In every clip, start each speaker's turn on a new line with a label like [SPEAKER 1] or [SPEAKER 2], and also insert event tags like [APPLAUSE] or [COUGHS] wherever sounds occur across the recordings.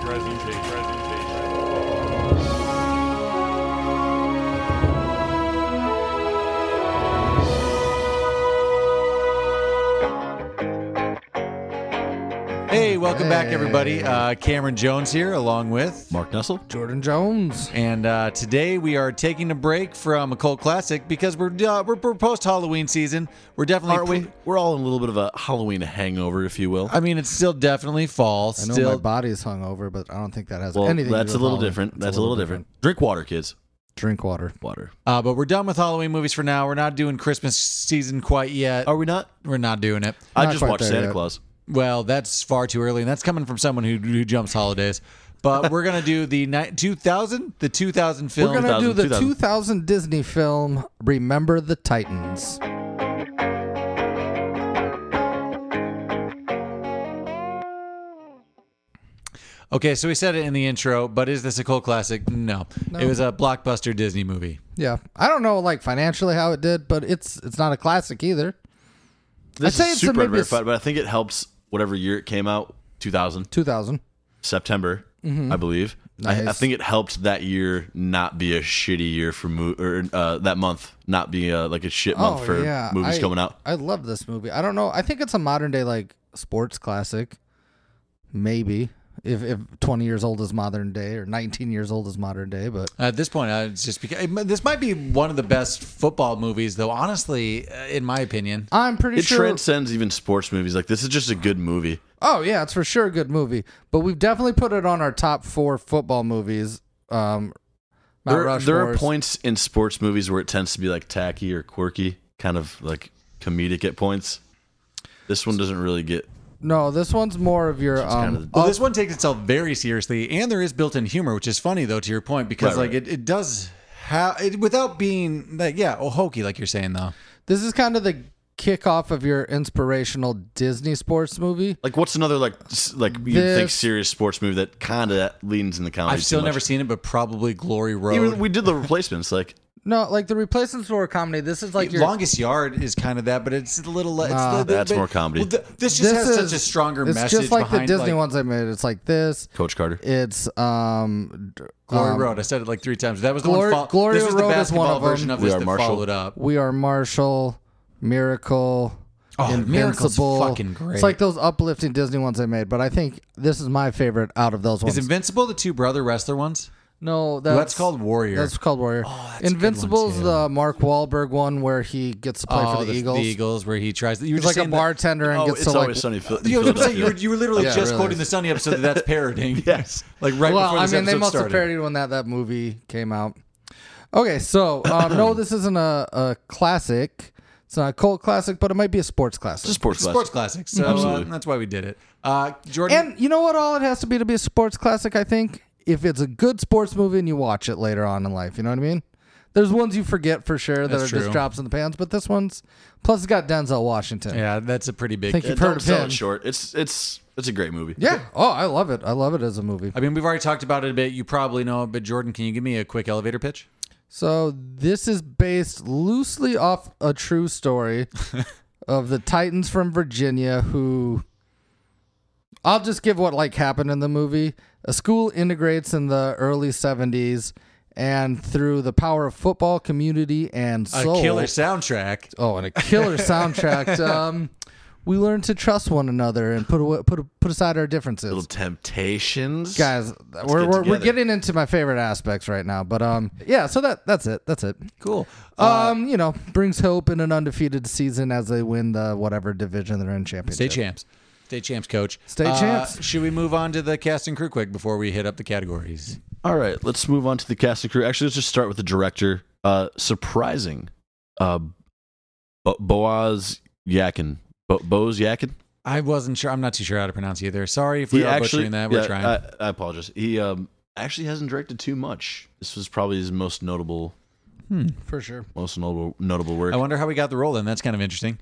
[SPEAKER 1] presentation.
[SPEAKER 2] Hey, welcome back, everybody. Uh, Cameron Jones here, along with.
[SPEAKER 3] Mark Nussel.
[SPEAKER 4] Jordan Jones.
[SPEAKER 2] And uh, today we are taking a break from a cult classic because we're uh, we're, we're post Halloween season. We're definitely.
[SPEAKER 3] Aren't we? We're all in a little bit of a Halloween hangover, if you will.
[SPEAKER 2] I mean, it's still definitely fall.
[SPEAKER 4] I know
[SPEAKER 2] still,
[SPEAKER 4] my body is hungover, but I don't think that has
[SPEAKER 3] Well,
[SPEAKER 4] anything.
[SPEAKER 3] that's
[SPEAKER 4] to do
[SPEAKER 3] a
[SPEAKER 4] with
[SPEAKER 3] little
[SPEAKER 4] Halloween.
[SPEAKER 3] different.
[SPEAKER 4] It's
[SPEAKER 3] That's a little, different. Drink water, kids.
[SPEAKER 4] Drink water.
[SPEAKER 3] Water.
[SPEAKER 2] uh, but we're done with Halloween movies for now. We're not doing Christmas season quite yet.
[SPEAKER 3] Are we not?
[SPEAKER 2] We're not doing it.
[SPEAKER 3] I
[SPEAKER 4] Not
[SPEAKER 3] just
[SPEAKER 4] quite
[SPEAKER 3] watched
[SPEAKER 4] there
[SPEAKER 3] Santa
[SPEAKER 4] yet.
[SPEAKER 3] Claus.
[SPEAKER 2] Well, that's far too early, and that's coming from someone who, who jumps holidays. But we're gonna do the ni- 2000, the 2000 film.
[SPEAKER 4] We're gonna do
[SPEAKER 3] 2000,
[SPEAKER 4] the
[SPEAKER 3] 2000.
[SPEAKER 4] 2000. Disney film "Remember the Titans."
[SPEAKER 2] Okay, so we said it in the intro, but is this a cult classic? No. It was a blockbuster Disney movie.
[SPEAKER 4] Yeah, I don't know like financially how it did, but it's it's not a classic either.
[SPEAKER 3] This
[SPEAKER 4] say
[SPEAKER 3] is
[SPEAKER 4] it's a
[SPEAKER 3] super
[SPEAKER 4] maybe a s-
[SPEAKER 3] unverified, but I think it helps whatever year it came out, 2000
[SPEAKER 4] Two thousand.
[SPEAKER 3] September, I believe. I, I
[SPEAKER 4] Mm-hmm. Nice.
[SPEAKER 3] think it helped that year not be a shitty year for mo- or uh, that month not be uh like a shit month for movies
[SPEAKER 4] Oh, I,
[SPEAKER 3] coming out.
[SPEAKER 4] I love this movie. I don't know. I think it's a modern day like sports classic. Maybe if if twenty years old is modern day or nineteen years old is modern day, but
[SPEAKER 2] At this point, I it's just because this might be one of the best football movies, though. Honestly, uh, in my opinion,
[SPEAKER 4] I'm pretty
[SPEAKER 3] It
[SPEAKER 4] sure.
[SPEAKER 3] transcends even sports movies. Like this is just a good movie.
[SPEAKER 4] oh yeah, it's for sure a good movie. But we've definitely put it on our top four football movies. Um, Mount
[SPEAKER 3] There, there are
[SPEAKER 4] Rushmore's.
[SPEAKER 3] points in sports movies where it tends to be like tacky or quirky, kind of like comedic at points. This one doesn't really get
[SPEAKER 4] No, this one's more of your um,
[SPEAKER 3] kind of
[SPEAKER 2] well, this one takes itself very seriously, and there is built-in humor, which is funny, though, to your point, because
[SPEAKER 3] Right,
[SPEAKER 2] like
[SPEAKER 3] right.
[SPEAKER 2] It, it does have it, without being like yeah, oh, hokey, like you're saying though.
[SPEAKER 4] This is kind of the kickoff of your inspirational Disney sports movie.
[SPEAKER 3] like what's another like s- like you would think
[SPEAKER 4] This-
[SPEAKER 3] serious sports movie that kind of leans in the comedy.
[SPEAKER 2] I've still
[SPEAKER 3] too much.
[SPEAKER 2] never seen it, but probably Glory Road.
[SPEAKER 3] Even, we did the replacements. Like
[SPEAKER 4] No, like the replacements were a comedy. This is like your
[SPEAKER 2] Longest Yard is kind of that, but it's a little. le- It's
[SPEAKER 4] Nah.
[SPEAKER 2] the- the-
[SPEAKER 3] That's
[SPEAKER 2] but-
[SPEAKER 3] more comedy.
[SPEAKER 2] Well, th- this just
[SPEAKER 4] this
[SPEAKER 2] has
[SPEAKER 4] is
[SPEAKER 2] such a stronger
[SPEAKER 4] It's
[SPEAKER 2] message.
[SPEAKER 4] just like the
[SPEAKER 2] behind,
[SPEAKER 4] Disney
[SPEAKER 2] like,
[SPEAKER 4] ones I made. It's like this.
[SPEAKER 3] Coach Carter,
[SPEAKER 4] It's um, d-
[SPEAKER 2] Glory
[SPEAKER 4] um,
[SPEAKER 2] Road. I said it like three times. That was the
[SPEAKER 4] Glor-
[SPEAKER 2] one. Fo-
[SPEAKER 4] Glory
[SPEAKER 2] this was the
[SPEAKER 4] Road is one
[SPEAKER 2] basketball
[SPEAKER 4] of 'em.
[SPEAKER 2] version of
[SPEAKER 3] We
[SPEAKER 2] this
[SPEAKER 3] Are
[SPEAKER 2] that
[SPEAKER 3] Marshall.
[SPEAKER 2] followed up.
[SPEAKER 4] We are Marshall, Miracle.
[SPEAKER 2] Oh, Miracle's
[SPEAKER 4] Invincible.
[SPEAKER 2] fucking great.
[SPEAKER 4] It's like those uplifting Disney ones I made, but I think this is my favorite out of those ones.
[SPEAKER 2] Is Invincible the two brother wrestler ones?
[SPEAKER 4] no,
[SPEAKER 2] That's,
[SPEAKER 4] that's,
[SPEAKER 2] called Warrior.
[SPEAKER 4] That's called Warrior.
[SPEAKER 2] Oh, that's a good one,
[SPEAKER 4] Invincible is
[SPEAKER 2] too.
[SPEAKER 4] the Mark Wahlberg one where he gets to play
[SPEAKER 2] Oh,
[SPEAKER 4] for the, Eagles.
[SPEAKER 2] The Eagles, where he tries. You were
[SPEAKER 4] He's
[SPEAKER 2] just
[SPEAKER 4] like a
[SPEAKER 2] saying that-
[SPEAKER 4] bartender and
[SPEAKER 3] oh,
[SPEAKER 4] gets
[SPEAKER 3] it's
[SPEAKER 4] to like.
[SPEAKER 3] always
[SPEAKER 4] [LAUGHS]
[SPEAKER 3] sunny. Phil-
[SPEAKER 2] Yeah, I was gonna say, you, were,
[SPEAKER 3] Philadelphia.
[SPEAKER 2] you were literally
[SPEAKER 4] Yeah, it
[SPEAKER 2] just
[SPEAKER 4] really
[SPEAKER 2] quoting
[SPEAKER 4] is.
[SPEAKER 2] the Sunny episode. That that's
[SPEAKER 4] [LAUGHS]
[SPEAKER 2] parodying.
[SPEAKER 3] Yes.
[SPEAKER 2] [LAUGHS] like right
[SPEAKER 4] well,
[SPEAKER 2] before
[SPEAKER 4] I
[SPEAKER 2] this
[SPEAKER 4] mean, they
[SPEAKER 2] episode
[SPEAKER 4] must
[SPEAKER 2] started.
[SPEAKER 4] have parodied when that that movie came out. Okay, so
[SPEAKER 2] [CLEARS THROAT]
[SPEAKER 4] um, no, this isn't a, a classic. It's not a cult classic, but it might be a sports classic.
[SPEAKER 3] It's a sports class.
[SPEAKER 2] Sports classics. So uh,
[SPEAKER 3] Absolutely.
[SPEAKER 2] that's why we did it. Uh, Jordan,
[SPEAKER 4] and you know what? All it has to be to be a sports classic, I think. If it's a good sports movie and you watch it later on in life, you know what I mean. There's ones you forget for sure that
[SPEAKER 2] That's
[SPEAKER 4] are
[SPEAKER 2] true.
[SPEAKER 4] just drops in the pans, but this one's plus it's got Denzel Washington.
[SPEAKER 2] yeah, that's a pretty big.
[SPEAKER 4] Thank you.
[SPEAKER 3] Yeah,
[SPEAKER 4] You've heard
[SPEAKER 3] don't
[SPEAKER 4] of
[SPEAKER 3] sell
[SPEAKER 4] him.
[SPEAKER 3] it short. It's it's it's a great movie.
[SPEAKER 4] Yeah. Oh, I love it. I love it as a movie.
[SPEAKER 2] I mean, we've already talked about it a bit. You probably know, it, but Jordan, can you give me a quick elevator pitch?
[SPEAKER 4] So this is based loosely off a true story
[SPEAKER 2] [LAUGHS]
[SPEAKER 4] of the Titans from Virginia who I'll just give what like happened in the movie. A school integrates in the early 70s and through the power of football community and
[SPEAKER 2] A
[SPEAKER 4] soul.
[SPEAKER 2] killer soundtrack.
[SPEAKER 4] oh, and a
[SPEAKER 2] [LAUGHS]
[SPEAKER 4] killer soundtrack. Um we learn to trust one another and put away, put put aside our differences
[SPEAKER 3] Little Temptations.
[SPEAKER 4] guys we're,
[SPEAKER 3] get
[SPEAKER 4] we're, we're
[SPEAKER 3] together.
[SPEAKER 4] getting into my favorite aspects right now but um yeah so that that's it that's it
[SPEAKER 2] Cool.
[SPEAKER 4] um
[SPEAKER 3] Uh,
[SPEAKER 4] you know brings hope in an undefeated season as they win the whatever division they're in championship
[SPEAKER 2] Stay champs. Stay champs, coach. Uh,
[SPEAKER 4] Stay champs.
[SPEAKER 2] Should we move on to the cast and crew quick before we hit up the categories?
[SPEAKER 3] All right, let's move on to the cast and crew. Actually, let's just start with the director. Uh, surprising, uh, Bo- Boaz Yakin. Bo- Boaz Yakin.
[SPEAKER 2] I wasn't sure. I'm not too sure how to pronounce either. Sorry if we are butchering that. We're
[SPEAKER 3] yeah, uh,
[SPEAKER 2] trying.
[SPEAKER 3] I, I apologize. He um, actually hasn't directed too much. This was probably his most notable,
[SPEAKER 4] for sure
[SPEAKER 3] most notable, notable work.
[SPEAKER 2] I wonder how we got the role then. That's kind of interesting.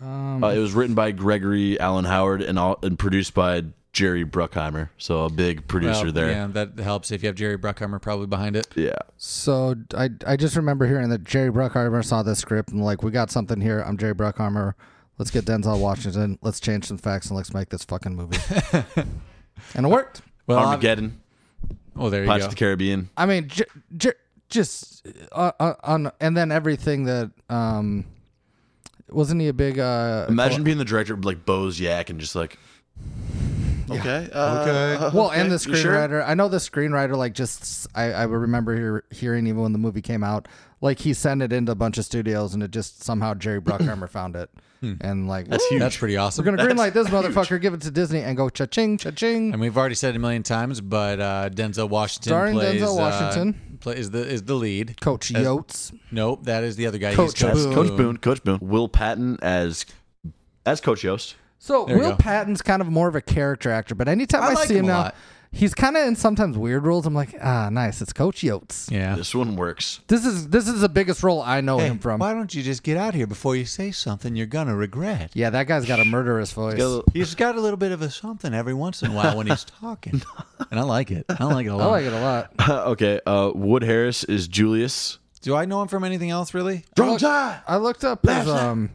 [SPEAKER 4] um
[SPEAKER 3] Uh, it was written by Gregory Allen Howard and, all, and produced by Jerry Bruckheimer. So a big producer
[SPEAKER 2] Well,
[SPEAKER 3] there.
[SPEAKER 2] Yeah, that helps if you have Jerry Bruckheimer probably behind it.
[SPEAKER 3] Yeah.
[SPEAKER 4] so i i just remember hearing that jerry bruckheimer saw this script and like we got something here i'm jerry bruckheimer let's
[SPEAKER 3] [LAUGHS]
[SPEAKER 4] get denzel washington let's change some facts and let's make this fucking movie and it worked
[SPEAKER 2] Well, I've-
[SPEAKER 3] Armageddon,
[SPEAKER 2] well, there you
[SPEAKER 3] Pirates
[SPEAKER 2] go.
[SPEAKER 3] of the Caribbean.
[SPEAKER 4] I mean, j- j- just uh, uh, on, and then everything that um, wasn't he a big uh,
[SPEAKER 3] Imagine being the director of like Bo's Yak and just like. Okay. Uh,
[SPEAKER 2] Okay.
[SPEAKER 4] [LAUGHS] Well, and the
[SPEAKER 3] you sure?
[SPEAKER 4] screenwriter. I know the screenwriter. Like, just I, I remember hear, hearing even when the movie came out, like he sent it into a bunch of studios, and it just somehow Jerry Bruckheimer found
[SPEAKER 3] [LAUGHS]
[SPEAKER 4] it, and like
[SPEAKER 3] Hmm. That's
[SPEAKER 4] "Woo,
[SPEAKER 3] huge.
[SPEAKER 2] That's pretty awesome.
[SPEAKER 4] we're gonna greenlight this motherfucker, give it to Disney, and go cha ching, cha ching.
[SPEAKER 2] And we've already said it a million times, but uh, Denzel Washington
[SPEAKER 4] Starring
[SPEAKER 2] plays
[SPEAKER 4] Denzel
[SPEAKER 2] uh,
[SPEAKER 4] Washington.
[SPEAKER 2] play, is the is the lead.
[SPEAKER 4] Coach Yotes.
[SPEAKER 2] Nope, that is the other guy.
[SPEAKER 4] Coach
[SPEAKER 2] He's
[SPEAKER 3] That's
[SPEAKER 2] Coach,
[SPEAKER 3] Coach Boone. Coach Boone. Will Patton as as Coach Yost.
[SPEAKER 4] So
[SPEAKER 2] There you
[SPEAKER 4] Will
[SPEAKER 2] go.
[SPEAKER 4] Patton's kind of more of a character actor, but anytime
[SPEAKER 2] I
[SPEAKER 4] I,
[SPEAKER 2] like
[SPEAKER 4] see him,
[SPEAKER 2] him a
[SPEAKER 4] now,
[SPEAKER 2] lot.
[SPEAKER 4] he's kind of in sometimes weird roles. I'm like, ah, nice. It's Coach Yotes.
[SPEAKER 2] Yeah.
[SPEAKER 3] This one works.
[SPEAKER 4] This is this is the biggest role I know him from.
[SPEAKER 2] Why don't you just get out here before you say something you're gonna regret?
[SPEAKER 4] Yeah, that guy's got a murderous voice.
[SPEAKER 2] He's got a little bit of a something every once in a while when he's talking, [LAUGHS] and I like it. I like it a
[SPEAKER 4] I
[SPEAKER 2] lot.
[SPEAKER 4] like it a lot.
[SPEAKER 3] [LAUGHS] [LAUGHS] okay. Uh, Wood Harris is Julius.
[SPEAKER 2] Do I know him from anything else really?
[SPEAKER 3] Drums high.
[SPEAKER 4] I looked up his um.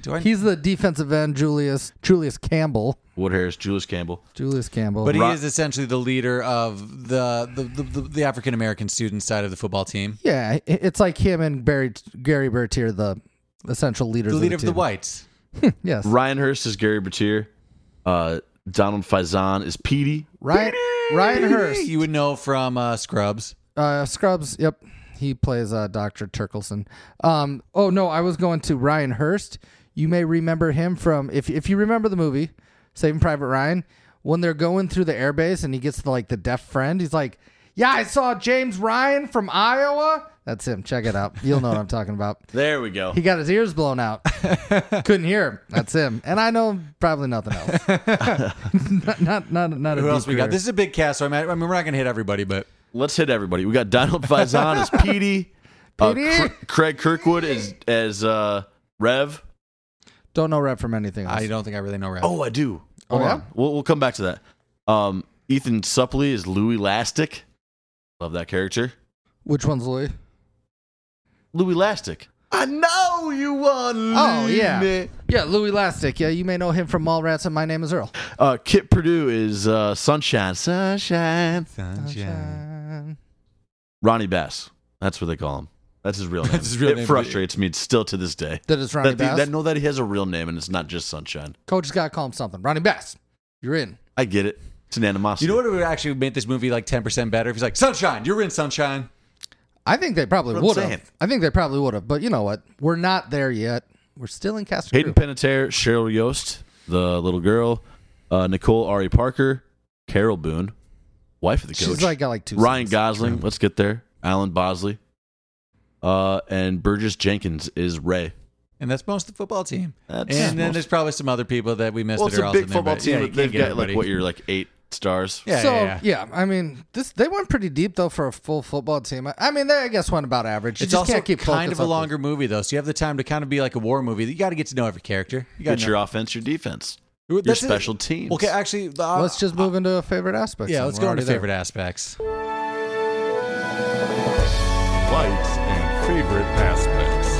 [SPEAKER 2] Do I?
[SPEAKER 4] He's the defensive end, Julius Julius Campbell.
[SPEAKER 3] Wood Harris, Julius Campbell.
[SPEAKER 4] Julius Campbell.
[SPEAKER 2] but he
[SPEAKER 3] Ro-
[SPEAKER 2] is essentially the leader of the the, the, the, the African American student side of the football team,
[SPEAKER 4] yeah, i- it's like him and Barry Gary Bertier, the essential leaders.
[SPEAKER 2] the leader of the
[SPEAKER 4] team.
[SPEAKER 2] whites.
[SPEAKER 4] [LAUGHS] Yes,
[SPEAKER 3] Ryan Hurst is Gary Batier. Uh, Donald Faison is Petey.
[SPEAKER 4] Ryan Ryan Hurst,
[SPEAKER 2] You would know from uh, Scrubs.
[SPEAKER 4] uh, Scrubs. Yep, he plays uh, Doctor Turkelson. Um. Oh no, I was going to Ryan Hurst. You may remember him from if if you remember the movie Saving Private Ryan when they're going through the airbase and he gets to, like the deaf friend. He's like, "Yeah, I saw James Ryan from Iowa." That's him. Check it out. You'll know what I'm talking about.
[SPEAKER 3] There we go.
[SPEAKER 4] He got his ears
[SPEAKER 2] [LAUGHS]
[SPEAKER 4] blown out. Couldn't hear him. That's him. And I know probably
[SPEAKER 2] [LAUGHS]
[SPEAKER 4] nothing else. [LAUGHS] not, not, not, not a
[SPEAKER 2] Who
[SPEAKER 4] deep
[SPEAKER 2] else we got?
[SPEAKER 4] career.
[SPEAKER 2] This is a big cast, so I'm at, I mean, we're not gonna hit everybody, but
[SPEAKER 3] Let's hit everybody. We got Donald Faison
[SPEAKER 4] [LAUGHS]
[SPEAKER 3] as Petey. Uh,
[SPEAKER 4] Petey.
[SPEAKER 3] Cra- Craig Kirkwood is as uh, Rev.
[SPEAKER 4] Don't know rep from anything else.
[SPEAKER 2] I don't think I really know. Rap.
[SPEAKER 3] Oh, I do.
[SPEAKER 4] Oh,
[SPEAKER 3] Hold
[SPEAKER 4] yeah?
[SPEAKER 3] on. We'll, we'll come back to that. Um, Ethan Suppley is Louis Lastic. Love that character.
[SPEAKER 4] Which one's Louis?
[SPEAKER 3] Louis Lastic. I know you want to
[SPEAKER 4] Oh,
[SPEAKER 3] leave
[SPEAKER 4] yeah.
[SPEAKER 3] me.
[SPEAKER 4] Yeah, Louis Lastic. Yeah, you may know him from Mallrats and My Name is Earl.
[SPEAKER 3] Uh, Kit Purdue is uh, Sunshine. Sunshine. Ronnie Bass. That's what they call him. That's his real name.
[SPEAKER 2] That's his real
[SPEAKER 3] it
[SPEAKER 2] name.
[SPEAKER 3] frustrates me still to this day.
[SPEAKER 4] That is Ronnie
[SPEAKER 3] that, the-
[SPEAKER 4] Bass.
[SPEAKER 3] that- know that he has a real name and it's not just Sunshine.
[SPEAKER 4] Coach has got to call him something. Ronnie Bass, you're in.
[SPEAKER 3] I get it. It's an animosity.
[SPEAKER 2] You know what would actually make this movie like 10% better? If he's like, Sunshine, you're in Sunshine.
[SPEAKER 4] I think they probably
[SPEAKER 3] That's what
[SPEAKER 4] would
[SPEAKER 3] I'm saying.
[SPEAKER 4] have. I think they probably would have. But you know what? We're not there yet. We're still in Castro.
[SPEAKER 3] Hayden Panettiere, Cheryl Yost, the little girl, uh, Nicole Ari Parker, Carol Boone, wife of the coach.
[SPEAKER 4] She's like got like two.
[SPEAKER 3] Ryan
[SPEAKER 4] sons.
[SPEAKER 3] Gosling. Let's get there. Alan Bosley. Uh, and Burgess Jenkins is Ray.
[SPEAKER 2] And that's most of the football team.
[SPEAKER 3] That's
[SPEAKER 2] and then
[SPEAKER 3] most-
[SPEAKER 2] there's probably some other people that we missed
[SPEAKER 3] Well,
[SPEAKER 2] that
[SPEAKER 3] it's
[SPEAKER 2] are
[SPEAKER 3] a
[SPEAKER 2] also
[SPEAKER 3] big
[SPEAKER 2] in there,
[SPEAKER 3] football
[SPEAKER 2] but,
[SPEAKER 3] team.
[SPEAKER 2] yeah, you
[SPEAKER 3] but
[SPEAKER 2] can't
[SPEAKER 3] they've
[SPEAKER 2] get
[SPEAKER 3] got like
[SPEAKER 2] everybody.
[SPEAKER 3] what you're like eight stars.
[SPEAKER 2] Yeah,
[SPEAKER 4] so
[SPEAKER 2] yeah, yeah.
[SPEAKER 4] I mean, this they went pretty deep though for a full football team. I, I mean, they I guess went about average. You
[SPEAKER 2] It's
[SPEAKER 4] just
[SPEAKER 2] also
[SPEAKER 4] can't keep
[SPEAKER 2] kind
[SPEAKER 4] focus
[SPEAKER 2] of a
[SPEAKER 4] on-
[SPEAKER 2] longer movie, though, so you have the time to kind of be like a war movie. You got to get to know every character. You got
[SPEAKER 3] It's your offense, your defense,
[SPEAKER 2] your
[SPEAKER 3] your special teams.
[SPEAKER 2] Okay, actually, the- uh,
[SPEAKER 4] Let's just move into favorite aspects.
[SPEAKER 2] yeah,
[SPEAKER 4] then.
[SPEAKER 2] let's
[SPEAKER 4] We're
[SPEAKER 2] go into
[SPEAKER 4] already there.
[SPEAKER 2] favorite aspects.
[SPEAKER 1] Likes and favorite aspects.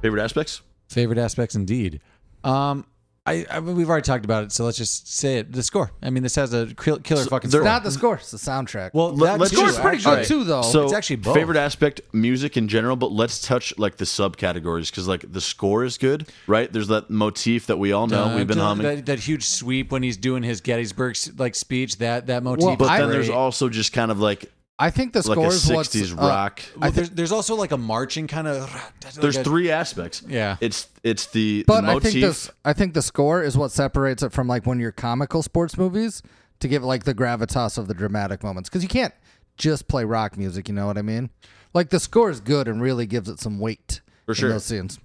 [SPEAKER 3] Favorite aspects?
[SPEAKER 2] Favorite aspects, indeed. Um, I, I mean, we've already talked about it, so let's just say it. The score. I mean, this has a kill- killer fucking
[SPEAKER 3] there-
[SPEAKER 2] score.
[SPEAKER 4] Not the score, it's the soundtrack.
[SPEAKER 2] well,
[SPEAKER 3] Let-
[SPEAKER 2] that
[SPEAKER 3] let's
[SPEAKER 2] too,
[SPEAKER 4] score's pretty good
[SPEAKER 2] actually.
[SPEAKER 4] too, though.
[SPEAKER 3] So
[SPEAKER 2] Oh, It's actually both.
[SPEAKER 3] favorite aspect music in general, but let's touch like the subcategories because like the score is good, right? There's that motif that we all know
[SPEAKER 2] Uh,
[SPEAKER 3] we've been
[SPEAKER 2] that-
[SPEAKER 3] humming,
[SPEAKER 2] that, that huge sweep when he's doing his Gettysburg like speech. That that motif.
[SPEAKER 4] Well,
[SPEAKER 2] is
[SPEAKER 3] but then
[SPEAKER 4] I-
[SPEAKER 3] there's
[SPEAKER 2] great.
[SPEAKER 3] also just kind of like
[SPEAKER 4] I think the
[SPEAKER 3] like
[SPEAKER 4] score
[SPEAKER 3] a
[SPEAKER 4] is what's
[SPEAKER 3] '60s
[SPEAKER 4] uh,
[SPEAKER 3] rock.
[SPEAKER 2] Well, there's, there's also like a marching kind of.
[SPEAKER 3] there's three aspects.
[SPEAKER 2] Yeah.
[SPEAKER 3] it's it's the,
[SPEAKER 4] but
[SPEAKER 3] the
[SPEAKER 4] I
[SPEAKER 3] motif.
[SPEAKER 4] think this I think the score is what separates it from like when you're comical sports movies to give it like the gravitas of the dramatic moments cuz you can't just play rock music, you know what I mean? Like the score is good and really gives it some weight
[SPEAKER 3] For
[SPEAKER 4] in
[SPEAKER 3] sure.
[SPEAKER 4] those scenes.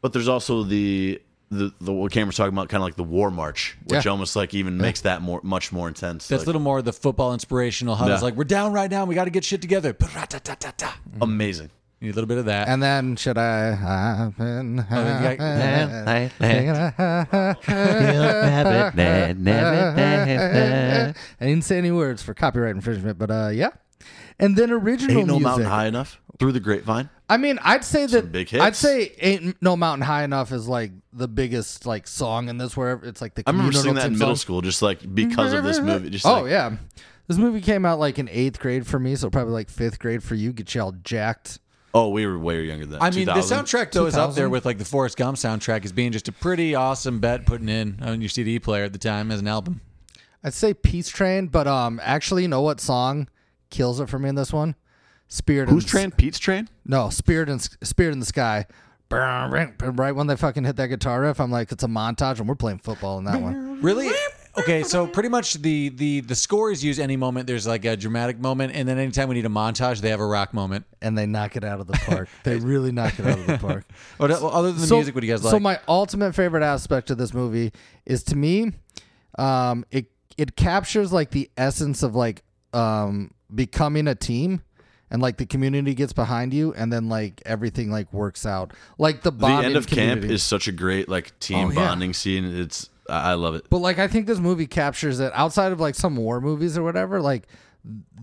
[SPEAKER 3] But there's also the the, the what Cameron's talking about, kind of like the war march, which
[SPEAKER 4] Yeah.
[SPEAKER 3] almost like even makes that more much more intense.
[SPEAKER 2] That's a
[SPEAKER 3] like,
[SPEAKER 2] little more of the football inspirational. How it's
[SPEAKER 3] Yeah.
[SPEAKER 2] like we're down right now. We got to get shit together. Ba-ra-ta-ta-ta-ta.
[SPEAKER 3] amazing.
[SPEAKER 2] Need a little bit of that.
[SPEAKER 4] And then should I happen?
[SPEAKER 2] uh, yeah.
[SPEAKER 4] [LAUGHS] happen, I didn't say any words for copyright infringement, but uh, yeah. And then original
[SPEAKER 3] Ain't no
[SPEAKER 4] music.
[SPEAKER 3] mountain high enough. Through the Grapevine.
[SPEAKER 4] I mean, I'd say that
[SPEAKER 3] Some big hits.
[SPEAKER 4] I'd say "Ain't No Mountain High Enough" is like the biggest like song in this. Where it's like the
[SPEAKER 3] I remember
[SPEAKER 4] communal
[SPEAKER 3] seeing that in
[SPEAKER 4] tip
[SPEAKER 3] middle
[SPEAKER 4] song.
[SPEAKER 3] school, just like because of
[SPEAKER 4] [LAUGHS]
[SPEAKER 3] this movie. Just
[SPEAKER 4] oh
[SPEAKER 3] like,
[SPEAKER 4] yeah, this movie came out like in eighth grade for me, so probably like fifth grade for you. Get you all jacked.
[SPEAKER 3] Oh, we were way younger than.
[SPEAKER 2] I mean, the
[SPEAKER 3] 2000.
[SPEAKER 2] soundtrack though is up there
[SPEAKER 4] 2000?
[SPEAKER 2] with like the Forrest Gump soundtrack as being just a pretty awesome bet putting in on your CD player at the time as an album.
[SPEAKER 4] I'd say Peace Train, but um, actually, you know what song kills it for me in this one? Spirit.
[SPEAKER 3] Who's
[SPEAKER 4] in,
[SPEAKER 3] train? Pete's train.
[SPEAKER 4] No, Spirit and Spirit in the Sky. Right when they fucking hit that guitar riff, I'm like, it's a montage, and we're playing football in that
[SPEAKER 3] [LAUGHS]
[SPEAKER 4] one.
[SPEAKER 2] Really? Okay, so pretty much the the the score is used any moment. There's like a dramatic moment, and then anytime we need a montage, they have a rock moment.
[SPEAKER 4] And they knock it out of the park. They really knock it out
[SPEAKER 3] [LAUGHS]
[SPEAKER 4] of the park.
[SPEAKER 2] What, well, other than the music, what do you guys like?
[SPEAKER 4] So my ultimate favorite aspect of this movie is to me, um, it it captures like the essence of like um becoming a team and like the community gets behind you and then like everything like works out. Like the
[SPEAKER 3] The
[SPEAKER 4] bonding
[SPEAKER 3] end of camp
[SPEAKER 4] community.
[SPEAKER 3] is such a great like team
[SPEAKER 4] Oh, yeah.
[SPEAKER 3] bonding scene. It's I I love it.
[SPEAKER 4] But like I think this movie captures it outside of like some war movies or whatever. Like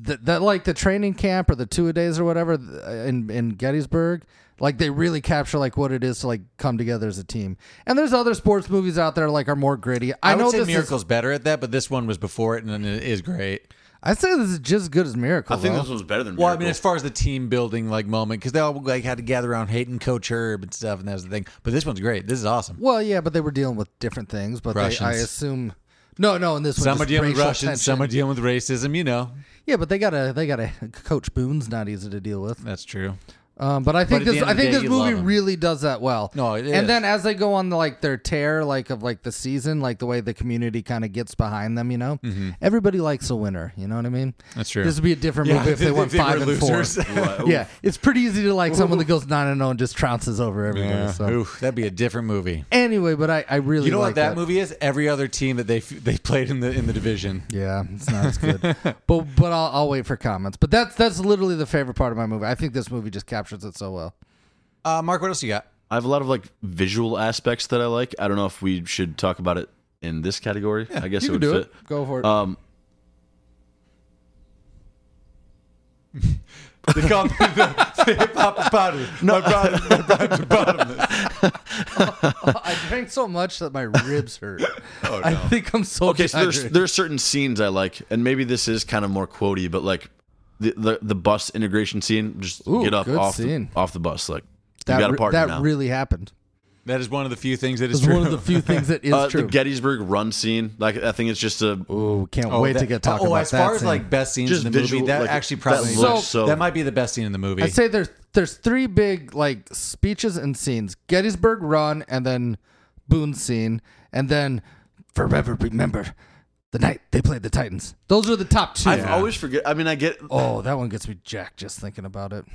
[SPEAKER 4] that, that like the training camp or the two a days or whatever th- uh, in in Gettysburg. Like they really capture like what it is to like come together as a team. And there's other sports movies out there like are more gritty. I,
[SPEAKER 2] I, would
[SPEAKER 4] know
[SPEAKER 2] say
[SPEAKER 4] this is,
[SPEAKER 2] Miracle's better at that, but this one was before it, and it is great.
[SPEAKER 4] I say this is just as good as
[SPEAKER 3] I
[SPEAKER 4] Miracle.
[SPEAKER 3] think
[SPEAKER 4] though.
[SPEAKER 3] this one's better than.
[SPEAKER 2] Well, I
[SPEAKER 3] Miracle.
[SPEAKER 2] mean, as far as the team building like moment, because they all like had to gather around hating Coach Herb and stuff, and that was the thing. But this one's great. This is awesome.
[SPEAKER 4] well, yeah, but they were dealing with different things. But they, I
[SPEAKER 2] Russians.
[SPEAKER 4] assume no, no. In this one,
[SPEAKER 2] Some are
[SPEAKER 4] just
[SPEAKER 2] dealing with
[SPEAKER 4] racial
[SPEAKER 2] Russians,
[SPEAKER 4] tension.
[SPEAKER 2] some are dealing with racism. You know,
[SPEAKER 4] yeah, but they gotta they gotta [LAUGHS] Coach Boone's not easy to deal with.
[SPEAKER 2] that's true.
[SPEAKER 4] Um, but I think
[SPEAKER 2] at the
[SPEAKER 4] this
[SPEAKER 2] end
[SPEAKER 4] I
[SPEAKER 2] of the
[SPEAKER 4] think
[SPEAKER 2] day,
[SPEAKER 4] this
[SPEAKER 2] you
[SPEAKER 4] movie
[SPEAKER 2] love 'em.
[SPEAKER 4] really does that well.
[SPEAKER 2] No, it
[SPEAKER 4] and
[SPEAKER 2] is.
[SPEAKER 4] then as they go on like their tear, like of like the season, like the way the community kind of gets behind them, you know, everybody likes a winner. You know what I mean?
[SPEAKER 2] Mm-hmm. That's true.
[SPEAKER 4] This would be a different movie if
[SPEAKER 2] [LAUGHS]
[SPEAKER 4] they, went five and four. [LAUGHS] Yeah, it's pretty easy to like someone that goes nine and zero and just trounces over everybody. So
[SPEAKER 2] Oof, that'd be a different movie.
[SPEAKER 4] anyway, but I I really
[SPEAKER 2] You know
[SPEAKER 4] like
[SPEAKER 2] what that, movie is? Every other team that they they [LAUGHS] played in the in the division.
[SPEAKER 4] Yeah, it's not as good.
[SPEAKER 2] [LAUGHS]
[SPEAKER 4] but but I'll, I'll wait for comments. But that's that's literally the favorite part of my movie. I think this movie just captures it so well.
[SPEAKER 2] Uh, Mark, what else you got?
[SPEAKER 3] I have a lot of like visual aspects that I like. I don't know if we should talk about it in this category. I guess
[SPEAKER 4] you can
[SPEAKER 3] it would
[SPEAKER 4] do
[SPEAKER 3] fit.
[SPEAKER 4] it. Go for it. [LAUGHS]
[SPEAKER 3] Um,
[SPEAKER 2] They call me the, the hip hop party. No,
[SPEAKER 4] I drank so much that my ribs
[SPEAKER 3] [LAUGHS]
[SPEAKER 4] hurt. I think I'm so
[SPEAKER 3] [LAUGHS] Oh, okay, so there's
[SPEAKER 4] dehydrated.
[SPEAKER 3] there are certain scenes I like, and maybe this is kind of more quotey, but like the the, the bus integration scene, just
[SPEAKER 4] Ooh,
[SPEAKER 3] get up
[SPEAKER 4] good
[SPEAKER 3] off
[SPEAKER 4] scene.
[SPEAKER 3] the, off the bus, like
[SPEAKER 4] that
[SPEAKER 3] you got
[SPEAKER 4] re-
[SPEAKER 3] a partner
[SPEAKER 4] that
[SPEAKER 3] now.
[SPEAKER 4] really happened.
[SPEAKER 2] that is one of the few things that is
[SPEAKER 4] It's
[SPEAKER 2] true.
[SPEAKER 4] one of the
[SPEAKER 2] [LAUGHS]
[SPEAKER 4] few things that is
[SPEAKER 3] [LAUGHS] uh, the
[SPEAKER 4] true.
[SPEAKER 3] Gettysburg run scene, like I think it's just a
[SPEAKER 4] Ooh, can't wait to
[SPEAKER 2] that-
[SPEAKER 4] get talking
[SPEAKER 2] oh,
[SPEAKER 4] about
[SPEAKER 2] as
[SPEAKER 4] that.
[SPEAKER 2] far as
[SPEAKER 4] scene.
[SPEAKER 2] like best scenes
[SPEAKER 3] Just
[SPEAKER 2] in the
[SPEAKER 3] visual,
[SPEAKER 2] movie, that
[SPEAKER 3] like,
[SPEAKER 2] actually
[SPEAKER 3] that
[SPEAKER 2] probably
[SPEAKER 3] looks
[SPEAKER 2] so,
[SPEAKER 3] so-
[SPEAKER 2] that might be the best scene in the movie.
[SPEAKER 4] I'd say there's there's three big like speeches and scenes: Gettysburg Run, and then Boone scene, and then forever remember the night they played the Titans. Those are the top two.
[SPEAKER 3] I always forget. I mean, I get
[SPEAKER 4] oh, that one gets me jacked just thinking about it.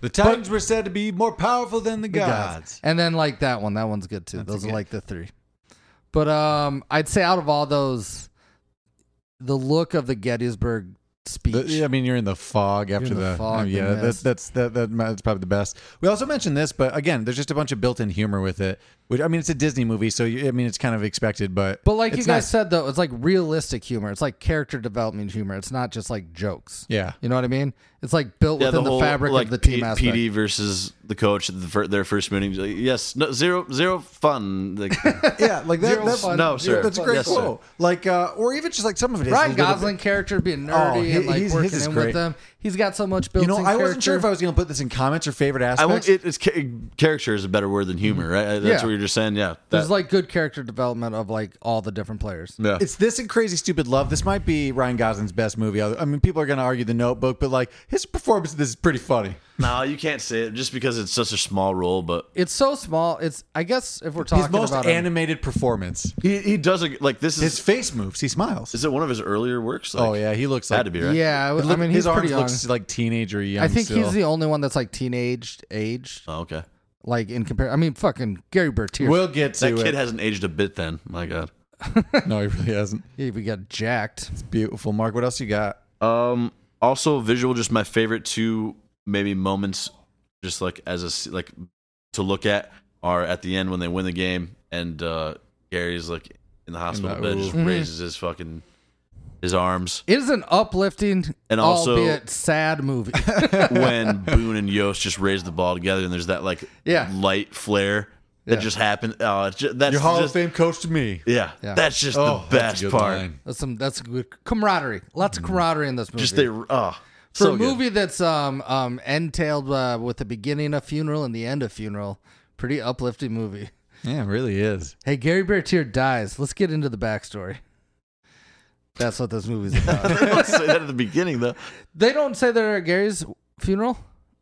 [SPEAKER 2] the Titans were said to be more powerful than the gods.
[SPEAKER 4] And then like that one, that one's good too. those are like the three. But um I'd say out of all those the look of the Gettysburg speech.
[SPEAKER 2] The- yeah, I mean, you're in the fog after
[SPEAKER 4] in the
[SPEAKER 2] the,
[SPEAKER 4] fog,
[SPEAKER 2] oh,
[SPEAKER 4] the
[SPEAKER 2] yeah, that's
[SPEAKER 4] mist.
[SPEAKER 2] that's that, that that's probably the best. We also mentioned this, but again, there's just a bunch of built-in humor with it. Which I mean, it's a Disney movie, so you, I mean, it's kind of expected, but
[SPEAKER 4] but like you
[SPEAKER 2] it's
[SPEAKER 4] guys
[SPEAKER 2] nice.
[SPEAKER 4] said though, it's like realistic humor. It's like character development humor. It's not just like jokes.
[SPEAKER 2] Yeah.
[SPEAKER 4] You know what I mean? It's like built
[SPEAKER 3] yeah,
[SPEAKER 4] within the,
[SPEAKER 3] whole,
[SPEAKER 4] fabric
[SPEAKER 3] like,
[SPEAKER 4] of the team
[SPEAKER 3] P-
[SPEAKER 4] aspect.
[SPEAKER 3] PD versus the coach at the fir- their first meeting. like, yes, no, zero, zero fun. Like,
[SPEAKER 2] [LAUGHS]
[SPEAKER 3] [LAUGHS]
[SPEAKER 2] yeah, like that,
[SPEAKER 4] Zero
[SPEAKER 2] that's
[SPEAKER 4] fun.
[SPEAKER 3] No, sir.
[SPEAKER 2] that's a great
[SPEAKER 3] Yes, sir.
[SPEAKER 2] quote. Like, uh, or even just like some of it is a
[SPEAKER 4] Ryan
[SPEAKER 2] little bit-
[SPEAKER 4] Gosling character being nerdy
[SPEAKER 2] Oh, he-
[SPEAKER 4] and like
[SPEAKER 2] he's- his
[SPEAKER 4] working
[SPEAKER 2] is
[SPEAKER 4] in with
[SPEAKER 2] great.
[SPEAKER 4] them. He's got so much built
[SPEAKER 2] You know,
[SPEAKER 4] in
[SPEAKER 2] I
[SPEAKER 4] character.
[SPEAKER 2] wasn't sure if I was going to put this in comments or favorite
[SPEAKER 3] I
[SPEAKER 2] aspects.
[SPEAKER 3] won't, it, it's ca- character is a better word than humor, right? That's
[SPEAKER 4] Yeah.
[SPEAKER 3] what you're just saying. Yeah,
[SPEAKER 4] There's
[SPEAKER 3] that-
[SPEAKER 4] like good character development of like all the different players.
[SPEAKER 3] yeah.
[SPEAKER 2] It's this and Crazy Stupid Love. This might be Ryan Gosling's best movie. I mean, people are going to argue The Notebook, but like his performance, in this is pretty funny.
[SPEAKER 3] no, you can't say it just because it's such a small role, but
[SPEAKER 4] It's so small. It's I guess if we're talking
[SPEAKER 2] His most
[SPEAKER 4] about him-
[SPEAKER 2] animated performance.
[SPEAKER 3] he, he does a, like this is
[SPEAKER 2] His face moves. He smiles.
[SPEAKER 3] is it one of his earlier works? Like,
[SPEAKER 2] oh yeah, he looks like
[SPEAKER 3] had to be right.
[SPEAKER 4] Yeah, I w- I mean he's
[SPEAKER 2] his
[SPEAKER 4] pretty
[SPEAKER 2] arms
[SPEAKER 4] young.
[SPEAKER 2] looks like teenager young.
[SPEAKER 4] I think
[SPEAKER 2] still.
[SPEAKER 4] he's the only one that's like teenaged aged,
[SPEAKER 3] Oh, okay.
[SPEAKER 4] like in compare. I mean, fucking Gary Bertier.
[SPEAKER 2] We'll get to
[SPEAKER 3] That kid
[SPEAKER 2] it.
[SPEAKER 3] hasn't aged a bit. Then my God.
[SPEAKER 2] no, he really hasn't.
[SPEAKER 4] yeah, we got jacked.
[SPEAKER 2] It's beautiful, Mark. What else you got?
[SPEAKER 3] Um. Also, visual, just my favorite two maybe moments, just like as a s- like to look at are at the end when they win the game and uh Gary's like in the hospital
[SPEAKER 2] the-
[SPEAKER 3] bed, just
[SPEAKER 2] ooh.
[SPEAKER 3] raises his fucking his arms.
[SPEAKER 4] It is an uplifting
[SPEAKER 3] And also-
[SPEAKER 4] albeit sad movie. [LAUGHS]
[SPEAKER 3] when Boone and Yost just raise the ball together, and there's that like
[SPEAKER 4] Yeah.
[SPEAKER 3] light flare that just happened. Oh, it's just, that's
[SPEAKER 2] Your Hall
[SPEAKER 3] just-
[SPEAKER 2] of Fame coach to me.
[SPEAKER 3] Yeah,
[SPEAKER 4] Yeah.
[SPEAKER 3] that's just
[SPEAKER 2] Oh,
[SPEAKER 3] the
[SPEAKER 2] that's a
[SPEAKER 3] best
[SPEAKER 2] good
[SPEAKER 3] part.
[SPEAKER 2] line.
[SPEAKER 4] that's some that's good camaraderie. Lots of camaraderie in this movie.
[SPEAKER 3] Mm. Just they, oh,
[SPEAKER 4] For
[SPEAKER 3] so
[SPEAKER 4] a
[SPEAKER 3] good.
[SPEAKER 4] movie that's um um entailed uh, with the beginning of funeral and the end of funeral, pretty uplifting movie.
[SPEAKER 2] Yeah, it really is.
[SPEAKER 4] Hey, Gary Bertier dies. Let's get into the backstory. That's what this movie's
[SPEAKER 3] [LAUGHS]
[SPEAKER 4] about.
[SPEAKER 3] Let's [LAUGHS]
[SPEAKER 4] [LAUGHS]
[SPEAKER 3] say that at the beginning though.
[SPEAKER 4] they don't say they're at Gary's funeral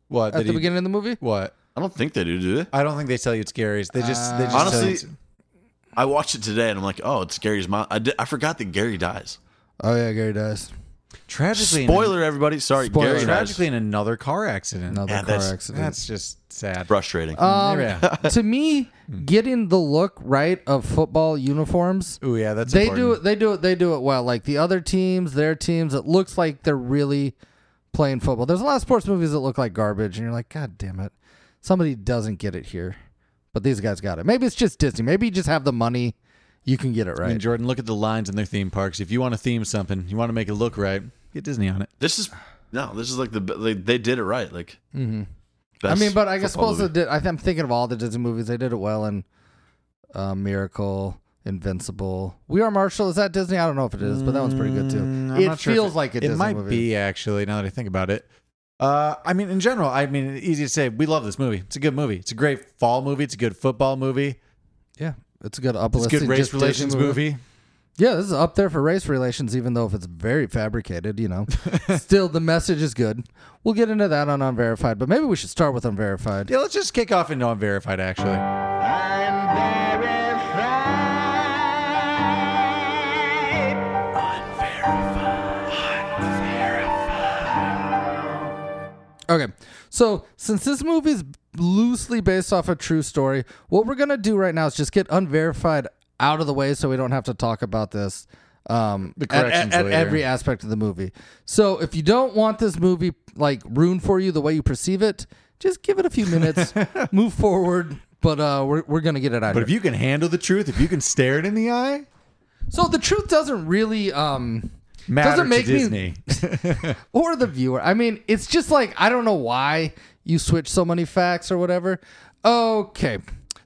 [SPEAKER 2] What
[SPEAKER 4] at
[SPEAKER 2] did
[SPEAKER 4] the
[SPEAKER 2] he-
[SPEAKER 4] beginning of the movie.
[SPEAKER 2] What?
[SPEAKER 3] I don't think they do, do they?
[SPEAKER 2] I don't think they tell you it's Gary's. They just they just tell you
[SPEAKER 3] Honestly-
[SPEAKER 2] it's-
[SPEAKER 3] I watched it today and I'm like, oh, it's Gary's mom. I, did, I forgot that Gary dies.
[SPEAKER 4] Oh yeah, Gary dies.
[SPEAKER 2] tragically in-
[SPEAKER 3] Spoiler, everybody. Sorry,
[SPEAKER 4] Spoiler.
[SPEAKER 3] Gary dies.
[SPEAKER 2] tragically in another car accident.
[SPEAKER 4] Another
[SPEAKER 3] Yeah,
[SPEAKER 4] car
[SPEAKER 3] that's-
[SPEAKER 4] accident.
[SPEAKER 2] That's just sad.
[SPEAKER 3] Frustrating.
[SPEAKER 4] Um, [LAUGHS]
[SPEAKER 2] yeah.
[SPEAKER 4] to me, getting the look right of football uniforms,
[SPEAKER 2] Ooh, yeah, that's
[SPEAKER 4] they do
[SPEAKER 2] important.
[SPEAKER 4] it. They do it. They do it well. Like the other teams, their teams, it looks like they're really playing football. There's a lot of sports movies that look like garbage, and you're like, God damn it, somebody doesn't get it here. But these guys got it. Maybe it's just Disney. Maybe you just have the money, you can get it
[SPEAKER 2] I mean,
[SPEAKER 4] right.
[SPEAKER 2] Jordan, look at the lines in their theme parks. If you want to theme something, you want to make it look right, get Disney on it.
[SPEAKER 3] this is no. This is like the like, they did it right. Like,
[SPEAKER 4] Mm-hmm. I
[SPEAKER 3] best
[SPEAKER 4] mean, but I guess
[SPEAKER 3] football
[SPEAKER 4] suppose
[SPEAKER 3] movie.
[SPEAKER 4] it did, I th- I'm thinking of all the Disney movies. They did it well in uh, Miracle, Invincible, We Are Marshall. Is that Disney? I don't know if it is, but that one's pretty good too.
[SPEAKER 2] Mm, I'm
[SPEAKER 4] it
[SPEAKER 2] not sure if
[SPEAKER 4] feels like a Disney
[SPEAKER 2] it might
[SPEAKER 4] movie.
[SPEAKER 2] be actually. Now that I think about it, uh, I mean, in general, I mean, easy to say we love this movie. It's a good movie. It's a great fall movie. It's a good football movie.
[SPEAKER 4] Yeah, it's a good
[SPEAKER 2] It's a
[SPEAKER 4] uplifting.
[SPEAKER 2] good race
[SPEAKER 4] just Disney
[SPEAKER 2] relations movie.
[SPEAKER 4] Yeah, this is up there for race relations, even though if it's very
[SPEAKER 2] [LAUGHS]
[SPEAKER 4] fabricated, you know, still the message is good. We'll get into that on unverified, but maybe we should start with unverified.
[SPEAKER 2] Yeah, let's just kick off into unverified. Actually,
[SPEAKER 4] Okay, so since this movie is loosely based off a true story, what we're gonna do right now is just get unverified out of the way, so we don't have to talk about this. Um,
[SPEAKER 2] The
[SPEAKER 4] at-
[SPEAKER 2] corrections
[SPEAKER 4] at, at
[SPEAKER 2] later.
[SPEAKER 4] every aspect of the movie. So if you don't want this movie like ruined for you the way you perceive it, just give it a
[SPEAKER 2] [LAUGHS]
[SPEAKER 4] few minutes, move forward. But uh, we're we're gonna get it out.
[SPEAKER 2] but
[SPEAKER 4] here.
[SPEAKER 2] if you can handle the truth, if you can stare it in the eye,
[SPEAKER 4] So the truth doesn't really um
[SPEAKER 2] matter
[SPEAKER 4] doesn't make
[SPEAKER 2] to
[SPEAKER 4] me [LAUGHS]
[SPEAKER 2] Disney.
[SPEAKER 4] or the viewer. I mean, it's just like I don't know why you switch so many facts or whatever. Okay.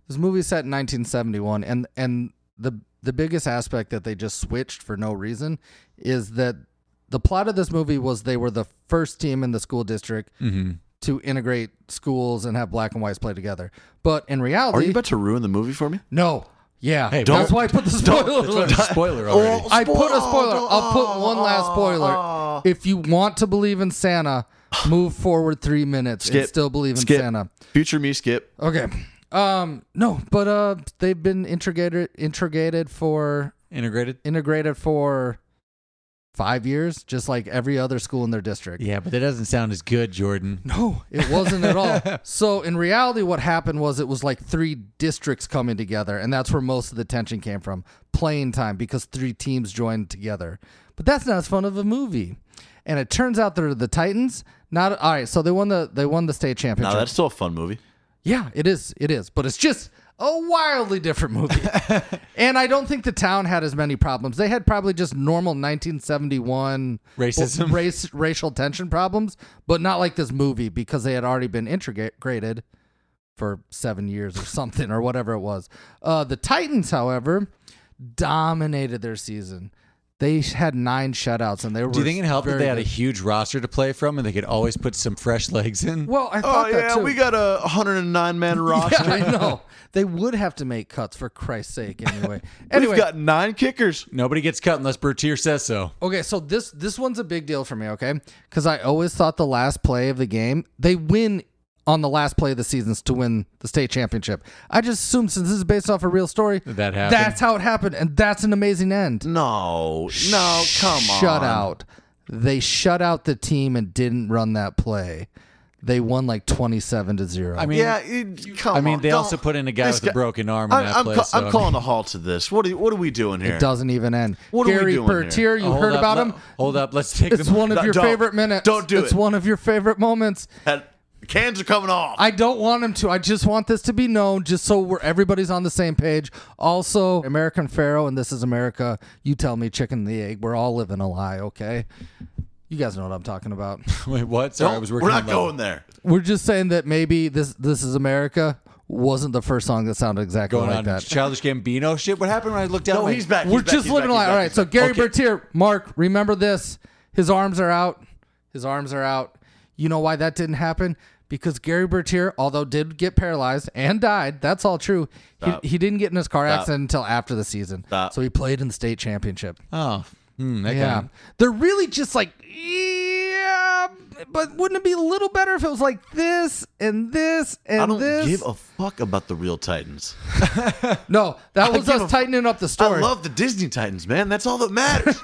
[SPEAKER 4] This movie set in 1971 and and the the biggest aspect that they just switched for no reason is that the plot of this movie was they were the first team in the school district
[SPEAKER 3] Mm.
[SPEAKER 2] Mm-hmm.
[SPEAKER 4] to integrate schools and have black and whites play together. But in reality,
[SPEAKER 3] are you about to ruin the movie for me?
[SPEAKER 4] no. Yeah.
[SPEAKER 2] don't-
[SPEAKER 4] that's why I put the spoiler alert. [LAUGHS]
[SPEAKER 2] Spoiler already.
[SPEAKER 4] Oh, I put a spoiler. I'll put one last spoiler.
[SPEAKER 3] Ah.
[SPEAKER 4] if you want to believe in Santa, move forward three minutes and
[SPEAKER 3] Skip.
[SPEAKER 4] still believe in
[SPEAKER 3] Skip.
[SPEAKER 4] Santa.
[SPEAKER 3] Future me, skip.
[SPEAKER 4] Okay. Um. No, but uh, they've been integrated integrated for
[SPEAKER 2] Integrated.
[SPEAKER 4] integrated for five years, just like every other school in their district.
[SPEAKER 2] Yeah, but that doesn't sound as good, Jordan.
[SPEAKER 4] No, it wasn't at all. So in reality, what happened was it was like three districts coming together, and that's where most of the tension came from. Playing time because three teams joined together. But that's not as fun of a movie. And it turns out they're the Titans. Not all right. So they won the they won the state
[SPEAKER 3] No,
[SPEAKER 4] championship.
[SPEAKER 3] that's still a fun movie.
[SPEAKER 4] yeah, it is. It is. But it's just a wildly
[SPEAKER 2] [LAUGHS]
[SPEAKER 4] different movie. and I don't think the town had as many problems. They had probably just normal 1971
[SPEAKER 2] Racism.
[SPEAKER 4] well, [LAUGHS] race, racial tension problems, but not like this movie because they had already been integrated for seven years or something or whatever it was. Uh, the Titans, however, dominated their season. They had nine shutouts, and they were.
[SPEAKER 2] Do you think it helped that
[SPEAKER 4] very
[SPEAKER 2] they had a
[SPEAKER 4] good.
[SPEAKER 2] huge roster to play from and they could always put some fresh legs in?
[SPEAKER 4] Well, I
[SPEAKER 3] Oh
[SPEAKER 4] thought that
[SPEAKER 3] yeah,
[SPEAKER 4] too.
[SPEAKER 3] we got a 109 man roster.
[SPEAKER 4] [LAUGHS] yeah, I
[SPEAKER 3] [LAUGHS]
[SPEAKER 4] know they would have to make cuts for Christ's sake. Anyway, anyway,
[SPEAKER 3] We've got nine kickers.
[SPEAKER 2] Nobody gets cut unless Bertier says so.
[SPEAKER 4] Okay, so this this one's a big deal for me, okay? Because I always thought the last play of the game, they win on the last play of the seasons to win the state championship. I just assumed since this is based off a real story,
[SPEAKER 2] That happened.
[SPEAKER 4] that's how it happened, and that's an amazing end.
[SPEAKER 3] No, no, come on.
[SPEAKER 4] Shut out. They shut out the team and didn't run that play. They won like twenty seven to zero.
[SPEAKER 2] I mean,
[SPEAKER 3] Yeah, it, come
[SPEAKER 2] I mean,
[SPEAKER 3] on,
[SPEAKER 2] they
[SPEAKER 3] don't-
[SPEAKER 2] also put in a guy
[SPEAKER 3] This
[SPEAKER 2] with a broken arm in
[SPEAKER 3] I'm,
[SPEAKER 2] that
[SPEAKER 3] I'm
[SPEAKER 2] play,
[SPEAKER 3] ca-
[SPEAKER 2] so, I
[SPEAKER 3] I'm
[SPEAKER 2] mean-
[SPEAKER 3] calling a halt to this. What are, what are we doing here?
[SPEAKER 4] it doesn't even end.
[SPEAKER 3] What are we
[SPEAKER 4] Gary
[SPEAKER 3] doing here?
[SPEAKER 4] Bertier, you
[SPEAKER 2] Oh, hold
[SPEAKER 4] heard
[SPEAKER 2] up,
[SPEAKER 4] about
[SPEAKER 2] let-
[SPEAKER 4] him?
[SPEAKER 2] Hold up, let's take
[SPEAKER 4] It's
[SPEAKER 2] the
[SPEAKER 4] one of
[SPEAKER 3] No,
[SPEAKER 4] your
[SPEAKER 3] don't.
[SPEAKER 4] favorite minutes.
[SPEAKER 3] Don't do
[SPEAKER 4] it's
[SPEAKER 3] it.
[SPEAKER 4] one of your favorite moments.
[SPEAKER 3] That- The cans are coming off.
[SPEAKER 4] I don't want him to. I just want this to be known, just so we're everybody's on the same page. Also, American Pharaoh and This Is America. You tell me, chicken and the egg. We're all living a lie, okay? You guys know what I'm talking about.
[SPEAKER 2] [LAUGHS]
[SPEAKER 4] [LAUGHS]
[SPEAKER 2] Wait, what? Sorry, I was working.
[SPEAKER 3] We're not
[SPEAKER 2] on level.
[SPEAKER 3] going there.
[SPEAKER 4] We're just saying that maybe this This Is America wasn't the first song that sounded exactly
[SPEAKER 2] Going
[SPEAKER 4] like
[SPEAKER 2] on
[SPEAKER 4] that.
[SPEAKER 2] childish Gambino shit. What happened when I looked down?
[SPEAKER 3] No,
[SPEAKER 2] I'm like,
[SPEAKER 3] he's back.
[SPEAKER 4] We're just living a lie. All right, so Gary
[SPEAKER 3] Burton.
[SPEAKER 4] Bertier, Mark, remember this. His arms are out. His arms are out. You know why that didn't happen? Because Gary Bertier, although did get paralyzed and died, that's all true. He, he didn't get in his car accident until after the season.
[SPEAKER 3] Stop.
[SPEAKER 4] So he played in the state championship.
[SPEAKER 2] Oh, hmm, that
[SPEAKER 4] Yeah.
[SPEAKER 2] kind
[SPEAKER 4] They're really just like, yeah, but wouldn't it be a little better if it was like this and this and
[SPEAKER 3] I don't
[SPEAKER 4] this?
[SPEAKER 3] give a fuck about the real Titans.
[SPEAKER 4] no, that was
[SPEAKER 3] give
[SPEAKER 4] us
[SPEAKER 3] a-
[SPEAKER 4] tightening up the story.
[SPEAKER 3] I love the Disney Titans, man. That's all that matters.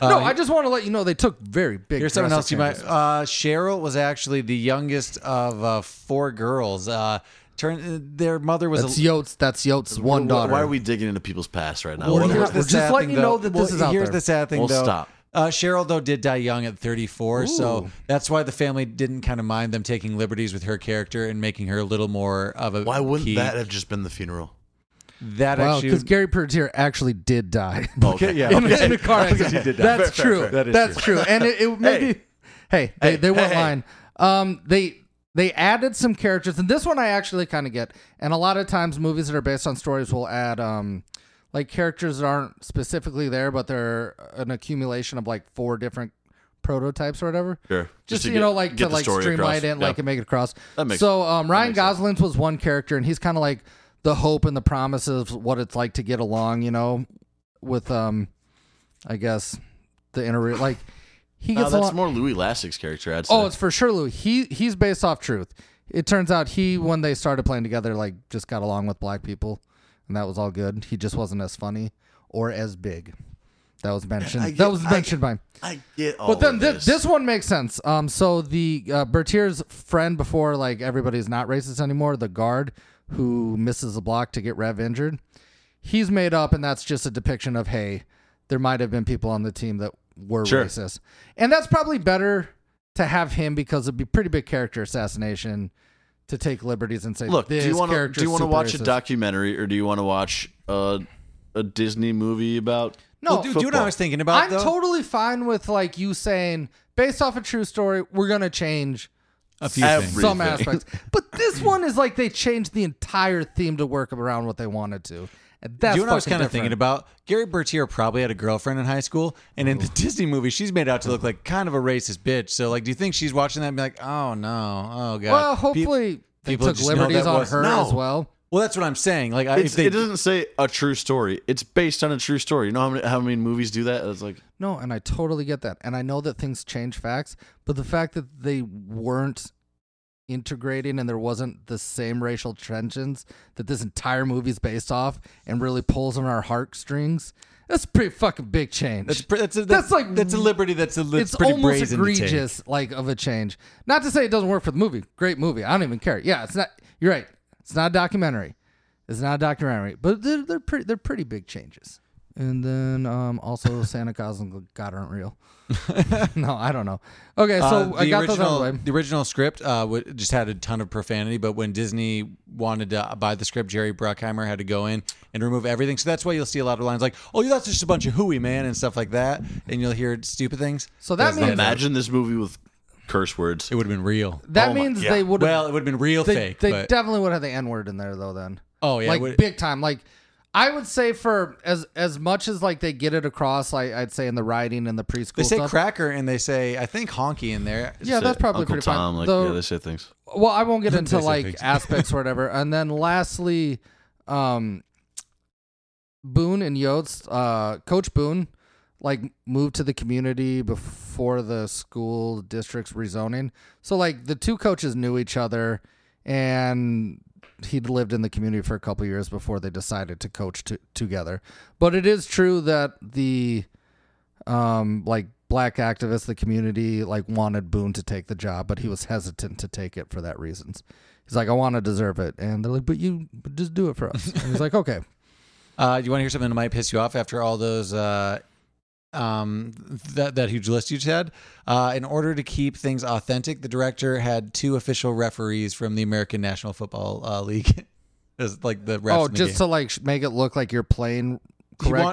[SPEAKER 4] no, I just want to let you know they took very big.
[SPEAKER 2] Here's something
[SPEAKER 4] drastic
[SPEAKER 2] else you
[SPEAKER 4] changes.
[SPEAKER 2] might. Uh, Cheryl was actually the youngest of uh, four girls. Uh, turn their mother was.
[SPEAKER 4] That's Yotes. That's Yotes' one daughter.
[SPEAKER 3] Why are we digging into people's past right now?
[SPEAKER 2] Well,
[SPEAKER 3] What-
[SPEAKER 4] not-
[SPEAKER 2] here's the
[SPEAKER 4] we're just
[SPEAKER 2] sad
[SPEAKER 4] letting
[SPEAKER 2] thing,
[SPEAKER 4] you know
[SPEAKER 2] though.
[SPEAKER 4] that
[SPEAKER 2] Well,
[SPEAKER 4] this is out
[SPEAKER 2] Here's
[SPEAKER 4] there.
[SPEAKER 2] the sad thing,
[SPEAKER 3] Well,
[SPEAKER 2] though.
[SPEAKER 3] stop.
[SPEAKER 2] Uh, Cheryl though did die young at 34, so
[SPEAKER 4] Ooh.
[SPEAKER 2] that's why the family didn't kind of mind them taking liberties with her character and making her a little more of a.
[SPEAKER 3] Why wouldn't
[SPEAKER 2] geek.
[SPEAKER 3] that have just been the funeral?
[SPEAKER 2] That
[SPEAKER 4] Well,
[SPEAKER 2] actually
[SPEAKER 4] because Gary Pertier actually did die
[SPEAKER 2] [LAUGHS]
[SPEAKER 3] Oh, okay.
[SPEAKER 2] yeah.
[SPEAKER 4] [LAUGHS] in, in
[SPEAKER 2] [LAUGHS]
[SPEAKER 4] a car accident.
[SPEAKER 2] did die.
[SPEAKER 4] That's
[SPEAKER 2] Fair, fair,
[SPEAKER 4] true.
[SPEAKER 2] fair. That is
[SPEAKER 4] That's true. And it, it maybe. Hey, they, they weren't
[SPEAKER 3] hey.
[SPEAKER 4] lying. Um, they they added some characters, and this one I actually kind of get. And a lot of times, movies that are based on stories will add um, like characters that aren't specifically there, but they're an accumulation of like four different prototypes or whatever.
[SPEAKER 3] Sure.
[SPEAKER 4] Just,
[SPEAKER 3] Just to
[SPEAKER 4] you
[SPEAKER 3] get-
[SPEAKER 4] know, like
[SPEAKER 3] get
[SPEAKER 4] to
[SPEAKER 3] the
[SPEAKER 4] like
[SPEAKER 3] story
[SPEAKER 4] streamline
[SPEAKER 3] across.
[SPEAKER 4] it, and like
[SPEAKER 3] Yeah.
[SPEAKER 4] and make it across.
[SPEAKER 3] That makes-
[SPEAKER 4] so um, Ryan
[SPEAKER 3] makes sense.
[SPEAKER 4] Gosling's was one character, and he's kind of like the hope and the promise of what it's like to get along. You know, with um, I guess the
[SPEAKER 3] [SIGHS]
[SPEAKER 4] inner like he
[SPEAKER 3] No,
[SPEAKER 4] gets
[SPEAKER 3] that's
[SPEAKER 4] along.
[SPEAKER 3] more Louis Lassig's character. I'd say.
[SPEAKER 4] oh, it's for sure, Lou. He he's based off truth. It turns out he when they started playing together, like just got along with black people, and that was all good. He just wasn't as funny or as big. That was mentioned.
[SPEAKER 3] I get-
[SPEAKER 4] that was
[SPEAKER 3] I-
[SPEAKER 4] mentioned by.
[SPEAKER 3] I get all.
[SPEAKER 4] But then
[SPEAKER 3] of
[SPEAKER 4] thi-
[SPEAKER 3] this.
[SPEAKER 4] this one makes sense. Um, so the uh, Bertier's friend before, like everybody's not racist anymore, the guard who misses the block to get Rev injured, he's made up, and that's just a depiction of hey, there might have been people on the team that were
[SPEAKER 3] Sure.
[SPEAKER 4] racist, and that's probably better to have him because it'd be pretty big character assassination to take liberties and say
[SPEAKER 3] Look, do
[SPEAKER 4] this
[SPEAKER 3] you want to
[SPEAKER 4] character's
[SPEAKER 3] do you want to
[SPEAKER 4] super
[SPEAKER 3] watch a
[SPEAKER 4] racist.
[SPEAKER 3] documentary or do you want to watch a a Disney movie about?
[SPEAKER 4] No,
[SPEAKER 2] Well, dude, do you know what I was thinking about
[SPEAKER 4] I'm
[SPEAKER 2] though?
[SPEAKER 4] totally fine with like you saying based off a true story, we're gonna change
[SPEAKER 2] a few
[SPEAKER 3] Every-
[SPEAKER 2] things.
[SPEAKER 4] some
[SPEAKER 3] Everything.
[SPEAKER 4] aspects.
[SPEAKER 2] [LAUGHS]
[SPEAKER 4] But this one is like they changed the entire theme to work around what they wanted to. And that's
[SPEAKER 2] Do you know what I was
[SPEAKER 4] fucking
[SPEAKER 2] kind of thinking
[SPEAKER 4] different.
[SPEAKER 2] about? Gary Bertier probably had a girlfriend in high school, and in the [LAUGHS] Disney movie, she's made out to look like kind of a racist bitch. So, like, do you think she's watching that and be like, "Oh no, oh god"?
[SPEAKER 4] Well,
[SPEAKER 2] Pe-
[SPEAKER 4] hopefully they
[SPEAKER 2] people
[SPEAKER 4] took
[SPEAKER 2] just know
[SPEAKER 4] liberties
[SPEAKER 2] that
[SPEAKER 4] on
[SPEAKER 2] was-
[SPEAKER 4] her
[SPEAKER 3] No.
[SPEAKER 4] as well.
[SPEAKER 2] well, that's what I'm saying. Like, I,
[SPEAKER 3] It's,
[SPEAKER 2] if they
[SPEAKER 3] it doesn't say a true story. It's based on a true story. You know how many how many movies do that? It's like
[SPEAKER 4] No, and I totally get that. And I know that things change facts, but the fact that they weren't integrating and there wasn't the same racial tensions that this entire movie's based off and really pulls on our heartstrings, that's a pretty fucking big change.
[SPEAKER 2] that's, pre- that's, a,
[SPEAKER 4] That's like-
[SPEAKER 2] that's a liberty. That's a that's
[SPEAKER 4] it's
[SPEAKER 2] pretty
[SPEAKER 4] almost
[SPEAKER 2] brazen to take.
[SPEAKER 4] egregious, like of a change. Not to say it doesn't work for the movie. Great movie. I don't even care. Yeah, it's not. You're right. It's not a documentary. It's not a documentary, but they're, they're pretty. They're pretty big changes. And then um,
[SPEAKER 2] [LAUGHS]
[SPEAKER 4] also Santa Claus and God aren't real. [LAUGHS] no, I don't know. Okay,
[SPEAKER 2] Uh,
[SPEAKER 4] so
[SPEAKER 2] the
[SPEAKER 4] I got those out
[SPEAKER 2] original,
[SPEAKER 4] of the way.
[SPEAKER 2] the original script uh, w- just had a ton of profanity, but when Disney wanted to buy the script, Jerry Bruckheimer had to go in and remove everything. So that's why you'll see a lot of lines like, "Oh, that's just a bunch of hooey, man," and stuff like that, and you'll hear stupid things.
[SPEAKER 4] So that
[SPEAKER 2] That's not-
[SPEAKER 4] means-
[SPEAKER 3] imagine this movie with curse words.
[SPEAKER 2] it would have been real.
[SPEAKER 4] That
[SPEAKER 3] Oh my-
[SPEAKER 4] means
[SPEAKER 3] yeah.
[SPEAKER 4] they would.
[SPEAKER 2] Well, it would have been real
[SPEAKER 4] they,
[SPEAKER 2] fake.
[SPEAKER 4] they
[SPEAKER 2] but,
[SPEAKER 4] definitely would have the N word in there though. Then
[SPEAKER 2] oh yeah,
[SPEAKER 4] like
[SPEAKER 2] it would-
[SPEAKER 4] big time. Like I would say for as as much as like they get it across, like I'd say in the writing and the preschool.
[SPEAKER 2] they say
[SPEAKER 4] stuff,
[SPEAKER 2] cracker and they say I think honky in there.
[SPEAKER 4] Yeah, that's probably
[SPEAKER 3] Uncle
[SPEAKER 4] pretty
[SPEAKER 3] Tom.
[SPEAKER 4] fine.
[SPEAKER 3] Like
[SPEAKER 4] Though-
[SPEAKER 3] yeah, they say things.
[SPEAKER 4] well, I won't get into
[SPEAKER 2] They say
[SPEAKER 4] like
[SPEAKER 2] things.
[SPEAKER 4] aspects or whatever. And then lastly, um, Boone and Yotes, uh, Coach Boone, like moved to the community before the school district's rezoning. So like the two coaches knew each other, and he'd lived in the community for a couple years before they decided to coach t- together. But it is true that the um like black activists the community like wanted boone to take the job but he was hesitant to take it for that reasons he's like i want to deserve it and they're like but you but just do
[SPEAKER 2] [LAUGHS]
[SPEAKER 4] it for us and he's like okay
[SPEAKER 2] Uh, you want to hear something that might piss you off after all those uh, um, that that huge list you just had. Uh, in order to keep things authentic, the director had two official referees from the American National Football uh, League, [LAUGHS] as like the refs.
[SPEAKER 4] Oh,
[SPEAKER 2] in the
[SPEAKER 4] just
[SPEAKER 2] game.
[SPEAKER 4] to like sh- make it look like you're playing
[SPEAKER 2] He want-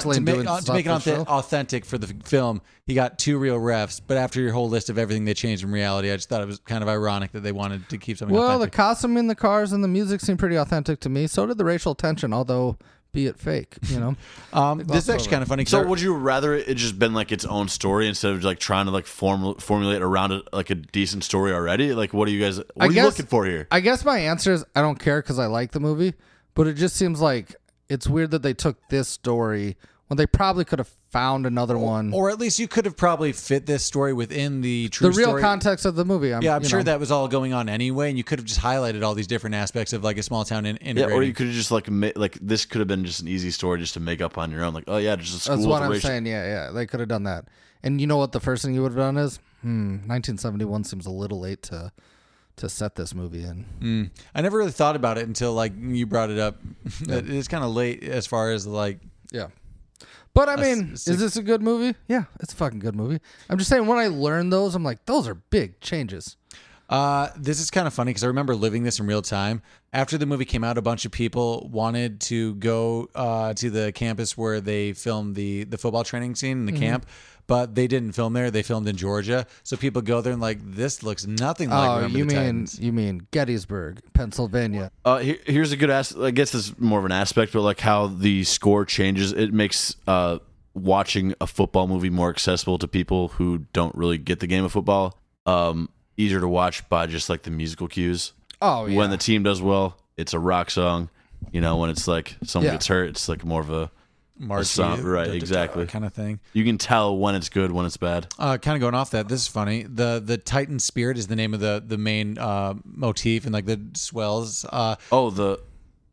[SPEAKER 4] correctly
[SPEAKER 2] to
[SPEAKER 4] and
[SPEAKER 2] make,
[SPEAKER 4] doing
[SPEAKER 2] uh, to
[SPEAKER 4] stuff
[SPEAKER 2] make it
[SPEAKER 4] for
[SPEAKER 2] authe-
[SPEAKER 4] show.
[SPEAKER 2] authentic for the f- film. He got two real refs, but after your whole list of everything they changed in reality, I just thought it was kind of ironic that they wanted to keep something.
[SPEAKER 4] Well, the
[SPEAKER 2] authentic.
[SPEAKER 4] costume in the cars and the music seemed pretty authentic to me. So did the racial tension, although be it fake, you
[SPEAKER 2] [LAUGHS]
[SPEAKER 4] know.
[SPEAKER 2] um, this is
[SPEAKER 4] glossed
[SPEAKER 2] actually
[SPEAKER 4] over
[SPEAKER 2] kind of funny. 'cause
[SPEAKER 3] So
[SPEAKER 2] I-
[SPEAKER 3] would you rather it just been like its own story instead of like trying to like form formulate around it like a decent story already? Like what are you guys what
[SPEAKER 4] I
[SPEAKER 3] are you
[SPEAKER 4] guess-
[SPEAKER 3] looking for here?
[SPEAKER 4] I guess my answer is I don't care because I like the movie, but it just seems like it's weird that they took this story when they probably could have found another one.
[SPEAKER 2] or at least you could have probably fit this story within the true
[SPEAKER 4] the real
[SPEAKER 2] story.
[SPEAKER 4] context of the movie. I'm,
[SPEAKER 2] Yeah, I'm
[SPEAKER 4] you
[SPEAKER 2] sure
[SPEAKER 4] know.
[SPEAKER 2] that was all going on anyway, and you could have just highlighted all these different aspects of like a small town in
[SPEAKER 3] Yeah,
[SPEAKER 2] integrating.
[SPEAKER 3] or you could have just like ma- like this could have been just an easy story just to make up on your own. Like oh yeah, just a school.
[SPEAKER 4] That's
[SPEAKER 3] with
[SPEAKER 4] what
[SPEAKER 3] a
[SPEAKER 4] I'm
[SPEAKER 3] racial-
[SPEAKER 4] saying. Yeah, yeah, they could have done that. And you know what? The first thing you would have done is, hmm, 1971 seems a little late to to set this movie in.
[SPEAKER 2] Hmm. I never really thought about it until like you brought it up. [LAUGHS] That It's kind of late as far as like
[SPEAKER 4] Yeah. But I
[SPEAKER 2] s-
[SPEAKER 4] mean,
[SPEAKER 2] s-
[SPEAKER 4] is this a good movie? Yeah, it's a fucking good movie. I'm just saying when I learned those, I'm like, those are big changes.
[SPEAKER 2] Uh, this is kind of funny because I remember living this in real time. After the movie came out, a bunch of people wanted to go uh, to the campus where they filmed the the football training scene
[SPEAKER 3] Mm-hmm.
[SPEAKER 2] in the camp, but they didn't film there. They filmed in Georgia, so people go there and like this looks nothing like.
[SPEAKER 4] oh,
[SPEAKER 2] Remember
[SPEAKER 4] you
[SPEAKER 2] the
[SPEAKER 4] mean
[SPEAKER 2] Titans.
[SPEAKER 4] you mean Gettysburg, Pennsylvania.
[SPEAKER 3] Uh, here, here's a good as I guess it's more of an aspect, but like how the score changes, it makes uh, watching a football movie more accessible to people who don't really get the game of football. Um, easier to watch by just like the musical cues.
[SPEAKER 4] Oh, yeah.
[SPEAKER 3] When the team does well, it's a rock song. You know, when it's like someone
[SPEAKER 4] Yeah.
[SPEAKER 3] gets hurt, it's like more of a.
[SPEAKER 2] March
[SPEAKER 3] song- right, exactly.
[SPEAKER 2] kind of thing.
[SPEAKER 3] You can tell when it's good, when it's bad.
[SPEAKER 2] Uh, kind of going off that. This is funny. the The Titan Spirit is the name of the the main uh, motif and like the swells. Uh,
[SPEAKER 3] Oh, the,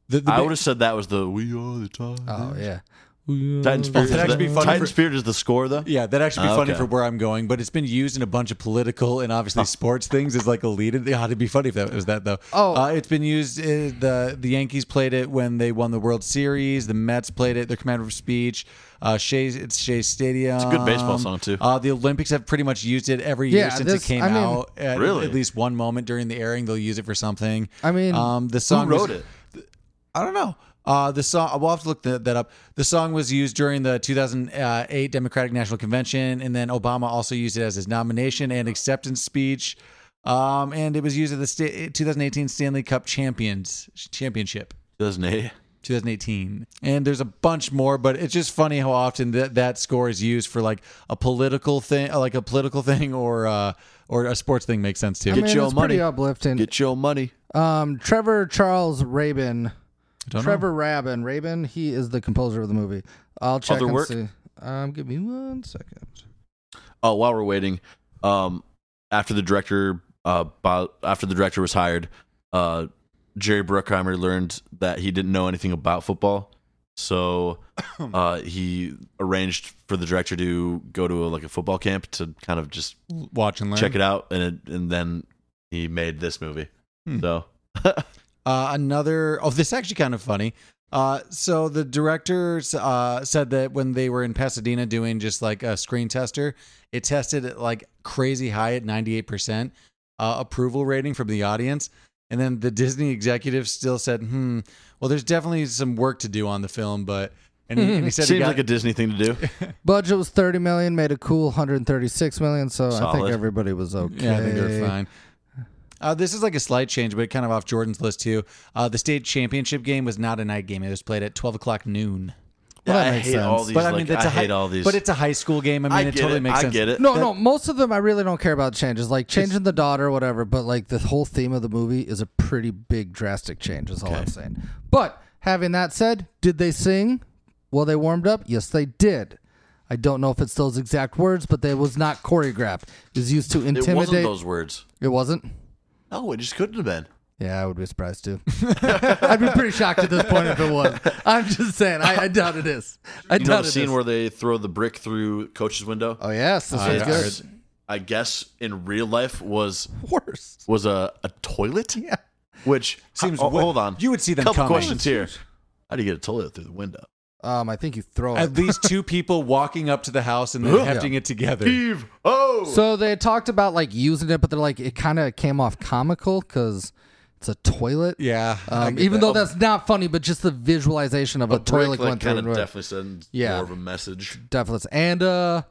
[SPEAKER 2] the, the
[SPEAKER 3] I
[SPEAKER 2] big-
[SPEAKER 3] would have said that was the "We Are the Titan."
[SPEAKER 4] oh, yeah.
[SPEAKER 3] Titan
[SPEAKER 2] that'd
[SPEAKER 3] Spirit. is the-
[SPEAKER 2] actually be funny
[SPEAKER 3] Titan
[SPEAKER 2] for-
[SPEAKER 3] Spirit is the score though.
[SPEAKER 2] Yeah, that'd actually be
[SPEAKER 3] Oh,
[SPEAKER 2] funny
[SPEAKER 3] okay.
[SPEAKER 2] for where I'm going, but it's been used in a bunch of political and obviously sports things as like a lead. Yeah, it'd be funny if that was that though.
[SPEAKER 4] Oh.
[SPEAKER 2] uh, it's been used. uh, the The Yankees played it when they won the World Series. The Mets played it. Their commander of speech. Uh, Shea's it's Shea Stadium. It's
[SPEAKER 3] a good baseball song, too.
[SPEAKER 2] Uh, the Olympics have pretty much used it every year
[SPEAKER 4] Yeah,
[SPEAKER 2] since
[SPEAKER 4] this-
[SPEAKER 2] it came
[SPEAKER 4] I mean-
[SPEAKER 2] out. At,
[SPEAKER 3] Really?
[SPEAKER 2] at least one moment during the airing, they'll use it for something.
[SPEAKER 4] I mean,
[SPEAKER 2] um, the
[SPEAKER 3] Who
[SPEAKER 2] song was-
[SPEAKER 3] wrote it?
[SPEAKER 2] I don't know. Uh, the song we'll have to look that, that up. The song was used during the 2008 Democratic National Convention, and then Obama also used it as his nomination and acceptance speech. Um, and it was used at the sta- 2018 Stanley Cup Champions Championship.
[SPEAKER 3] 2008.
[SPEAKER 2] 2018 and there's a bunch more but it's just funny how often that that score is used for like a political thing like a political [LAUGHS] thing or uh or a sports thing makes sense too
[SPEAKER 4] I mean,
[SPEAKER 3] your
[SPEAKER 4] it's
[SPEAKER 3] money.
[SPEAKER 4] pretty uplifting.
[SPEAKER 3] Get your money.
[SPEAKER 4] um, Trevor Charles Rabin.
[SPEAKER 2] Don't know.
[SPEAKER 4] Trevor Rabin. Rabin, he is the composer of the movie. I'll check
[SPEAKER 3] Other
[SPEAKER 4] and
[SPEAKER 3] work?
[SPEAKER 4] see. Um, give me one second.
[SPEAKER 3] Oh, while we're waiting, um, after the director, uh, bo- after the director was hired, uh, Jerry Bruckheimer learned that he didn't know anything about football,
[SPEAKER 2] [COUGHS]
[SPEAKER 3] so uh, he arranged for the director to go to a, like a football camp to kind of just
[SPEAKER 2] watch and learn
[SPEAKER 3] check it out, and it, and then he made this movie.
[SPEAKER 2] Hmm.
[SPEAKER 3] So
[SPEAKER 2] Uh, another. Oh, this is actually kind of funny. Uh, so the directors uh, said that when they were in Pasadena doing just like a screen tester, it tested at like crazy high at 98% uh, approval rating from the audience. And then the Disney executive still said, hmm, well, there's definitely some work to do on the film, but. And he,
[SPEAKER 3] [LAUGHS]
[SPEAKER 2] and he said
[SPEAKER 3] seems
[SPEAKER 2] he got,
[SPEAKER 3] like a Disney thing
[SPEAKER 2] [LAUGHS]
[SPEAKER 3] to do.
[SPEAKER 4] Budget was 30 million, made a cool 136 million, so I think
[SPEAKER 3] Solid.
[SPEAKER 4] everybody was okay.
[SPEAKER 2] Yeah, I think they're fine. Uh, this is like a slight change, but kind of off Jordan's list too. Uh, the state championship game was not a night game; it was played at twelve o'clock noon.
[SPEAKER 4] Well, that
[SPEAKER 3] I
[SPEAKER 4] makes
[SPEAKER 3] hate all
[SPEAKER 4] sense.
[SPEAKER 3] these.
[SPEAKER 2] But I
[SPEAKER 3] like,
[SPEAKER 2] mean, that's
[SPEAKER 3] I
[SPEAKER 2] a high,
[SPEAKER 3] hate all these.
[SPEAKER 2] But it's a high school game. I mean,
[SPEAKER 3] I
[SPEAKER 2] it
[SPEAKER 3] get
[SPEAKER 2] totally
[SPEAKER 3] it.
[SPEAKER 2] makes
[SPEAKER 3] I
[SPEAKER 2] sense.
[SPEAKER 3] get it.
[SPEAKER 4] No, no, most of them I really don't care about changes. Like changing the daughter, whatever, but like the whole theme of the movie is a pretty big drastic change, is all I'm saying. But having that said, did they sing? Well, they warmed up? Yes, they did. I don't know if it's those exact words, but they was not choreographed. It was used to
[SPEAKER 3] it
[SPEAKER 4] intimidate.
[SPEAKER 3] wasn't those words.
[SPEAKER 4] It wasn't?
[SPEAKER 3] No, it just couldn't have been.
[SPEAKER 4] Yeah, I would be surprised
[SPEAKER 3] [LAUGHS]
[SPEAKER 4] too. I'd be pretty shocked at this point if it was. I'm just saying, I, I doubt it is. I
[SPEAKER 3] You
[SPEAKER 4] doubt
[SPEAKER 3] know the
[SPEAKER 4] it
[SPEAKER 3] scene
[SPEAKER 4] is.
[SPEAKER 3] where they throw the brick through coach's window.
[SPEAKER 4] oh yes, this
[SPEAKER 2] I-
[SPEAKER 4] was
[SPEAKER 2] I
[SPEAKER 4] good.
[SPEAKER 2] heard-
[SPEAKER 3] This, I guess in real life was
[SPEAKER 4] Worse.
[SPEAKER 3] was a, a toilet.
[SPEAKER 4] Yeah.
[SPEAKER 3] Which
[SPEAKER 2] Seems
[SPEAKER 3] ho-
[SPEAKER 2] wa-
[SPEAKER 3] hold on.
[SPEAKER 2] you would see them
[SPEAKER 3] Couple
[SPEAKER 2] coming.
[SPEAKER 3] questions here. How do you get a toilet through the window?
[SPEAKER 4] Um, I think you throw it.
[SPEAKER 2] [LAUGHS] At least two people walking up to the house and then hefting it together.
[SPEAKER 3] Oh,
[SPEAKER 4] So they talked about like using it, but they're like it kind of came off comical because it's a toilet.
[SPEAKER 2] Yeah. I
[SPEAKER 4] Um,
[SPEAKER 2] get
[SPEAKER 4] even
[SPEAKER 2] that.
[SPEAKER 4] though that's not funny, but just the visualization of a, toilet going through
[SPEAKER 3] kind
[SPEAKER 4] and
[SPEAKER 3] of
[SPEAKER 4] ro-
[SPEAKER 3] definitely sends
[SPEAKER 4] Yeah.
[SPEAKER 3] more of
[SPEAKER 4] [LAUGHS]
[SPEAKER 3] a message.
[SPEAKER 4] deathless. And uh,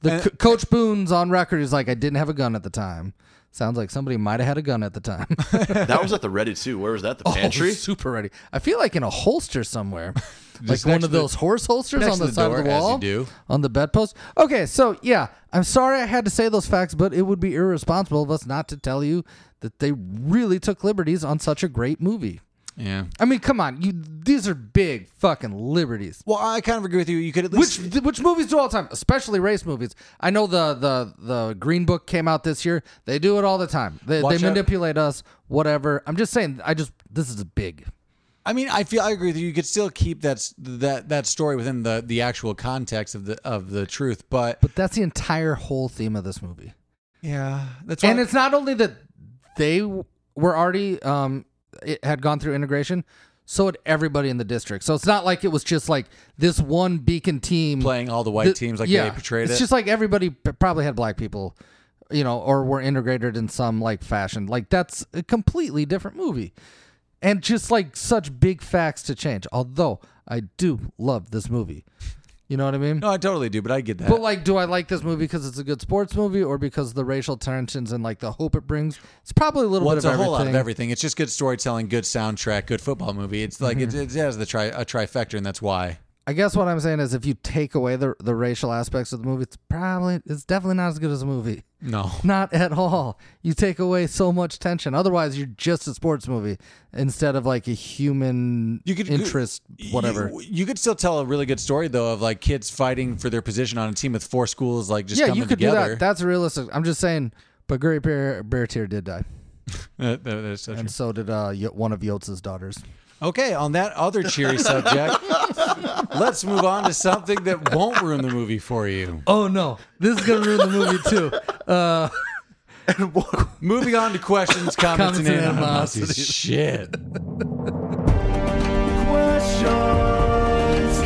[SPEAKER 4] the
[SPEAKER 2] And-
[SPEAKER 4] co- coach Boone's on record is like, I didn't have a gun at the time. Sounds like somebody might have had a gun at the time. [LAUGHS]
[SPEAKER 3] that was at the Ready too. Where was that? The
[SPEAKER 4] Oh,
[SPEAKER 3] pantry.
[SPEAKER 4] super ready. I feel like in a
[SPEAKER 2] [LAUGHS]
[SPEAKER 4] holster somewhere, like
[SPEAKER 2] Just
[SPEAKER 4] one
[SPEAKER 2] next
[SPEAKER 4] of
[SPEAKER 2] to the-
[SPEAKER 4] those horse holsters
[SPEAKER 2] next
[SPEAKER 4] on
[SPEAKER 2] to
[SPEAKER 4] the,
[SPEAKER 2] the
[SPEAKER 4] side
[SPEAKER 2] door,
[SPEAKER 4] of the
[SPEAKER 2] as you
[SPEAKER 4] wall,
[SPEAKER 2] do.
[SPEAKER 4] on the bedpost. Okay, so yeah, I'm sorry I had to say those facts, but it would be irresponsible of us not to tell you that they really took liberties on such a great movie.
[SPEAKER 2] [LAUGHS] yeah.
[SPEAKER 4] I mean, come on, you these are big fucking liberties.
[SPEAKER 2] Well, I kind of agree with you. You could at
[SPEAKER 4] Which
[SPEAKER 2] least
[SPEAKER 4] th- which movies do all the time, especially race movies. I know the the the Green Book came out this year. They do it all the time. They, they
[SPEAKER 2] Watch out.
[SPEAKER 4] manipulate us, whatever. I'm just saying. I just this is big.
[SPEAKER 2] I mean, I feel I agree with you. You could still keep that s- that that story within the the actual context of the of the truth, but
[SPEAKER 4] But that's the entire whole theme of this movie.
[SPEAKER 2] yeah, that's
[SPEAKER 4] And it's not only that they w- were already um it had gone through integration, so had everybody in the district. So it's not like it was just like this one beacon team
[SPEAKER 2] playing all the white
[SPEAKER 4] the-
[SPEAKER 2] teams like they portrayed
[SPEAKER 4] it's
[SPEAKER 2] it.
[SPEAKER 4] just like everybody p- probably had black people, you know, or were integrated in some like fashion. Like that's a completely different movie. And just like such big facts to change. Although I do love this movie. You know what I mean?
[SPEAKER 2] no, I totally do, but I get that.
[SPEAKER 4] But like, do I like this movie because it's a good sports movie, or because the racial tensions and like the hope it brings? It's probably a little
[SPEAKER 2] well,
[SPEAKER 4] bit
[SPEAKER 2] it's
[SPEAKER 4] of
[SPEAKER 2] a whole
[SPEAKER 4] everything.
[SPEAKER 2] lot of everything. It's just good storytelling, good soundtrack, good football movie. It's like it, it has the tri- a trifecta, and that's why.
[SPEAKER 4] I guess what I'm saying is, if you take away the the racial aspects of the movie, it's probably it's definitely not as good as a movie. [LAUGHS]
[SPEAKER 2] No,
[SPEAKER 4] Not at all. You take away so much tension. Otherwise, you're just a sports movie instead of like a human
[SPEAKER 2] You could-
[SPEAKER 4] interest, whatever.
[SPEAKER 2] You, you could still tell a really good story though of like kids fighting for their position on a team with four schools like just
[SPEAKER 4] yeah,
[SPEAKER 2] coming
[SPEAKER 4] you could
[SPEAKER 2] together.
[SPEAKER 4] do that. That's realistic. I'm just saying. But Gary Bertier did die,
[SPEAKER 2] Uh, that- that's so true.
[SPEAKER 4] and so did uh, Yo- one of Yotz's daughters.
[SPEAKER 2] Okay, on that other cheery [LAUGHS] subject, let's move on to something that won't ruin the movie for you.
[SPEAKER 4] Oh no, this is gonna ruin the movie too.
[SPEAKER 2] [LAUGHS]
[SPEAKER 4] Uh,
[SPEAKER 2] Moving on to questions, comments, and
[SPEAKER 4] Comments and
[SPEAKER 2] animosities. Shit.
[SPEAKER 1] Questions,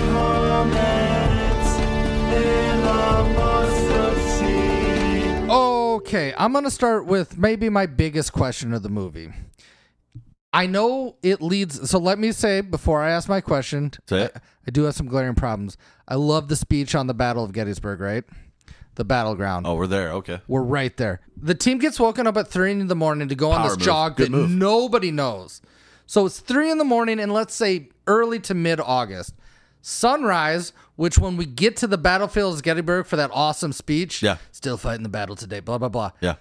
[SPEAKER 1] comments,
[SPEAKER 4] okay, I'm gonna start with maybe my biggest question of the movie. I know it leads. So let me say before I ask my question,
[SPEAKER 3] That's it.
[SPEAKER 4] I do have some glaring problems. I love the speech on the Battle of Gettysburg, right? The battleground.
[SPEAKER 3] Oh, we're there. Okay.
[SPEAKER 4] We're right there. The team gets woken up at three in the morning to go on
[SPEAKER 3] Power
[SPEAKER 4] this
[SPEAKER 3] move.
[SPEAKER 4] jog
[SPEAKER 3] Good
[SPEAKER 4] that
[SPEAKER 3] move.
[SPEAKER 4] nobody knows. So it's three in the morning, and let's say early to mid August. Sunrise, which when we get to the battlefield is Gettysburg for that awesome speech,
[SPEAKER 3] Yeah.
[SPEAKER 4] still fighting the battle today, blah blah blah.
[SPEAKER 3] Yeah.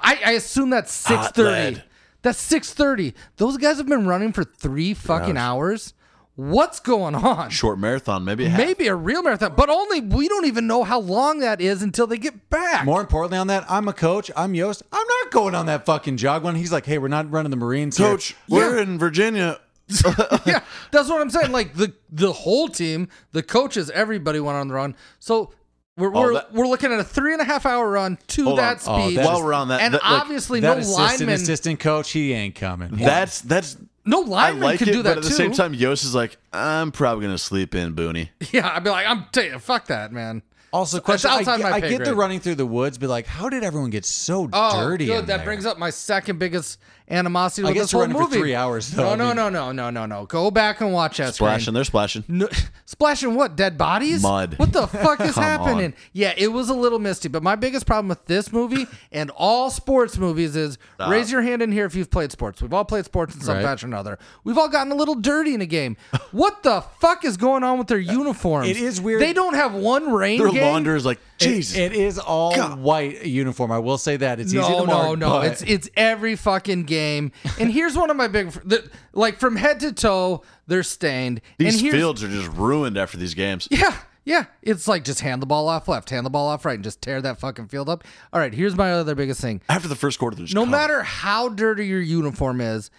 [SPEAKER 4] I, I assume that's six
[SPEAKER 3] Hot
[SPEAKER 4] thirty.
[SPEAKER 3] lead.
[SPEAKER 4] That's six thirty. Those guys have been running for three fucking hours. What's going on?
[SPEAKER 3] Short marathon, maybe. a half.
[SPEAKER 4] Maybe a real marathon, but only we don't even know how long that is until they get back.
[SPEAKER 2] More importantly, on that, I'm a coach. I'm Yost. I'm not going on that fucking jog when he's like, "Hey, we're not running the Marines." here."
[SPEAKER 3] Coach, we're in Virginia.
[SPEAKER 4] [LAUGHS] yeah, that's what I'm saying. Like the the whole team, the coaches, everybody went on the run. So we're we're,
[SPEAKER 3] Oh, that-
[SPEAKER 4] we're looking at a three and a half hour run to
[SPEAKER 3] Hold
[SPEAKER 4] that
[SPEAKER 3] on.
[SPEAKER 2] Oh,
[SPEAKER 4] speed.
[SPEAKER 2] that
[SPEAKER 3] While
[SPEAKER 2] is-
[SPEAKER 3] we're on that,
[SPEAKER 4] and
[SPEAKER 3] that- look,
[SPEAKER 4] obviously
[SPEAKER 2] that
[SPEAKER 4] no
[SPEAKER 2] assistant,
[SPEAKER 4] lineman,
[SPEAKER 2] assistant coach, he ain't coming.
[SPEAKER 3] [LAUGHS] that's that's.
[SPEAKER 4] no
[SPEAKER 3] I
[SPEAKER 4] lineman
[SPEAKER 3] like
[SPEAKER 4] could
[SPEAKER 3] it,
[SPEAKER 4] do that
[SPEAKER 3] but at
[SPEAKER 4] too.
[SPEAKER 3] the same time, Yost is like, I'm probably gonna sleep in, Booney.
[SPEAKER 4] [LAUGHS] yeah, I'd be like, I'm telling you, fuck that, man.
[SPEAKER 2] also question. I,
[SPEAKER 4] outside
[SPEAKER 2] get-
[SPEAKER 4] my
[SPEAKER 2] I
[SPEAKER 4] pay
[SPEAKER 2] get the
[SPEAKER 4] grade.
[SPEAKER 2] running through the woods, but like, how did everyone get so
[SPEAKER 4] Oh,
[SPEAKER 2] dirty?
[SPEAKER 4] good.
[SPEAKER 2] in
[SPEAKER 4] That
[SPEAKER 2] there?
[SPEAKER 4] brings up my second biggest animosity
[SPEAKER 2] I
[SPEAKER 4] with
[SPEAKER 2] guess
[SPEAKER 4] this
[SPEAKER 2] you're
[SPEAKER 4] whole
[SPEAKER 2] running for
[SPEAKER 4] movie.
[SPEAKER 2] three hours, though.
[SPEAKER 4] No,
[SPEAKER 2] I
[SPEAKER 4] no,
[SPEAKER 2] mean-
[SPEAKER 4] no, no, no, no, no. Go back and watch that. screen.
[SPEAKER 3] Splashing, they're splashing.
[SPEAKER 4] No, splashing what? Dead bodies?
[SPEAKER 3] Mud.
[SPEAKER 4] What the
[SPEAKER 2] [LAUGHS]
[SPEAKER 4] fuck is
[SPEAKER 3] Come
[SPEAKER 4] happening?
[SPEAKER 3] on.
[SPEAKER 4] Yeah, it was a little misty, but my biggest problem with this movie
[SPEAKER 2] [LAUGHS]
[SPEAKER 4] and all sports movies is raise your hand in here if you've played sports. We've all played sports in some
[SPEAKER 2] Right.
[SPEAKER 4] fashion or another. We've all gotten a little dirty in
[SPEAKER 2] [LAUGHS]
[SPEAKER 4] a game. What the fuck is going on with their uniforms?
[SPEAKER 2] it is weird.
[SPEAKER 4] They don't have one rain
[SPEAKER 3] Their
[SPEAKER 4] game.
[SPEAKER 3] launder is like, Jesus.
[SPEAKER 2] It, it is all white uniform. I will say that it's easy
[SPEAKER 4] no,
[SPEAKER 2] to mark.
[SPEAKER 4] no, no.
[SPEAKER 2] but-
[SPEAKER 4] It's e-, it's every fucking game. And here's one of my big the, like from head to toe, they're stained.
[SPEAKER 3] These
[SPEAKER 4] and here's,
[SPEAKER 3] fields are just ruined after these games.
[SPEAKER 4] [LAUGHS] Yeah, yeah. It's like just hand the ball off left, hand the ball off right, and just tear that fucking field up. All right, here's my other biggest thing.
[SPEAKER 3] After the first quarter, they're just
[SPEAKER 4] No
[SPEAKER 3] calm.
[SPEAKER 4] matter how dirty your uniform is,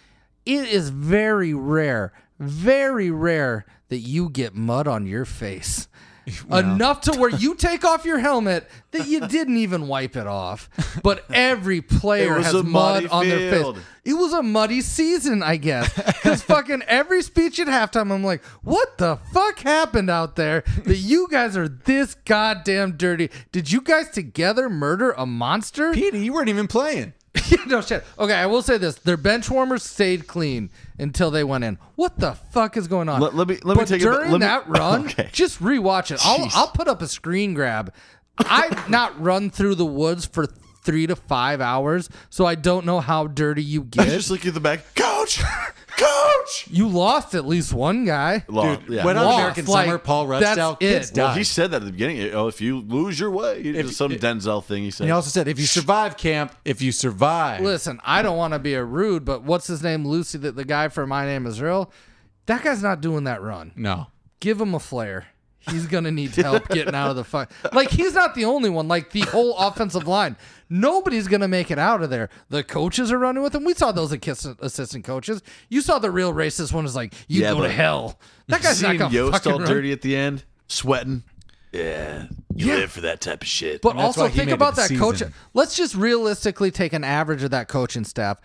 [SPEAKER 4] it is
[SPEAKER 3] [LAUGHS]
[SPEAKER 4] very rare, very rare that you get mud on your face. enough to where you take off your helmet that you didn't even wipe it off. But every player
[SPEAKER 3] [LAUGHS] It was
[SPEAKER 4] has
[SPEAKER 3] a
[SPEAKER 4] mud
[SPEAKER 3] muddy
[SPEAKER 4] on their face.
[SPEAKER 3] field.
[SPEAKER 4] It was a muddy season, I guess.
[SPEAKER 3] [LAUGHS]
[SPEAKER 4] Because fucking every speech at halftime, I'm like, what the fuck happened out there that you guys are this goddamn dirty? Did you guys together murder a monster?
[SPEAKER 2] Petey, you weren't even playing.
[SPEAKER 4] [LAUGHS] Yeah, no shit. Okay, I will say this: their bench warmers stayed clean until they went in. What the fuck is going on?
[SPEAKER 3] Let- let me- let me
[SPEAKER 4] But
[SPEAKER 3] take it back-
[SPEAKER 4] during
[SPEAKER 3] let me- [LAUGHS]
[SPEAKER 4] that run.
[SPEAKER 3] Okay.
[SPEAKER 4] Just rewatch it. I'll
[SPEAKER 3] Jeez.
[SPEAKER 4] I'll put up a screen grab. I've [LAUGHS] not run through the woods for three to five hours, so I don't know how dirty you
[SPEAKER 3] [LAUGHS] I
[SPEAKER 4] get.
[SPEAKER 3] [LAUGHS] just look at the back, coach, [LAUGHS] coach.
[SPEAKER 4] you lost at least one guy.
[SPEAKER 3] Law,
[SPEAKER 2] Dude,
[SPEAKER 3] yeah.
[SPEAKER 2] when I-
[SPEAKER 3] Well,
[SPEAKER 2] On
[SPEAKER 4] Lost,
[SPEAKER 2] American Summer, Paul Rudd
[SPEAKER 4] that's
[SPEAKER 2] style,
[SPEAKER 4] it.
[SPEAKER 2] kids die.
[SPEAKER 3] he said that at the beginning. Oh, if you lose your way, It was some Denzel thing he said.
[SPEAKER 2] And he also said, if you survive camp, if you survive.
[SPEAKER 4] Listen, I don't want to be a rude, but what's his name, Lucy? That the guy from My Name Is Earl. That guy's not doing that run.
[SPEAKER 2] No.
[SPEAKER 4] give him a flare. He's gonna need help getting out of the fight. Like he's not the only one. Like the whole offensive line, nobody's gonna make it out of there. The coaches are running with him. We saw those assistant assistant coaches. You saw the real racist one is like, "You
[SPEAKER 3] Yeah,
[SPEAKER 4] go to
[SPEAKER 3] but-
[SPEAKER 4] hell."
[SPEAKER 3] [LAUGHS]
[SPEAKER 4] That guy's not
[SPEAKER 3] Seeing
[SPEAKER 4] gonna
[SPEAKER 3] Yost
[SPEAKER 4] fucking
[SPEAKER 3] all
[SPEAKER 4] run.
[SPEAKER 3] dirty at the end, sweating. Yeah, you
[SPEAKER 4] Yeah.
[SPEAKER 3] live for that type of shit.
[SPEAKER 4] But
[SPEAKER 2] that's
[SPEAKER 4] also
[SPEAKER 2] why he
[SPEAKER 4] think
[SPEAKER 2] made it
[SPEAKER 4] about
[SPEAKER 2] the
[SPEAKER 4] that coach.
[SPEAKER 2] season.
[SPEAKER 4] Let's just realistically take an average of that coaching staff.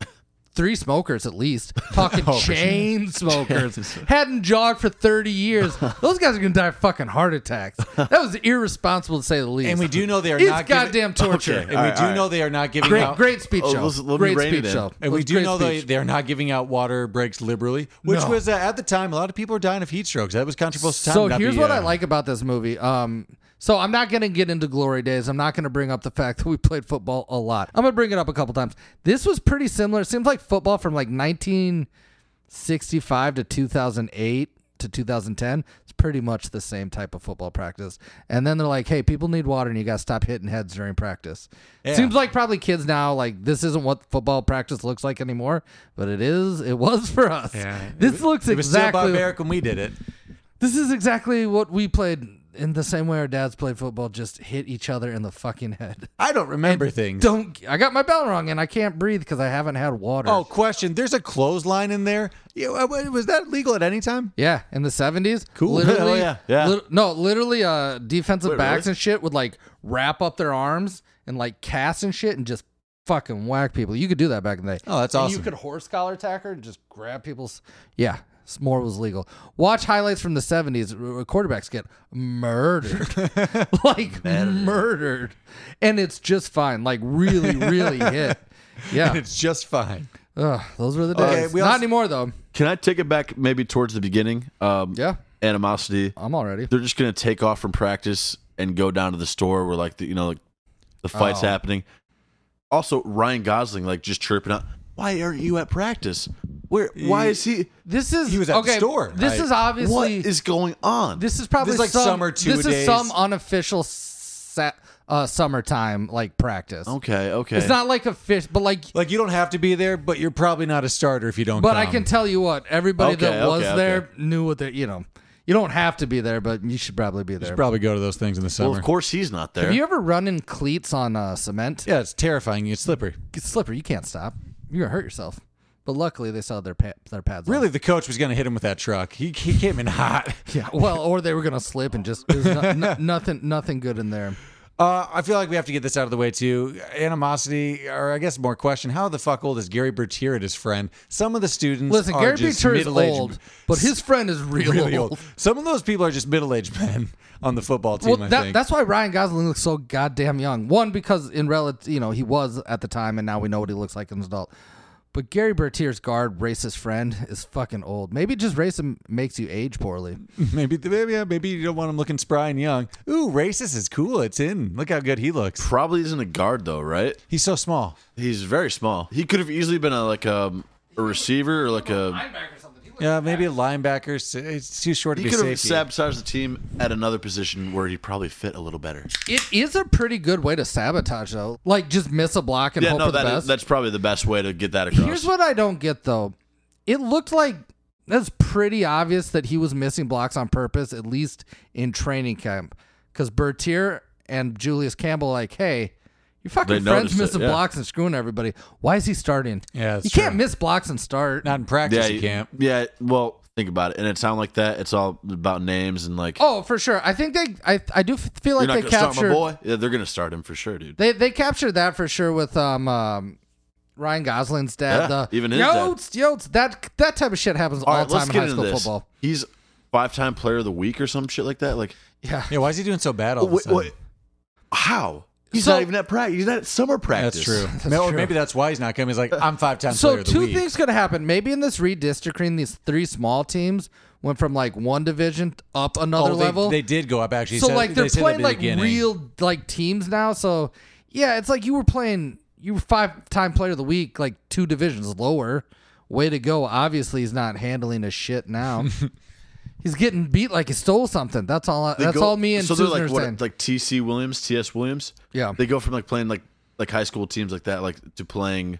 [SPEAKER 4] [LAUGHS] Three smokers at least.
[SPEAKER 2] [LAUGHS]
[SPEAKER 4] Talking
[SPEAKER 2] Oh,
[SPEAKER 4] chain smokers. Hadn't jogged for
[SPEAKER 2] [LAUGHS]
[SPEAKER 4] 30 years. Those guys are going to die of fucking heart attacks. That was irresponsible to say the least.
[SPEAKER 2] And we do know they are
[SPEAKER 4] It's
[SPEAKER 2] not giving-
[SPEAKER 4] goddamn torture.
[SPEAKER 2] And we
[SPEAKER 3] All right,
[SPEAKER 2] do
[SPEAKER 3] all right.
[SPEAKER 2] know they are not giving
[SPEAKER 4] Great,
[SPEAKER 2] out.
[SPEAKER 4] great speech
[SPEAKER 3] Oh,
[SPEAKER 4] show.
[SPEAKER 3] let's- let me
[SPEAKER 4] great
[SPEAKER 3] rein it
[SPEAKER 4] speech
[SPEAKER 3] in.
[SPEAKER 4] show.
[SPEAKER 2] And we
[SPEAKER 4] Let's-
[SPEAKER 2] do
[SPEAKER 4] great
[SPEAKER 2] know they,
[SPEAKER 4] speech.
[SPEAKER 2] they are not giving out water breaks liberally, which
[SPEAKER 4] No.
[SPEAKER 2] was uh, at the time a lot of people were dying of heat strokes. That was controversial. at the time,
[SPEAKER 4] So
[SPEAKER 2] not
[SPEAKER 4] here's
[SPEAKER 2] be,
[SPEAKER 4] what
[SPEAKER 2] uh,
[SPEAKER 4] I like about this movie. Um, so I'm not gonna get into glory days. I'm not gonna bring up the fact that we played football a lot. I'm gonna bring it up a couple times. This was pretty similar. It seems like football from like 1965 to 2008 to 2010. It's pretty much the same type of football practice. And then they're like, "Hey, people need water, and you gotta stop hitting heads during practice."
[SPEAKER 2] Yeah.
[SPEAKER 4] Seems like probably kids now like this isn't what football practice looks like anymore, but it is. It was for us. This looks
[SPEAKER 2] It was
[SPEAKER 4] exactly
[SPEAKER 2] still barbaric when we did it.
[SPEAKER 4] this is exactly what we played in the same way our dads played football, just hit each other in the fucking head. [LAUGHS]
[SPEAKER 2] I don't remember things.
[SPEAKER 4] Don't I got my bell rung and I can't breathe because I haven't had water.
[SPEAKER 2] Oh, question. There's a clothesline in there. Yeah, uh, wait, was that legal at any time?
[SPEAKER 4] yeah, in the seventies,
[SPEAKER 2] Cool. [LAUGHS]
[SPEAKER 4] Literally,
[SPEAKER 2] Oh, yeah.
[SPEAKER 3] Yeah.
[SPEAKER 4] lit- no, literally, uh, defensive
[SPEAKER 3] Wait,
[SPEAKER 4] backs
[SPEAKER 3] really?
[SPEAKER 4] and shit would like wrap up their arms and like cast and shit and just fucking whack people. You could do that back in the day.
[SPEAKER 2] Oh, that's
[SPEAKER 4] And
[SPEAKER 2] awesome.
[SPEAKER 4] You could horse collar tacker and just grab people's. Yeah, s- more was legal. Watch highlights from the 70s. where Quarterbacks get
[SPEAKER 2] [LAUGHS]
[SPEAKER 4] murdered. [LAUGHS] like murdered. And it's just fine. Like
[SPEAKER 2] [LAUGHS]
[SPEAKER 4] really, really hit. Yeah.
[SPEAKER 2] It's just fine.
[SPEAKER 4] Ugh, those were the days.
[SPEAKER 2] Okay, we
[SPEAKER 4] Not
[SPEAKER 2] also-
[SPEAKER 4] anymore, though.
[SPEAKER 3] Can I take it back maybe towards the beginning? Um,
[SPEAKER 4] Yeah,
[SPEAKER 3] Animosity.
[SPEAKER 4] I'm all ready.
[SPEAKER 3] They're just gonna take off from practice and go down to the store where like the you know like the fight's
[SPEAKER 4] Oh.
[SPEAKER 3] happening. Also, Ryan Gosling like just chirping out, "Why aren't you at practice? Where? Why is he?
[SPEAKER 4] This is
[SPEAKER 2] He was at the
[SPEAKER 4] okay,
[SPEAKER 2] store,
[SPEAKER 4] This
[SPEAKER 2] right?
[SPEAKER 4] is
[SPEAKER 3] What
[SPEAKER 4] obviously
[SPEAKER 3] is going on?"
[SPEAKER 4] This is probably
[SPEAKER 2] This is like
[SPEAKER 4] some,
[SPEAKER 2] summer
[SPEAKER 4] This is
[SPEAKER 2] two-a-days.
[SPEAKER 4] some unofficial sa- uh, summertime like practice.
[SPEAKER 3] okay, okay.
[SPEAKER 4] It's not like a fish, but like.
[SPEAKER 2] Like you don't have to be there, but you're probably not a starter if you don't.
[SPEAKER 4] But I
[SPEAKER 2] come.
[SPEAKER 4] can tell you what everybody
[SPEAKER 3] Okay,
[SPEAKER 4] that was
[SPEAKER 3] okay, okay.
[SPEAKER 4] there knew what they. You know, you don't have to be there, but you should probably be there.
[SPEAKER 2] probably go to those things in the summer.
[SPEAKER 3] well, of course he's not there.
[SPEAKER 4] Have you ever run in cleats on uh, cement?
[SPEAKER 2] Yeah, it's terrifying. It's slippery.
[SPEAKER 4] It's slippery. You can't stop. You're gonna hurt yourself. But luckily, they saw their pa- their pads. on.
[SPEAKER 2] Really, the coach was going to hit him with that truck. He, he came in hot. [LAUGHS]
[SPEAKER 4] Yeah. Well, or they were gonna slip and just there's no, no- [LAUGHS] nothing nothing good in there.
[SPEAKER 2] Uh, I feel like we have to get this out of the way too. Animosity, or I guess more question: How the fuck old is Gary Bertier and his friend? Some of the students
[SPEAKER 4] Listen,
[SPEAKER 2] are
[SPEAKER 4] Gary
[SPEAKER 2] just
[SPEAKER 4] Beecher is
[SPEAKER 2] middle-aged-
[SPEAKER 4] old, but his friend is real
[SPEAKER 2] really
[SPEAKER 4] old. [LAUGHS]
[SPEAKER 2] old. Some of those people are just middle-aged men [LAUGHS] on the football team.
[SPEAKER 4] Well,
[SPEAKER 2] I
[SPEAKER 4] that,
[SPEAKER 2] think.
[SPEAKER 4] that's why Ryan Gosling looks so goddamn young. One, because in relative, you know, he was at the time, and now we know what he looks like as an adult. But Gary Bertier's guard, racist friend, is fucking old. Maybe just racism makes you age poorly.
[SPEAKER 2] [LAUGHS] maybe, maybe, yeah, maybe you don't want him looking spry and young. Ooh, racist is cool. It's in. Look how good he looks.
[SPEAKER 3] Probably isn't a guard though, right?
[SPEAKER 2] He's so small.
[SPEAKER 3] He's very small. He could have easily been a like um, a receiver or like a.
[SPEAKER 2] Yeah, maybe a linebacker. s- It's too short to
[SPEAKER 3] He
[SPEAKER 2] be
[SPEAKER 3] could have
[SPEAKER 2] safety.
[SPEAKER 3] sabotaged the team at another position where he probably fit a little better.
[SPEAKER 4] It is a pretty good way to sabotage, though. Like just miss a block and
[SPEAKER 3] Yeah,
[SPEAKER 4] hope
[SPEAKER 3] no,
[SPEAKER 4] for the
[SPEAKER 3] that
[SPEAKER 4] best.
[SPEAKER 3] is, that's probably the best way to get that across.
[SPEAKER 4] Here's what I don't get though. It looked like that's pretty obvious that he was missing blocks on purpose, at least in training camp. Because Bertier and Julius Campbell, like, hey, your
[SPEAKER 3] They
[SPEAKER 4] fucking friends
[SPEAKER 3] noticed it,
[SPEAKER 4] missing
[SPEAKER 3] yeah.
[SPEAKER 4] blocks and screwing everybody. Why is he starting?
[SPEAKER 2] Yeah, that's
[SPEAKER 4] you can't
[SPEAKER 2] true.
[SPEAKER 4] miss blocks and start.
[SPEAKER 2] Not in practice,
[SPEAKER 3] yeah,
[SPEAKER 2] you can't.
[SPEAKER 3] Yeah, well, think about it, and it sound like that. It's all about names and like
[SPEAKER 4] Oh, for sure. I think they. I I do feel like
[SPEAKER 3] you're not
[SPEAKER 4] they
[SPEAKER 3] gonna start my
[SPEAKER 4] captured.
[SPEAKER 3] boy. Yeah, they're gonna start him for sure, dude.
[SPEAKER 4] They they captured that for sure with um um Ryan Gosling's dad.
[SPEAKER 3] Yeah,
[SPEAKER 4] the
[SPEAKER 3] even his dad.
[SPEAKER 4] Yotes, Yotes. That that type of shit happens all,
[SPEAKER 3] all right,
[SPEAKER 4] the
[SPEAKER 3] let's
[SPEAKER 4] time in
[SPEAKER 3] get
[SPEAKER 4] high
[SPEAKER 3] into
[SPEAKER 4] school
[SPEAKER 3] this.
[SPEAKER 4] football.
[SPEAKER 3] He's five-time player of the week or some shit like that. Like,
[SPEAKER 4] Yeah.
[SPEAKER 2] Yeah, why is he doing so bad all of a
[SPEAKER 3] wait,
[SPEAKER 2] sudden?
[SPEAKER 3] wait, how? He's
[SPEAKER 4] So-
[SPEAKER 3] not even at practice. He's not at summer
[SPEAKER 2] That's
[SPEAKER 3] practice.
[SPEAKER 2] true. Maybe- or
[SPEAKER 4] true.
[SPEAKER 2] maybe that's why he's not coming. He's like, I'm five times player
[SPEAKER 4] So
[SPEAKER 2] of the
[SPEAKER 4] two
[SPEAKER 2] week.
[SPEAKER 4] things could happen. Maybe in this redistricting, these three small teams went from like one division up
[SPEAKER 2] Oh,
[SPEAKER 4] another
[SPEAKER 2] they,
[SPEAKER 4] level.
[SPEAKER 2] They did go up actually.
[SPEAKER 4] so
[SPEAKER 2] He said-
[SPEAKER 4] like they're
[SPEAKER 2] they said at
[SPEAKER 4] playing
[SPEAKER 2] the
[SPEAKER 4] like
[SPEAKER 2] beginning.
[SPEAKER 4] real like teams now. So yeah, it's like you were playing you were five time player of the week, like two divisions lower. Way to go. Obviously he's not handling a
[SPEAKER 2] [LAUGHS]
[SPEAKER 4] shit now. he's getting beat like he stole something. That's all I,
[SPEAKER 3] They
[SPEAKER 4] that's
[SPEAKER 3] go-
[SPEAKER 4] all me and
[SPEAKER 3] so they're
[SPEAKER 4] Susan
[SPEAKER 3] like
[SPEAKER 4] are
[SPEAKER 3] what,
[SPEAKER 4] saying.
[SPEAKER 3] like TC Williams, TS Williams.
[SPEAKER 4] Yeah.
[SPEAKER 3] they go from like playing like like high school teams like that, like to playing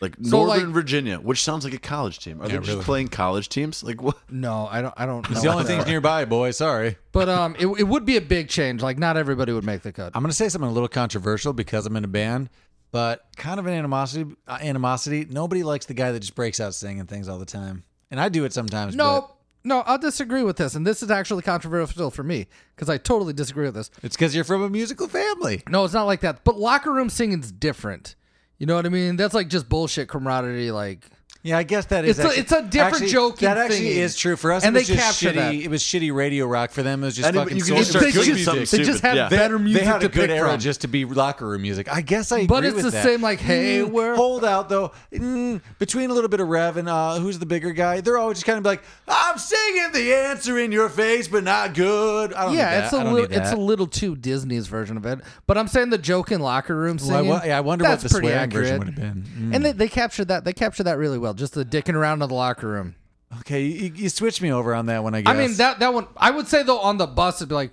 [SPEAKER 3] like
[SPEAKER 4] So, like-
[SPEAKER 3] Northern Virginia, which sounds like a college team. Are they
[SPEAKER 2] Yeah,
[SPEAKER 3] just
[SPEAKER 2] really.
[SPEAKER 3] playing college teams? Like what?
[SPEAKER 4] no, I don't I don't know.
[SPEAKER 2] It's the only
[SPEAKER 4] about
[SPEAKER 2] things
[SPEAKER 4] that.
[SPEAKER 2] nearby, boy. Sorry.
[SPEAKER 4] But um it, it would be a big change. Like not everybody would make the cut.
[SPEAKER 2] I'm gonna say something a little controversial because I'm in a band, but kind of an animosity. Uh, animosity. Nobody likes the guy that just breaks out singing things all the time, and I do it sometimes.
[SPEAKER 4] No, no, I'll disagree with this, and this is actually controversial for me because I totally disagree with this.
[SPEAKER 2] but it's because you're from a musical family.
[SPEAKER 4] No, it's not like that. But locker room singing's different. You know what I mean? That's like just bullshit camaraderie. Like,
[SPEAKER 2] Yeah, I guess that is.
[SPEAKER 4] It's a-
[SPEAKER 2] actually-
[SPEAKER 4] it's a different
[SPEAKER 2] actually,
[SPEAKER 4] joking
[SPEAKER 2] That actually
[SPEAKER 4] thingy.
[SPEAKER 2] is true for us.
[SPEAKER 4] And
[SPEAKER 2] it was
[SPEAKER 4] they
[SPEAKER 2] just
[SPEAKER 4] capture
[SPEAKER 2] shitty.
[SPEAKER 4] that.
[SPEAKER 2] It was shitty radio rock for them. It was just
[SPEAKER 3] And it-
[SPEAKER 2] fucking.
[SPEAKER 3] you can
[SPEAKER 2] soul music.
[SPEAKER 3] just start
[SPEAKER 4] they
[SPEAKER 3] cooking
[SPEAKER 4] just,
[SPEAKER 3] something
[SPEAKER 4] they
[SPEAKER 3] stupid.
[SPEAKER 4] just had
[SPEAKER 3] Yeah.
[SPEAKER 4] better music
[SPEAKER 2] they had
[SPEAKER 4] to
[SPEAKER 2] a good
[SPEAKER 4] pick
[SPEAKER 2] era
[SPEAKER 4] from.
[SPEAKER 2] just to be locker room music. I guess I.
[SPEAKER 4] But
[SPEAKER 2] agree
[SPEAKER 4] it's
[SPEAKER 2] with
[SPEAKER 4] the
[SPEAKER 2] that. Mm,
[SPEAKER 4] same, like, hey, we're-
[SPEAKER 2] hold out though. Mm, between a little bit of Rev and uh, who's the bigger guy, they're always just kind of like, "I'm singing the answer in your face, but not good." I don't need
[SPEAKER 4] yeah,
[SPEAKER 2] that.
[SPEAKER 4] it's
[SPEAKER 2] I
[SPEAKER 4] a
[SPEAKER 2] don't
[SPEAKER 4] little,
[SPEAKER 2] need
[SPEAKER 4] it's a
[SPEAKER 2] that.
[SPEAKER 4] little too Disney's version of it. But I'm saying the joke in locker room
[SPEAKER 2] Well, I
[SPEAKER 4] singing.
[SPEAKER 2] wa- yeah, I wonder
[SPEAKER 4] that's
[SPEAKER 2] what the
[SPEAKER 4] pretty
[SPEAKER 2] swearing
[SPEAKER 4] accurate.
[SPEAKER 2] version would have been. Mm.
[SPEAKER 4] And they, they captured that. They captured that really well. Just the dicking around in the locker room.
[SPEAKER 2] Okay, you, you switched me over on that one. I guess.
[SPEAKER 4] I mean that that one. I would say though on the bus it'd be like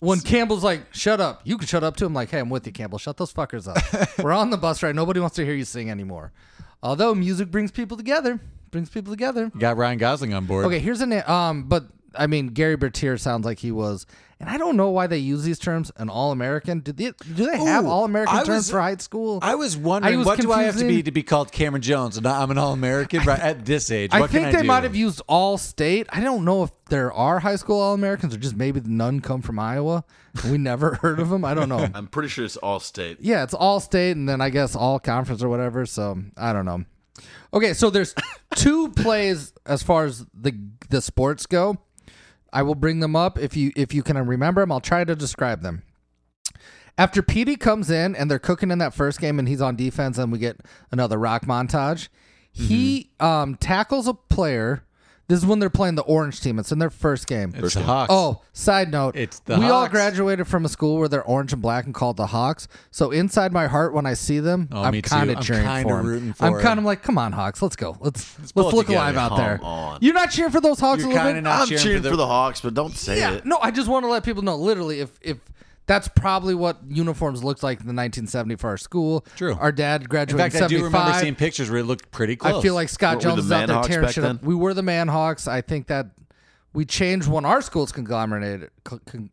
[SPEAKER 4] when Campbell's like, "Shut up," you can shut up to him. Like, "Hey, I'm with you, Campbell. Shut those
[SPEAKER 2] [LAUGHS]
[SPEAKER 4] fuckers up. We're on the bus right. Nobody wants to hear you sing anymore." Although music brings people together, brings people together.
[SPEAKER 2] got Ryan Gosling on board.
[SPEAKER 4] Okay, here's an um, but I mean Gary Bertier sounds like he was, and I don't know why they use these terms. An All American? Do they do they have
[SPEAKER 2] Ooh,
[SPEAKER 4] All American
[SPEAKER 2] I
[SPEAKER 4] terms
[SPEAKER 2] was-
[SPEAKER 4] for high school?
[SPEAKER 2] I was wondering,
[SPEAKER 4] I was
[SPEAKER 2] what do I have to
[SPEAKER 4] confusing-
[SPEAKER 2] be to be called Cameron Jones? And I'm an All American right, at this age.
[SPEAKER 4] I
[SPEAKER 2] What
[SPEAKER 4] think
[SPEAKER 2] can I
[SPEAKER 4] they
[SPEAKER 2] do?
[SPEAKER 4] might have used all state. I don't know if there are high school All Americans or just maybe none come from Iowa. We never [LAUGHS] heard of them. I don't know.
[SPEAKER 3] I'm pretty sure it's all state.
[SPEAKER 4] Yeah, it's all state and then I guess all conference or whatever. So I don't know. Okay, so
[SPEAKER 2] [LAUGHS]
[SPEAKER 4] there's two plays as far as the the sports go. I will bring them up if you if you can remember them. I'll try to describe them. After Petey comes in and they're cooking in that first game and he's on defense and we get another rock montage, he
[SPEAKER 2] Mm-hmm.
[SPEAKER 4] um, tackles a player. This is when they're playing the orange team. It's in their first game.
[SPEAKER 2] It's the Hawks.
[SPEAKER 4] Oh, side note.
[SPEAKER 2] It's the
[SPEAKER 4] We all
[SPEAKER 2] Hawks.
[SPEAKER 4] graduated from a school where they're orange and black and called the Hawks. So inside my heart, when I see them,
[SPEAKER 2] Oh,
[SPEAKER 4] I'm
[SPEAKER 2] me too.
[SPEAKER 4] kind of
[SPEAKER 2] I'm
[SPEAKER 4] cheering
[SPEAKER 2] kinda
[SPEAKER 4] for 'em.
[SPEAKER 2] rooting for
[SPEAKER 4] I'm kind
[SPEAKER 2] 'em.
[SPEAKER 4] of like, come on, Hawks, let's go. Let's let's,
[SPEAKER 2] pull it
[SPEAKER 4] look
[SPEAKER 2] together.
[SPEAKER 4] alive out
[SPEAKER 3] Come
[SPEAKER 4] there.
[SPEAKER 3] on.
[SPEAKER 4] You're not cheering for those Hawks
[SPEAKER 2] You're
[SPEAKER 4] a little
[SPEAKER 2] kinda
[SPEAKER 4] bit.
[SPEAKER 2] not
[SPEAKER 3] I'm cheering, for, the, Hawks, but don't say
[SPEAKER 4] yeah,
[SPEAKER 3] it.
[SPEAKER 4] no, I just want to let people know. Literally, if if that's probably what uniforms looked like in the 1970 for our school.
[SPEAKER 2] True.
[SPEAKER 4] Our dad
[SPEAKER 2] In
[SPEAKER 4] graduated
[SPEAKER 2] fact,
[SPEAKER 4] in
[SPEAKER 2] I do
[SPEAKER 4] 75.
[SPEAKER 2] remember seeing pictures where it looked pretty close.
[SPEAKER 4] I feel like Scott
[SPEAKER 3] Weren't we
[SPEAKER 4] Jones
[SPEAKER 3] the
[SPEAKER 4] is out there
[SPEAKER 3] Manhawks
[SPEAKER 4] tearing
[SPEAKER 3] back
[SPEAKER 4] shit up.
[SPEAKER 3] then?
[SPEAKER 4] We were the Manhawks. I think that we changed when our schools conglomerated. Con- con-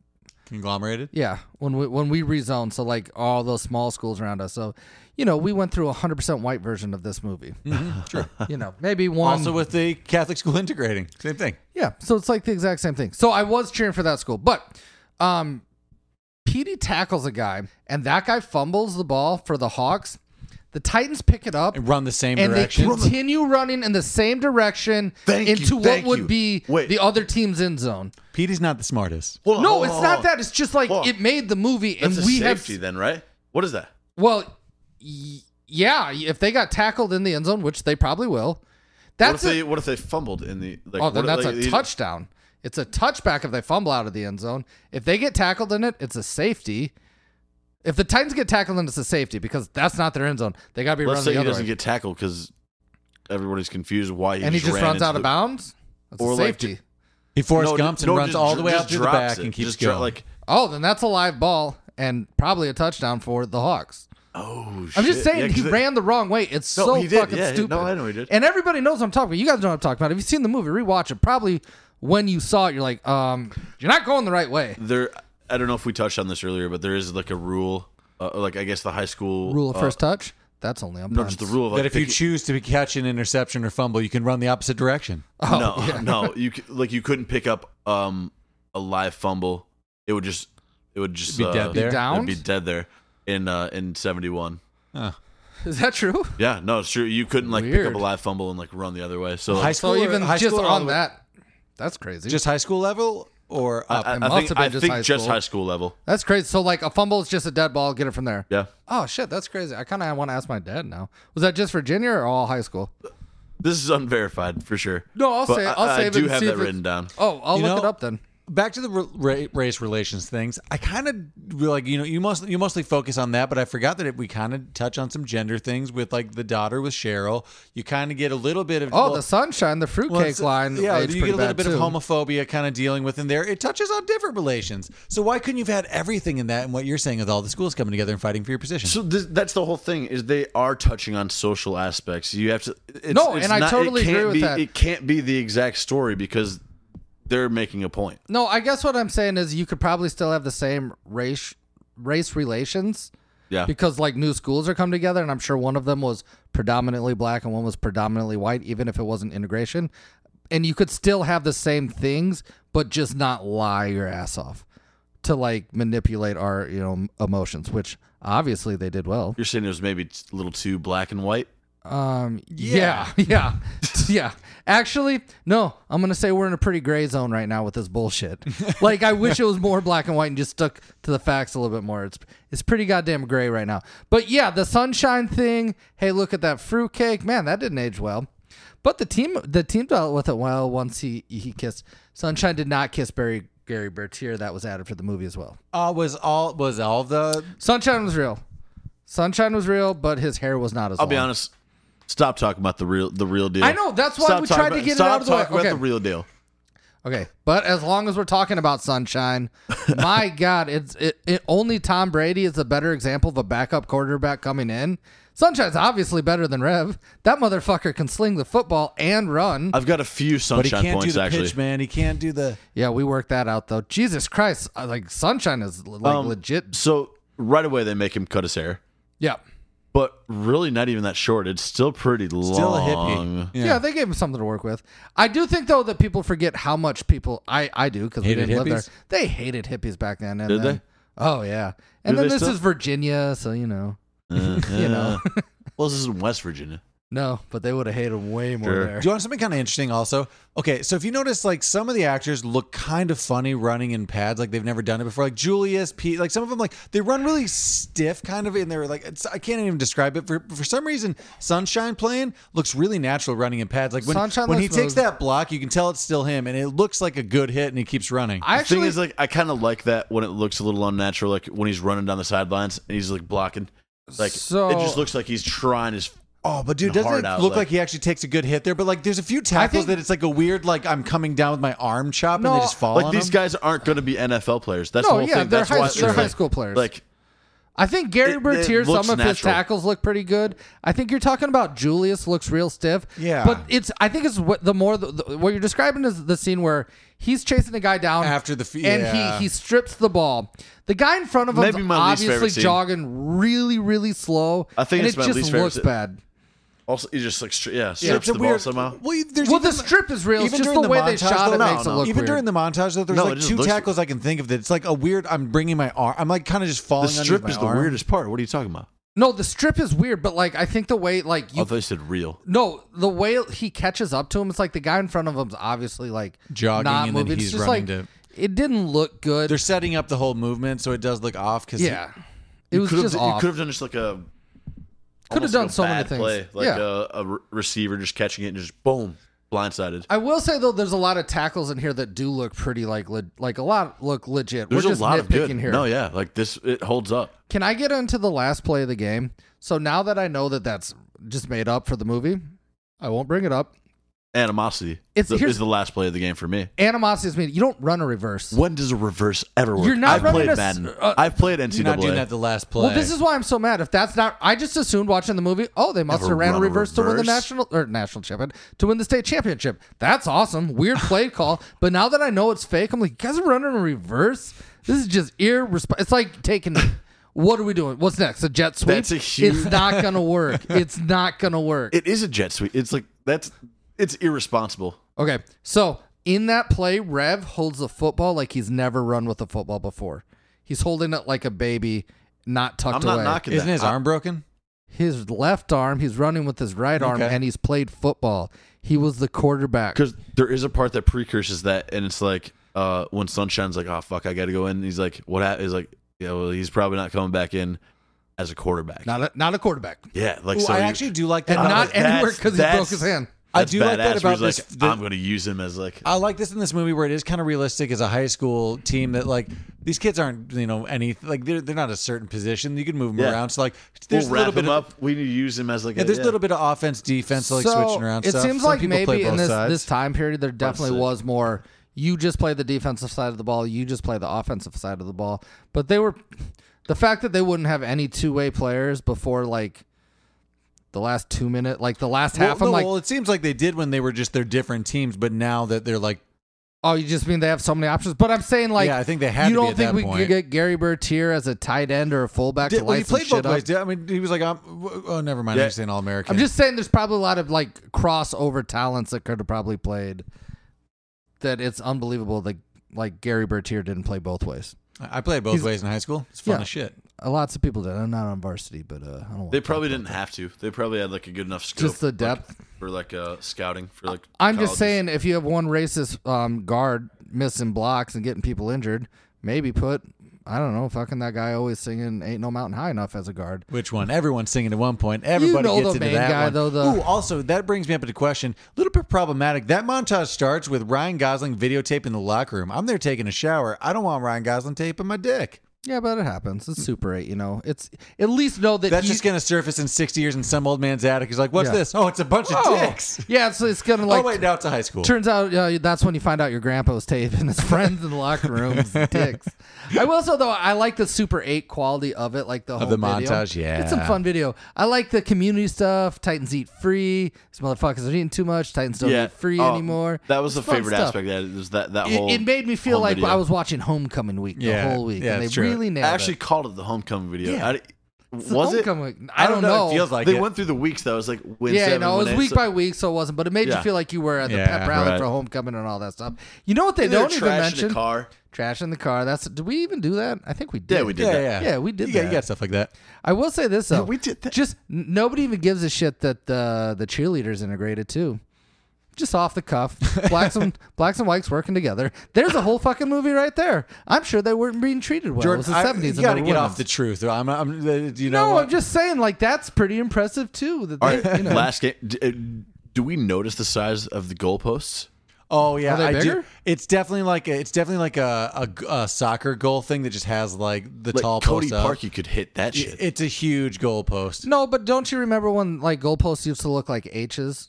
[SPEAKER 2] conglomerated.
[SPEAKER 4] yeah, when we when we rezoned, so like all those small schools around us. So, you know, we went through a hundred percent white version of this movie.
[SPEAKER 3] Mm-hmm.
[SPEAKER 4] [LAUGHS]
[SPEAKER 2] True.
[SPEAKER 4] You know, maybe one.
[SPEAKER 2] also with the Catholic school integrating, same thing.
[SPEAKER 4] yeah, so it's like the exact same thing. So I was cheering for that school, but um, Petey tackles a guy, and that guy fumbles the ball for the Hawks. The Titans pick it up.
[SPEAKER 2] And run the same
[SPEAKER 4] and
[SPEAKER 2] direction.
[SPEAKER 4] they continue running in the same direction
[SPEAKER 3] Thank you,
[SPEAKER 4] into what
[SPEAKER 3] thank
[SPEAKER 4] would
[SPEAKER 3] you.
[SPEAKER 4] be
[SPEAKER 3] Wait.
[SPEAKER 4] the other team's end zone.
[SPEAKER 2] Petey's not the smartest.
[SPEAKER 3] Hold on,
[SPEAKER 4] No,
[SPEAKER 3] hold on,
[SPEAKER 4] it's
[SPEAKER 3] hold
[SPEAKER 4] not
[SPEAKER 3] on.
[SPEAKER 4] that. It's just like
[SPEAKER 3] Hold on.
[SPEAKER 4] it made the movie, and
[SPEAKER 3] Oh. That's a
[SPEAKER 4] we
[SPEAKER 3] safety
[SPEAKER 4] have
[SPEAKER 3] then, right? What is that?
[SPEAKER 4] well, y- yeah. If they got tackled in the end zone, which they probably will,
[SPEAKER 3] What if
[SPEAKER 4] that's
[SPEAKER 3] they
[SPEAKER 4] a,
[SPEAKER 3] what if they fumbled in the like
[SPEAKER 4] oh, then
[SPEAKER 3] what
[SPEAKER 4] that's
[SPEAKER 3] if-
[SPEAKER 4] a
[SPEAKER 3] like, you-
[SPEAKER 4] touchdown. It's a touchback if they fumble out of the end zone. If they get tackled in it, it's a safety. If the Titans get tackled in, it's a safety because that's not their end zone. They got to be
[SPEAKER 3] Let's
[SPEAKER 4] running
[SPEAKER 3] say he
[SPEAKER 4] the other
[SPEAKER 3] doesn't
[SPEAKER 4] way.
[SPEAKER 3] get tackled because everybody's confused why he
[SPEAKER 4] and he
[SPEAKER 3] just
[SPEAKER 4] just
[SPEAKER 3] ran
[SPEAKER 4] runs
[SPEAKER 3] into
[SPEAKER 4] out of
[SPEAKER 3] the-
[SPEAKER 4] bounds. That's
[SPEAKER 3] Or
[SPEAKER 4] a
[SPEAKER 3] like
[SPEAKER 4] safety.
[SPEAKER 3] ju-
[SPEAKER 2] He Forrest
[SPEAKER 3] No,
[SPEAKER 2] Gumps
[SPEAKER 3] ju-
[SPEAKER 2] and
[SPEAKER 3] no,
[SPEAKER 2] runs
[SPEAKER 3] just-
[SPEAKER 2] all the way
[SPEAKER 3] just
[SPEAKER 2] out to the
[SPEAKER 3] drops
[SPEAKER 2] back
[SPEAKER 3] it.
[SPEAKER 2] and keeps
[SPEAKER 3] Just dro-
[SPEAKER 2] going.
[SPEAKER 3] like
[SPEAKER 4] Oh, then that's a live ball and probably a touchdown for the Hawks.
[SPEAKER 3] oh shit.
[SPEAKER 4] I'm just
[SPEAKER 3] Yeah,
[SPEAKER 4] saying
[SPEAKER 3] 'cause
[SPEAKER 4] he
[SPEAKER 3] it-
[SPEAKER 4] ran the wrong way. It's
[SPEAKER 3] No,
[SPEAKER 4] so
[SPEAKER 3] he did.
[SPEAKER 4] fucking
[SPEAKER 3] Yeah, he-
[SPEAKER 4] stupid.
[SPEAKER 3] no, I know he did.
[SPEAKER 4] And everybody knows what I'm talking about. You guys know what I'm talking about. If you've seen the movie, rewatch it. Probably when you saw it, you're like, um, you're not going the right way.
[SPEAKER 3] there I don't know if we touched on this earlier, but there is like a rule uh, like I guess the high school
[SPEAKER 4] Rule of
[SPEAKER 3] uh,
[SPEAKER 4] first touch. That's only on
[SPEAKER 3] No,
[SPEAKER 4] punts.
[SPEAKER 3] just the rule of like,
[SPEAKER 2] that if you
[SPEAKER 3] picking-
[SPEAKER 2] choose to catch an interception or fumble, you can run the opposite direction.
[SPEAKER 4] Oh,
[SPEAKER 3] no,
[SPEAKER 4] yeah.
[SPEAKER 3] no, you c- like you couldn't pick up um a live fumble. It would just it would just
[SPEAKER 2] Be
[SPEAKER 3] uh,
[SPEAKER 2] dead there.
[SPEAKER 4] Down?
[SPEAKER 3] It'd be dead there in uh in seventy one.
[SPEAKER 2] Huh.
[SPEAKER 4] [LAUGHS] Is that true?
[SPEAKER 3] Yeah, no, it's true. You couldn't like pick
[SPEAKER 4] Weird.
[SPEAKER 3] up a live fumble and like run the other way. So
[SPEAKER 2] High
[SPEAKER 3] like,
[SPEAKER 2] school,
[SPEAKER 4] So even
[SPEAKER 2] high
[SPEAKER 4] just
[SPEAKER 2] school or all
[SPEAKER 4] on
[SPEAKER 2] the-
[SPEAKER 4] that, that's crazy.
[SPEAKER 2] just high school level or up?
[SPEAKER 4] it
[SPEAKER 3] I, I
[SPEAKER 4] must have
[SPEAKER 3] think
[SPEAKER 4] been
[SPEAKER 3] I
[SPEAKER 4] just
[SPEAKER 3] think
[SPEAKER 4] high
[SPEAKER 3] just
[SPEAKER 4] school.
[SPEAKER 3] high school level.
[SPEAKER 4] that's crazy. So like a fumble is just a dead ball. Get it from there.
[SPEAKER 3] Yeah,
[SPEAKER 4] Oh shit, that's crazy. I kind of want to ask my dad now. Was that just Virginia or all high school?
[SPEAKER 3] this is unverified for sure.
[SPEAKER 4] No, I'll
[SPEAKER 3] But
[SPEAKER 4] say-
[SPEAKER 3] I,
[SPEAKER 4] I'll
[SPEAKER 3] I
[SPEAKER 4] save it
[SPEAKER 3] do
[SPEAKER 4] and
[SPEAKER 3] have
[SPEAKER 4] see
[SPEAKER 3] that
[SPEAKER 4] if it-
[SPEAKER 3] written down.
[SPEAKER 4] Oh, I'll
[SPEAKER 2] You
[SPEAKER 4] look it
[SPEAKER 2] know-
[SPEAKER 4] up then.
[SPEAKER 2] back to the ra- race relations things. I kind of like you know you most you mostly focus on that, but I forgot that it, we kind of touch on some gender things with like the daughter with Cheryl. You kind of get a little bit of
[SPEAKER 4] Oh,
[SPEAKER 2] well,
[SPEAKER 4] the sunshine, the
[SPEAKER 2] well,
[SPEAKER 4] fruitcake
[SPEAKER 2] it's-
[SPEAKER 4] line.
[SPEAKER 2] Yeah,
[SPEAKER 4] aged
[SPEAKER 2] you get
[SPEAKER 4] pretty
[SPEAKER 2] a little
[SPEAKER 4] bad,
[SPEAKER 2] bit
[SPEAKER 4] too.
[SPEAKER 2] of homophobia kind of dealing with in there. It touches on different relations. So why couldn't you've had everything in that and what you're saying with all the schools coming together and fighting for your position?
[SPEAKER 3] So this, that's the whole thing is they are touching on social aspects. You have to it's,
[SPEAKER 4] No,
[SPEAKER 3] it's
[SPEAKER 4] and I
[SPEAKER 3] not- it
[SPEAKER 4] totally agree
[SPEAKER 3] can't
[SPEAKER 4] with
[SPEAKER 3] be-
[SPEAKER 4] that.
[SPEAKER 3] It can't be the exact story because they're making a point.
[SPEAKER 4] No, I guess what I'm saying is you could probably still have the same race race relations
[SPEAKER 3] Yeah,
[SPEAKER 4] because like new schools are coming together, and I'm sure one of them was predominantly black and one was predominantly white, even if it wasn't integration. And you could still have the same things, but just not lie your ass off to like manipulate our you know emotions, which obviously they did well.
[SPEAKER 3] you're saying it was maybe a little too black and white.
[SPEAKER 4] Um, yeah, [LAUGHS] yeah, yeah. Actually, no, I'm gonna say we're in a pretty gray zone right now with this
[SPEAKER 3] [LAUGHS]
[SPEAKER 4] bullshit. like, I wish it was more black and white and just stuck to the facts a little bit more. It's it's pretty goddamn gray right now. But yeah, the sunshine thing. Hey, look at that fruitcake, man. That didn't age well. But the team the team dealt with it well once he he kissed Sunshine did not kiss Barry Gary Bertier. That was added for the movie as well.
[SPEAKER 2] uh, was all was all the
[SPEAKER 4] Sunshine was real. Sunshine was real, but his hair was not as.
[SPEAKER 3] I'll be honest. Stop talking about the real the real deal.
[SPEAKER 4] I know, that's why we
[SPEAKER 3] talking
[SPEAKER 4] tried to
[SPEAKER 3] about-
[SPEAKER 4] get it
[SPEAKER 3] stop
[SPEAKER 4] out of the way.
[SPEAKER 3] talking
[SPEAKER 4] Okay.
[SPEAKER 3] about the real deal.
[SPEAKER 4] Okay, but as long as we're talking about sunshine,
[SPEAKER 3] [LAUGHS]
[SPEAKER 4] my God, it's it, it. Only Tom Brady is a better example of a backup quarterback coming in. Sunshine's obviously better than Rev. That motherfucker can sling the football and run.
[SPEAKER 3] I've got a few
[SPEAKER 2] but he
[SPEAKER 3] sunshine
[SPEAKER 2] can't do
[SPEAKER 3] points
[SPEAKER 2] the
[SPEAKER 3] actually.
[SPEAKER 2] pitch, man. He can't do the
[SPEAKER 4] yeah, we worked that out though. Jesus Christ, I- like Sunshine is like
[SPEAKER 3] Um,
[SPEAKER 4] legit.
[SPEAKER 3] So right away they make him cut his hair,
[SPEAKER 4] Yeah.
[SPEAKER 3] but really not even that short. It's still pretty long.
[SPEAKER 2] still a hippie.
[SPEAKER 4] yeah, they gave him something to work with. I do think though that people forget how much people I I do because we
[SPEAKER 2] Hated
[SPEAKER 4] didn't live
[SPEAKER 2] hippies?
[SPEAKER 4] there. They hated hippies back then. And
[SPEAKER 3] Did
[SPEAKER 4] then,
[SPEAKER 3] they?
[SPEAKER 4] Oh yeah, and
[SPEAKER 3] Do
[SPEAKER 4] then
[SPEAKER 3] they
[SPEAKER 4] this
[SPEAKER 3] still?
[SPEAKER 4] is Virginia, so you know,
[SPEAKER 3] Uh,
[SPEAKER 4] [LAUGHS] you know.
[SPEAKER 3] uh. Well, this is in West Virginia.
[SPEAKER 4] No, but they would have hated him way more
[SPEAKER 3] Sure.
[SPEAKER 4] there.
[SPEAKER 2] Do you want something kind of interesting also? Okay, so if you notice, like some of the actors look kind of funny running in pads, like they've never done it before. Like Julius, Pete, like some of them, like they run really stiff, kind of in their like. It's, I can't even describe it. For for some reason, Sunshine playing looks really natural running in pads. Like when
[SPEAKER 4] Sunshine
[SPEAKER 2] when he
[SPEAKER 4] looks
[SPEAKER 2] takes
[SPEAKER 4] smooth.
[SPEAKER 2] that block, you can tell it's still him, and it looks like a good hit, and he keeps running.
[SPEAKER 4] I
[SPEAKER 3] The thing
[SPEAKER 4] actually,
[SPEAKER 3] is, like, I kind of like that when it looks a little unnatural, like when he's running down the sidelines and he's like blocking. Like
[SPEAKER 4] So-
[SPEAKER 3] it just looks like he's trying his.
[SPEAKER 2] oh, but dude,
[SPEAKER 3] Hard
[SPEAKER 2] doesn't it
[SPEAKER 3] out,
[SPEAKER 2] look like,
[SPEAKER 3] like-
[SPEAKER 2] he actually takes a good hit there? But like, there's a few tackles
[SPEAKER 4] think-
[SPEAKER 2] that it's like a weird, like I'm coming down with my arm chop,
[SPEAKER 4] No,
[SPEAKER 2] and they just fall.
[SPEAKER 3] Like
[SPEAKER 2] on
[SPEAKER 3] these
[SPEAKER 2] him.
[SPEAKER 3] guys aren't going to be NFL players. That's
[SPEAKER 4] No,
[SPEAKER 3] the whole
[SPEAKER 4] yeah,
[SPEAKER 3] thing.
[SPEAKER 4] they're
[SPEAKER 3] That's
[SPEAKER 4] high-
[SPEAKER 3] why
[SPEAKER 4] they're
[SPEAKER 3] it's
[SPEAKER 4] high
[SPEAKER 3] like-
[SPEAKER 4] school players.
[SPEAKER 3] Like
[SPEAKER 4] I think Gary
[SPEAKER 3] it- it
[SPEAKER 4] Bertier, some
[SPEAKER 3] looks
[SPEAKER 4] of his
[SPEAKER 3] natural.
[SPEAKER 4] tackles look pretty good. I think you're talking about Julius looks real stiff.
[SPEAKER 2] Yeah.
[SPEAKER 4] but it's. I think it's what the more the, the- what you're describing is the scene where he's chasing the guy down
[SPEAKER 2] After the fe-
[SPEAKER 4] and
[SPEAKER 2] yeah.
[SPEAKER 4] he he strips the ball. The guy in front of him
[SPEAKER 3] Maybe
[SPEAKER 4] is
[SPEAKER 3] my least favorite
[SPEAKER 4] obviously
[SPEAKER 3] scene.
[SPEAKER 4] jogging really really slow.
[SPEAKER 3] I think
[SPEAKER 4] and
[SPEAKER 3] it's
[SPEAKER 4] it
[SPEAKER 3] my
[SPEAKER 4] just
[SPEAKER 3] least favorite
[SPEAKER 4] looks
[SPEAKER 3] scene.
[SPEAKER 4] bad.
[SPEAKER 3] also, he just like stri- yeah,
[SPEAKER 2] Yeah,
[SPEAKER 3] strips the ball somehow.
[SPEAKER 2] Well, you- there's
[SPEAKER 4] Well,
[SPEAKER 2] even-
[SPEAKER 4] the strip is real. It's
[SPEAKER 2] even
[SPEAKER 4] just
[SPEAKER 2] during
[SPEAKER 4] the way they
[SPEAKER 2] montage,
[SPEAKER 4] shot
[SPEAKER 2] though,
[SPEAKER 4] it
[SPEAKER 2] no,
[SPEAKER 4] makes it
[SPEAKER 2] no.
[SPEAKER 4] look
[SPEAKER 2] even
[SPEAKER 4] weird.
[SPEAKER 2] during the montage though, there's
[SPEAKER 3] No, it
[SPEAKER 2] like
[SPEAKER 3] just
[SPEAKER 2] two
[SPEAKER 3] looks-
[SPEAKER 2] tackles I can think of that it's like a weird. I'm bringing my arm. I'm like kind of just falling.
[SPEAKER 3] The
[SPEAKER 2] underneath
[SPEAKER 3] strip
[SPEAKER 2] my
[SPEAKER 3] is the
[SPEAKER 2] arm.
[SPEAKER 3] weirdest part. What are you talking about?
[SPEAKER 4] No, the strip is weird, but like I think the way like
[SPEAKER 3] I
[SPEAKER 4] you
[SPEAKER 3] thought you said real.
[SPEAKER 4] No, the way he catches up to him, it's like the guy in front of him's obviously like
[SPEAKER 2] Jogging
[SPEAKER 4] not
[SPEAKER 2] and then
[SPEAKER 4] moving.
[SPEAKER 2] he's
[SPEAKER 4] it's just
[SPEAKER 2] running
[SPEAKER 4] like
[SPEAKER 2] to-
[SPEAKER 4] it didn't look good.
[SPEAKER 2] They're setting up the whole movement, so it does look off. Because
[SPEAKER 4] yeah, it was
[SPEAKER 3] Could've-
[SPEAKER 4] just
[SPEAKER 3] you
[SPEAKER 4] off.
[SPEAKER 3] could have done just like a
[SPEAKER 4] Could have
[SPEAKER 3] almost
[SPEAKER 4] done
[SPEAKER 3] like a
[SPEAKER 4] so many
[SPEAKER 3] bad
[SPEAKER 4] things.
[SPEAKER 3] Play, like uh,
[SPEAKER 4] yeah.
[SPEAKER 3] a, a re- receiver just catching it and just boom, blindsided.
[SPEAKER 4] I will say though, there's a lot of tackles in here that do look pretty like le- like a lot look legit.
[SPEAKER 3] There's
[SPEAKER 4] We're
[SPEAKER 3] a
[SPEAKER 4] just
[SPEAKER 3] lot of
[SPEAKER 4] nitpicking
[SPEAKER 3] good.
[SPEAKER 4] here.
[SPEAKER 3] No, yeah, like this, it holds up.
[SPEAKER 4] Can I get into the last play of the game? So now that I know that that's just made up for the movie, I won't bring it up.
[SPEAKER 3] Animosity
[SPEAKER 4] It's-
[SPEAKER 3] the,
[SPEAKER 4] here's-
[SPEAKER 3] is the last play of the game for me.
[SPEAKER 4] Animosity is mean. You don't run a reverse.
[SPEAKER 3] When does a reverse ever work?
[SPEAKER 4] You're not
[SPEAKER 3] I've
[SPEAKER 4] running
[SPEAKER 3] played
[SPEAKER 4] a s-
[SPEAKER 3] Madden.
[SPEAKER 4] uh,
[SPEAKER 3] I've played NCAA.
[SPEAKER 2] you're not doing that the last play.
[SPEAKER 4] Well, this is why I'm so mad. If that's not, I just assumed watching the movie, oh, they must
[SPEAKER 3] Never
[SPEAKER 4] have ran a
[SPEAKER 3] run a
[SPEAKER 4] reverse, to win the
[SPEAKER 3] reverse.
[SPEAKER 4] national or national championship to win the state championship. That's awesome. Weird
[SPEAKER 3] [LAUGHS]
[SPEAKER 4] play call, but now
[SPEAKER 3] [LAUGHS]
[SPEAKER 4] that I know it's fake, I'm like, you guys are running a reverse. This is just irresponsible. It's like taking What are we doing? What's next? A jet sweep?
[SPEAKER 3] That's a huge-
[SPEAKER 4] It's
[SPEAKER 3] [LAUGHS]
[SPEAKER 4] not gonna work. it's not gonna work.
[SPEAKER 3] It is a jet sweep. It's like that's it's irresponsible.
[SPEAKER 4] Okay, so in that play, Rev holds the football like he's never run with a football before. He's holding it like a baby, not tucked
[SPEAKER 3] I'm not
[SPEAKER 4] away.
[SPEAKER 3] knocking
[SPEAKER 2] Isn't
[SPEAKER 3] that.
[SPEAKER 2] his
[SPEAKER 3] I-
[SPEAKER 2] arm broken?
[SPEAKER 4] his left arm, he's running with his right arm,
[SPEAKER 2] Okay.
[SPEAKER 4] and he's played football. He was the quarterback.
[SPEAKER 3] because there is a part that precurses that, and it's like uh, when Sunshine's like, "Oh fuck, I got to go in." And he's like, "What?" hap-" He's like, "Yeah, well, he's probably not coming back in as a quarterback."
[SPEAKER 4] Not a, not a quarterback,
[SPEAKER 3] yeah, like
[SPEAKER 2] Ooh,
[SPEAKER 3] so.
[SPEAKER 2] I
[SPEAKER 3] you-
[SPEAKER 2] actually do like that.
[SPEAKER 4] and
[SPEAKER 2] about-
[SPEAKER 4] [LAUGHS] not
[SPEAKER 3] like,
[SPEAKER 4] anywhere
[SPEAKER 3] that's-
[SPEAKER 4] because he
[SPEAKER 3] that's-
[SPEAKER 4] broke his hand.
[SPEAKER 2] I
[SPEAKER 3] that's
[SPEAKER 2] do like that
[SPEAKER 3] badass,
[SPEAKER 2] about
[SPEAKER 3] where he's
[SPEAKER 2] this-
[SPEAKER 3] Like,
[SPEAKER 2] the- Uh,
[SPEAKER 3] I'm going to use him as like
[SPEAKER 2] I like this in this movie where it is kind of realistic as a high school team that like these kids aren't you know any like they're they're not a certain position you can move them
[SPEAKER 3] Yeah.
[SPEAKER 2] around so like
[SPEAKER 3] we'll
[SPEAKER 2] there's a
[SPEAKER 3] wrap
[SPEAKER 2] little
[SPEAKER 3] him
[SPEAKER 2] bit of,
[SPEAKER 3] up. we need to use him as like
[SPEAKER 2] yeah,
[SPEAKER 3] a,
[SPEAKER 2] there's
[SPEAKER 3] yeah.
[SPEAKER 2] a little bit of offense defense so, like switching around
[SPEAKER 4] It
[SPEAKER 2] stuff.
[SPEAKER 4] seems
[SPEAKER 2] Some
[SPEAKER 4] like
[SPEAKER 2] people play
[SPEAKER 4] maybe in
[SPEAKER 2] both
[SPEAKER 4] this
[SPEAKER 2] sides.
[SPEAKER 4] this time period there definitely
[SPEAKER 3] sick.
[SPEAKER 4] was more you just play the defensive side of the ball, you just play the offensive side of the ball. But they were the fact that they wouldn't have any two way players before like the last two minute like the last half,
[SPEAKER 2] well, no,
[SPEAKER 4] I'm like
[SPEAKER 2] well, it seems like they did when they were just their different teams, but now that they're like,
[SPEAKER 4] Oh, you just mean they have so many options. But I'm saying like
[SPEAKER 2] yeah, I think they had
[SPEAKER 4] you
[SPEAKER 2] to be
[SPEAKER 4] don't
[SPEAKER 2] at
[SPEAKER 4] think
[SPEAKER 2] that
[SPEAKER 4] we
[SPEAKER 2] point.
[SPEAKER 4] could get Gary Bertier as a tight end or a fullback
[SPEAKER 2] Did-
[SPEAKER 4] to
[SPEAKER 2] well, he
[SPEAKER 4] license
[SPEAKER 2] played both
[SPEAKER 4] shit up?
[SPEAKER 2] ways. Did- I mean, he was like, I'm, oh, never mind.
[SPEAKER 3] Yeah.
[SPEAKER 2] I'm just saying all American.
[SPEAKER 4] I'm just saying there's probably a lot of like crossover talents that could have probably played that it's unbelievable that like Gary Bertier didn't play both ways.
[SPEAKER 2] I I played both
[SPEAKER 4] he's-
[SPEAKER 2] ways in high school. It's fun
[SPEAKER 4] Yeah.
[SPEAKER 2] as shit.
[SPEAKER 4] Uh, Lots of people did. I'm not on varsity, but uh, I don't want
[SPEAKER 3] They probably didn't have to. They probably had like a good enough scope,
[SPEAKER 4] just the
[SPEAKER 3] like,
[SPEAKER 4] depth.
[SPEAKER 3] for like uh, scouting for like.
[SPEAKER 4] I'm just
[SPEAKER 3] colleges.
[SPEAKER 4] saying if you have one racist um, guard missing blocks and getting people injured, maybe put I don't know, fucking that guy always singing "Ain't No Mountain High Enough" as a guard.
[SPEAKER 2] Which one? Everyone's singing at one point. Everybody
[SPEAKER 4] know
[SPEAKER 2] gets
[SPEAKER 4] the
[SPEAKER 2] into
[SPEAKER 4] main
[SPEAKER 2] that
[SPEAKER 4] guy,
[SPEAKER 2] one.
[SPEAKER 4] though, the-
[SPEAKER 2] Ooh, also that brings me up to the question. A little bit problematic. That montage starts with Ryan Gosling videotaping the locker room. I'm there taking a shower. I don't want Ryan Gosling taping my dick.
[SPEAKER 4] Yeah, but it happens. It's Super Eight, you know. It's at least know that
[SPEAKER 2] Mm. That's
[SPEAKER 4] he-
[SPEAKER 2] just gonna surface in 60 years in some old man's attic. He's like, "What's
[SPEAKER 4] Yeah.
[SPEAKER 2] this? Oh, it's a bunch
[SPEAKER 4] Oh,
[SPEAKER 2] of dicks."
[SPEAKER 4] Yeah, so it's gonna like
[SPEAKER 2] oh wait, now it's a high school.
[SPEAKER 4] Turns out uh, that's when you find out your grandpa's tape and his [LAUGHS] friends in the locker rooms and dicks. I will also though I like the Super Eight quality of it, like the whole
[SPEAKER 2] the
[SPEAKER 4] video.
[SPEAKER 2] montage, yeah.
[SPEAKER 4] it's some fun video. I like the community stuff. Titans eat free. These motherfuckers are eating too much. Titans don't
[SPEAKER 3] yeah,
[SPEAKER 4] eat free
[SPEAKER 3] oh,
[SPEAKER 4] anymore.
[SPEAKER 3] That was
[SPEAKER 4] It's
[SPEAKER 3] the
[SPEAKER 4] fun
[SPEAKER 3] favorite
[SPEAKER 4] stuff.
[SPEAKER 3] aspect. That was that that whole.
[SPEAKER 4] It, it made me feel
[SPEAKER 3] home
[SPEAKER 4] like
[SPEAKER 3] video.
[SPEAKER 4] I was watching Homecoming Week the
[SPEAKER 2] Yeah,
[SPEAKER 4] whole week,
[SPEAKER 2] yeah,
[SPEAKER 4] and they
[SPEAKER 2] it's true.
[SPEAKER 4] really
[SPEAKER 3] I
[SPEAKER 4] nailed
[SPEAKER 3] actually
[SPEAKER 4] it.
[SPEAKER 3] called it the homecoming video.
[SPEAKER 4] Yeah.
[SPEAKER 3] I,
[SPEAKER 4] It's a
[SPEAKER 3] was it?
[SPEAKER 4] homecoming Week. I, don't know.
[SPEAKER 2] It feels like
[SPEAKER 3] they
[SPEAKER 2] it.
[SPEAKER 3] went through the weeks though. It was like Wednesday.
[SPEAKER 4] yeah,
[SPEAKER 3] seven,
[SPEAKER 4] no, it was
[SPEAKER 3] Wednesday,
[SPEAKER 4] week
[SPEAKER 3] so-
[SPEAKER 4] by week, so it wasn't. But it made you
[SPEAKER 3] Yeah.
[SPEAKER 4] feel like you were at the
[SPEAKER 2] Yeah,
[SPEAKER 4] pep rally
[SPEAKER 3] right.
[SPEAKER 4] for homecoming and all that stuff. You know what they
[SPEAKER 3] They were
[SPEAKER 4] don't even
[SPEAKER 3] trashing
[SPEAKER 4] mention?
[SPEAKER 3] the car.
[SPEAKER 4] Trash in the car. That's did we even do that? I think we did.
[SPEAKER 3] Yeah, we did.
[SPEAKER 2] yeah,
[SPEAKER 3] that.
[SPEAKER 2] yeah,
[SPEAKER 4] Yeah, we did
[SPEAKER 2] You got,
[SPEAKER 4] that.
[SPEAKER 2] you got stuff like that.
[SPEAKER 4] I will say this though.
[SPEAKER 3] we did that.
[SPEAKER 4] Just n- nobody even gives a shit that the the cheerleaders integrated too. Just off
[SPEAKER 2] [LAUGHS]
[SPEAKER 4] the cuff, blacks and blacks and whites working together. There's a whole fucking movie right there. I'm sure they weren't being treated well. it was the
[SPEAKER 2] I-
[SPEAKER 4] 70s.
[SPEAKER 2] You got to get off the truth. I'm, I'm, uh, you know,
[SPEAKER 4] No,
[SPEAKER 2] what?
[SPEAKER 4] I'm just saying like that's pretty impressive too. That
[SPEAKER 3] All
[SPEAKER 4] they,
[SPEAKER 2] [LAUGHS]
[SPEAKER 3] right,
[SPEAKER 4] you know,
[SPEAKER 3] last game. D- uh, Do we notice the size of the goalposts?
[SPEAKER 2] Oh yeah,
[SPEAKER 4] Are they
[SPEAKER 2] I
[SPEAKER 4] bigger?
[SPEAKER 2] do. It's definitely like a, it's definitely like a, a, a soccer goal thing that just has like the
[SPEAKER 3] Like
[SPEAKER 2] tall
[SPEAKER 3] Cody
[SPEAKER 2] post up.
[SPEAKER 3] Parkey could hit that shit.
[SPEAKER 2] It's a huge goal post.
[SPEAKER 4] no, but don't you remember when like goalposts used to look like H's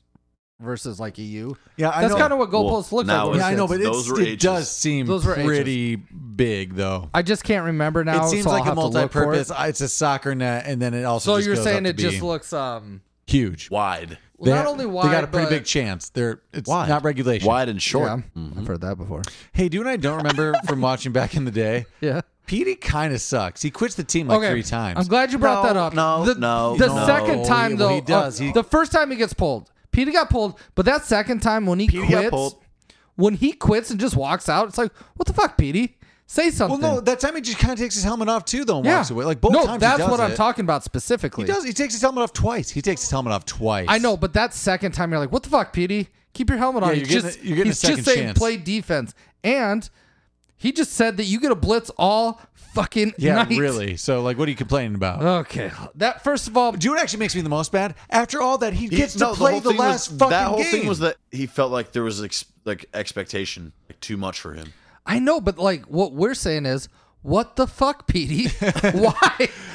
[SPEAKER 4] versus like a U?
[SPEAKER 2] Yeah, I
[SPEAKER 4] that's
[SPEAKER 2] know.
[SPEAKER 4] kind of what goalposts
[SPEAKER 3] Well,
[SPEAKER 4] look
[SPEAKER 3] now
[SPEAKER 4] like.
[SPEAKER 3] it's-
[SPEAKER 2] yeah, I know, but it's,
[SPEAKER 3] Those were
[SPEAKER 2] it
[SPEAKER 3] H's.
[SPEAKER 2] does seem
[SPEAKER 4] Those were H's.
[SPEAKER 2] pretty big though.
[SPEAKER 4] I just can't remember now.
[SPEAKER 2] it seems
[SPEAKER 4] so I'll
[SPEAKER 2] like a
[SPEAKER 4] have to look for it.
[SPEAKER 2] multi-purpose. uh, It's a soccer net, and then it also.
[SPEAKER 4] So
[SPEAKER 2] just
[SPEAKER 4] you're
[SPEAKER 2] goes
[SPEAKER 4] saying
[SPEAKER 2] up to
[SPEAKER 4] it just
[SPEAKER 2] be
[SPEAKER 4] looks um
[SPEAKER 2] huge.
[SPEAKER 3] wide,
[SPEAKER 4] well,
[SPEAKER 2] They-
[SPEAKER 4] not only wide,
[SPEAKER 2] they got a pretty
[SPEAKER 4] but,
[SPEAKER 2] big Mm-hmm. chance. They're it's
[SPEAKER 3] Wide.
[SPEAKER 2] not regulation.
[SPEAKER 3] wide and short.
[SPEAKER 4] Yeah, I've heard that before.
[SPEAKER 2] Hey, do you and I don't remember
[SPEAKER 4] [LAUGHS]
[SPEAKER 2] from watching back in the day.
[SPEAKER 4] Yeah.
[SPEAKER 2] Petey kind of sucks. He quits the team like three times.
[SPEAKER 4] I'm glad you brought
[SPEAKER 3] No,
[SPEAKER 4] that up.
[SPEAKER 3] no,
[SPEAKER 4] the,
[SPEAKER 3] no,
[SPEAKER 4] The
[SPEAKER 3] no.
[SPEAKER 4] second time
[SPEAKER 2] He-
[SPEAKER 4] though,
[SPEAKER 2] well, he does.
[SPEAKER 4] uh,
[SPEAKER 2] He-
[SPEAKER 4] the first time he gets pulled, Peter got pulled, but that second time when he
[SPEAKER 3] Petey got
[SPEAKER 4] quits,
[SPEAKER 3] pulled.
[SPEAKER 4] when he quits and just walks out, it's like, what the fuck, Petey? Say something.
[SPEAKER 2] Well, no, that time he just kind of takes his helmet off too, though, and
[SPEAKER 4] yeah.
[SPEAKER 2] walks away. Like both
[SPEAKER 4] no,
[SPEAKER 2] times,
[SPEAKER 4] that's
[SPEAKER 2] he does
[SPEAKER 4] what I'm
[SPEAKER 2] it.
[SPEAKER 4] talking about specifically.
[SPEAKER 2] He does. He takes his helmet off twice. He takes his helmet off twice.
[SPEAKER 4] I know, but that second time you're like, what the fuck, Petey? Keep your helmet on.
[SPEAKER 2] Yeah,
[SPEAKER 4] he's
[SPEAKER 2] you're getting
[SPEAKER 4] just,
[SPEAKER 2] a- you're getting a
[SPEAKER 4] he's
[SPEAKER 2] second
[SPEAKER 4] just saying
[SPEAKER 2] chance.
[SPEAKER 4] play defense. And he just said that you get a blitz all fucking [LAUGHS]
[SPEAKER 2] Yeah,
[SPEAKER 4] night.
[SPEAKER 2] really. So, like, what are you complaining about?
[SPEAKER 4] Okay. That first of all,
[SPEAKER 2] Do you know what actually makes me the most mad? After all that, he
[SPEAKER 3] He-
[SPEAKER 2] gets
[SPEAKER 3] no,
[SPEAKER 2] to play
[SPEAKER 3] whole
[SPEAKER 2] the,
[SPEAKER 3] thing was-
[SPEAKER 2] last fucking
[SPEAKER 3] That whole
[SPEAKER 2] game.
[SPEAKER 3] thing was that he felt like there was ex- like expectation, like too much for him.
[SPEAKER 4] I know, but like what we're saying is, what the fuck, [LAUGHS] Petey? Why?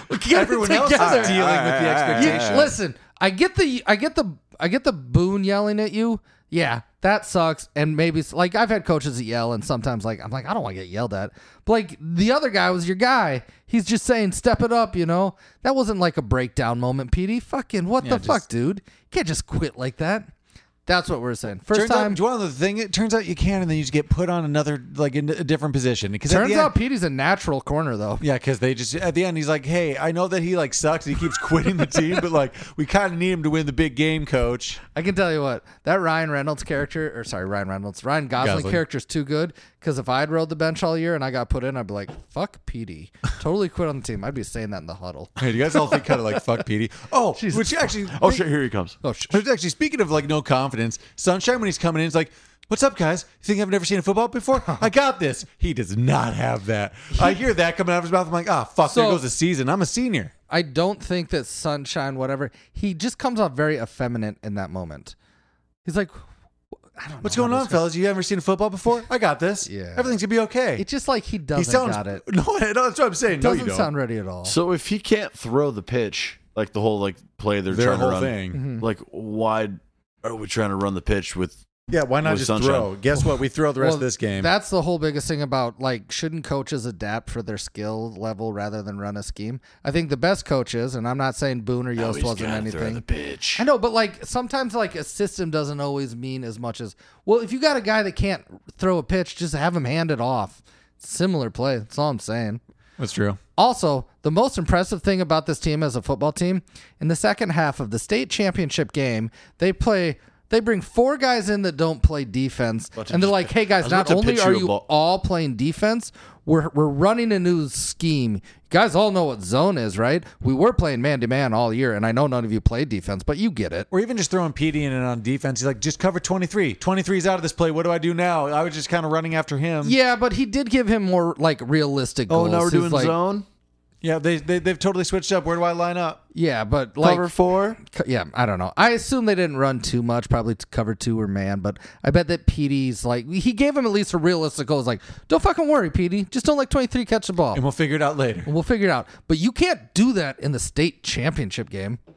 [SPEAKER 4] Get it
[SPEAKER 2] Everyone else is
[SPEAKER 4] together.
[SPEAKER 2] dealing with the
[SPEAKER 4] You-
[SPEAKER 2] expectation.
[SPEAKER 4] listen, I get the, I get the, I get the boon yelling at you. Yeah, that sucks. And maybe it's- like I've had coaches that yell, and sometimes like I'm like I don't want to get yelled at. But like the other guy was your guy. He's just saying step it up. You know that wasn't like a breakdown moment, Petey. Fucking what the
[SPEAKER 2] just-
[SPEAKER 4] fuck, dude? You can't just quit like that. That's what we're saying. First
[SPEAKER 2] turns
[SPEAKER 4] time.
[SPEAKER 2] out, do you want the thing? It turns out you can, and then you just get put on another, like in a different position. Because
[SPEAKER 4] turns out Petey's a natural corner though.
[SPEAKER 2] yeah, because they just at the end he's like, "Hey, I know that he like sucks and he keeps quitting the team, but like we kind of need him to win the big game, coach."
[SPEAKER 4] I can tell you what that Ryan Reynolds character, or sorry, Ryan Reynolds, Ryan Gosling,
[SPEAKER 2] Gosling.
[SPEAKER 4] character's too good. Because if I'd rode the bench all year and I got put in, I'd be like,
[SPEAKER 2] [LAUGHS]
[SPEAKER 4] "Fuck Petey, totally quit on the team." I'd be saying that in the huddle.
[SPEAKER 2] Hey, do you guys all think kind of like fuck Petey? Oh,
[SPEAKER 4] Jesus
[SPEAKER 2] which actually,
[SPEAKER 3] Oh shit! Here he comes.
[SPEAKER 4] Oh, sh-
[SPEAKER 2] But actually, speaking of like no confidence, Sunshine when he's coming in, he's like, "What's up, guys? You think I've never seen a football before? I got this." He does not have that. I hear that coming out of his mouth. I'm like, "Ah, fuck! there
[SPEAKER 4] So-
[SPEAKER 2] goes the season. I'm a senior."
[SPEAKER 4] I don't think that sunshine, whatever. He just comes off very effeminate in that moment. He's like, I don't know.
[SPEAKER 2] What's
[SPEAKER 4] how
[SPEAKER 2] going
[SPEAKER 4] to
[SPEAKER 2] on,
[SPEAKER 4] describe-
[SPEAKER 2] fellas? You ever seen football before? I got this.
[SPEAKER 4] Oh, Yeah.
[SPEAKER 2] everything's gonna be okay.
[SPEAKER 4] It's just like he
[SPEAKER 2] he
[SPEAKER 4] doesn't
[SPEAKER 2] sounds
[SPEAKER 4] got it.
[SPEAKER 2] [LAUGHS] no, no, that's what I'm saying. no, you
[SPEAKER 4] Doesn't
[SPEAKER 2] don't.
[SPEAKER 4] sound ready at all.
[SPEAKER 3] So if he can't throw the pitch, like the whole like play they're
[SPEAKER 2] Their
[SPEAKER 3] trying
[SPEAKER 2] whole
[SPEAKER 3] to run,
[SPEAKER 2] thing.
[SPEAKER 4] Mm-hmm.
[SPEAKER 3] like why are we trying to run the pitch with?
[SPEAKER 2] Yeah, why not
[SPEAKER 3] With
[SPEAKER 2] just
[SPEAKER 3] Sunshine.
[SPEAKER 2] throw? Guess what? We throw the rest
[SPEAKER 4] Well,
[SPEAKER 2] of this game.
[SPEAKER 4] That's the whole biggest thing about like shouldn't coaches adapt for their skill level rather than run a scheme? I think the best coaches, and I'm not saying Boone or Yost
[SPEAKER 3] Always
[SPEAKER 4] wasn't
[SPEAKER 3] gotta Oh, throw the
[SPEAKER 4] anything.
[SPEAKER 3] pitch.
[SPEAKER 4] I know, but like sometimes like a system doesn't always mean as much as well. If you got a guy that can't throw a pitch, just have him hand it off. Similar play. That's all I'm saying.
[SPEAKER 2] that's true.
[SPEAKER 4] Also, the most impressive thing about this team as a football team, in the second half of the state championship game, they play they bring four guys in that don't play defense.
[SPEAKER 3] to
[SPEAKER 4] And they're
[SPEAKER 3] just-
[SPEAKER 4] like, "Hey guys,
[SPEAKER 3] was
[SPEAKER 4] not
[SPEAKER 3] about to
[SPEAKER 4] only
[SPEAKER 3] pitch
[SPEAKER 4] are
[SPEAKER 3] you a
[SPEAKER 4] you
[SPEAKER 3] ball."
[SPEAKER 4] all playing defense, we're we're running a new scheme. You guys all know what zone is, right? We were playing man to man all year, and I know none of you played defense, but you get it."
[SPEAKER 2] Or even just throwing PD in and on defense. He's like, just cover 23. 23's out of this play. What do I do now? I was just kind of running after him.
[SPEAKER 4] Yeah, but he did give him more like realistic
[SPEAKER 3] Oh,
[SPEAKER 4] goals.
[SPEAKER 3] now we're
[SPEAKER 4] He's
[SPEAKER 3] doing
[SPEAKER 4] like,
[SPEAKER 3] zone
[SPEAKER 2] Yeah, they, they they've totally switched up. Where do I line up?
[SPEAKER 4] Yeah, but like
[SPEAKER 3] cover four.
[SPEAKER 4] Co- yeah, I don't know. I assume they didn't run too much, probably to cover two or man, but I bet that PD's like he gave him at least a realistic goal. He's like, don't fucking worry, PD. Just don't let 23 catch the ball.
[SPEAKER 2] And we'll figure it out later.
[SPEAKER 4] And we'll figure it out. But you can't do that in the state championship game.
[SPEAKER 2] [LAUGHS]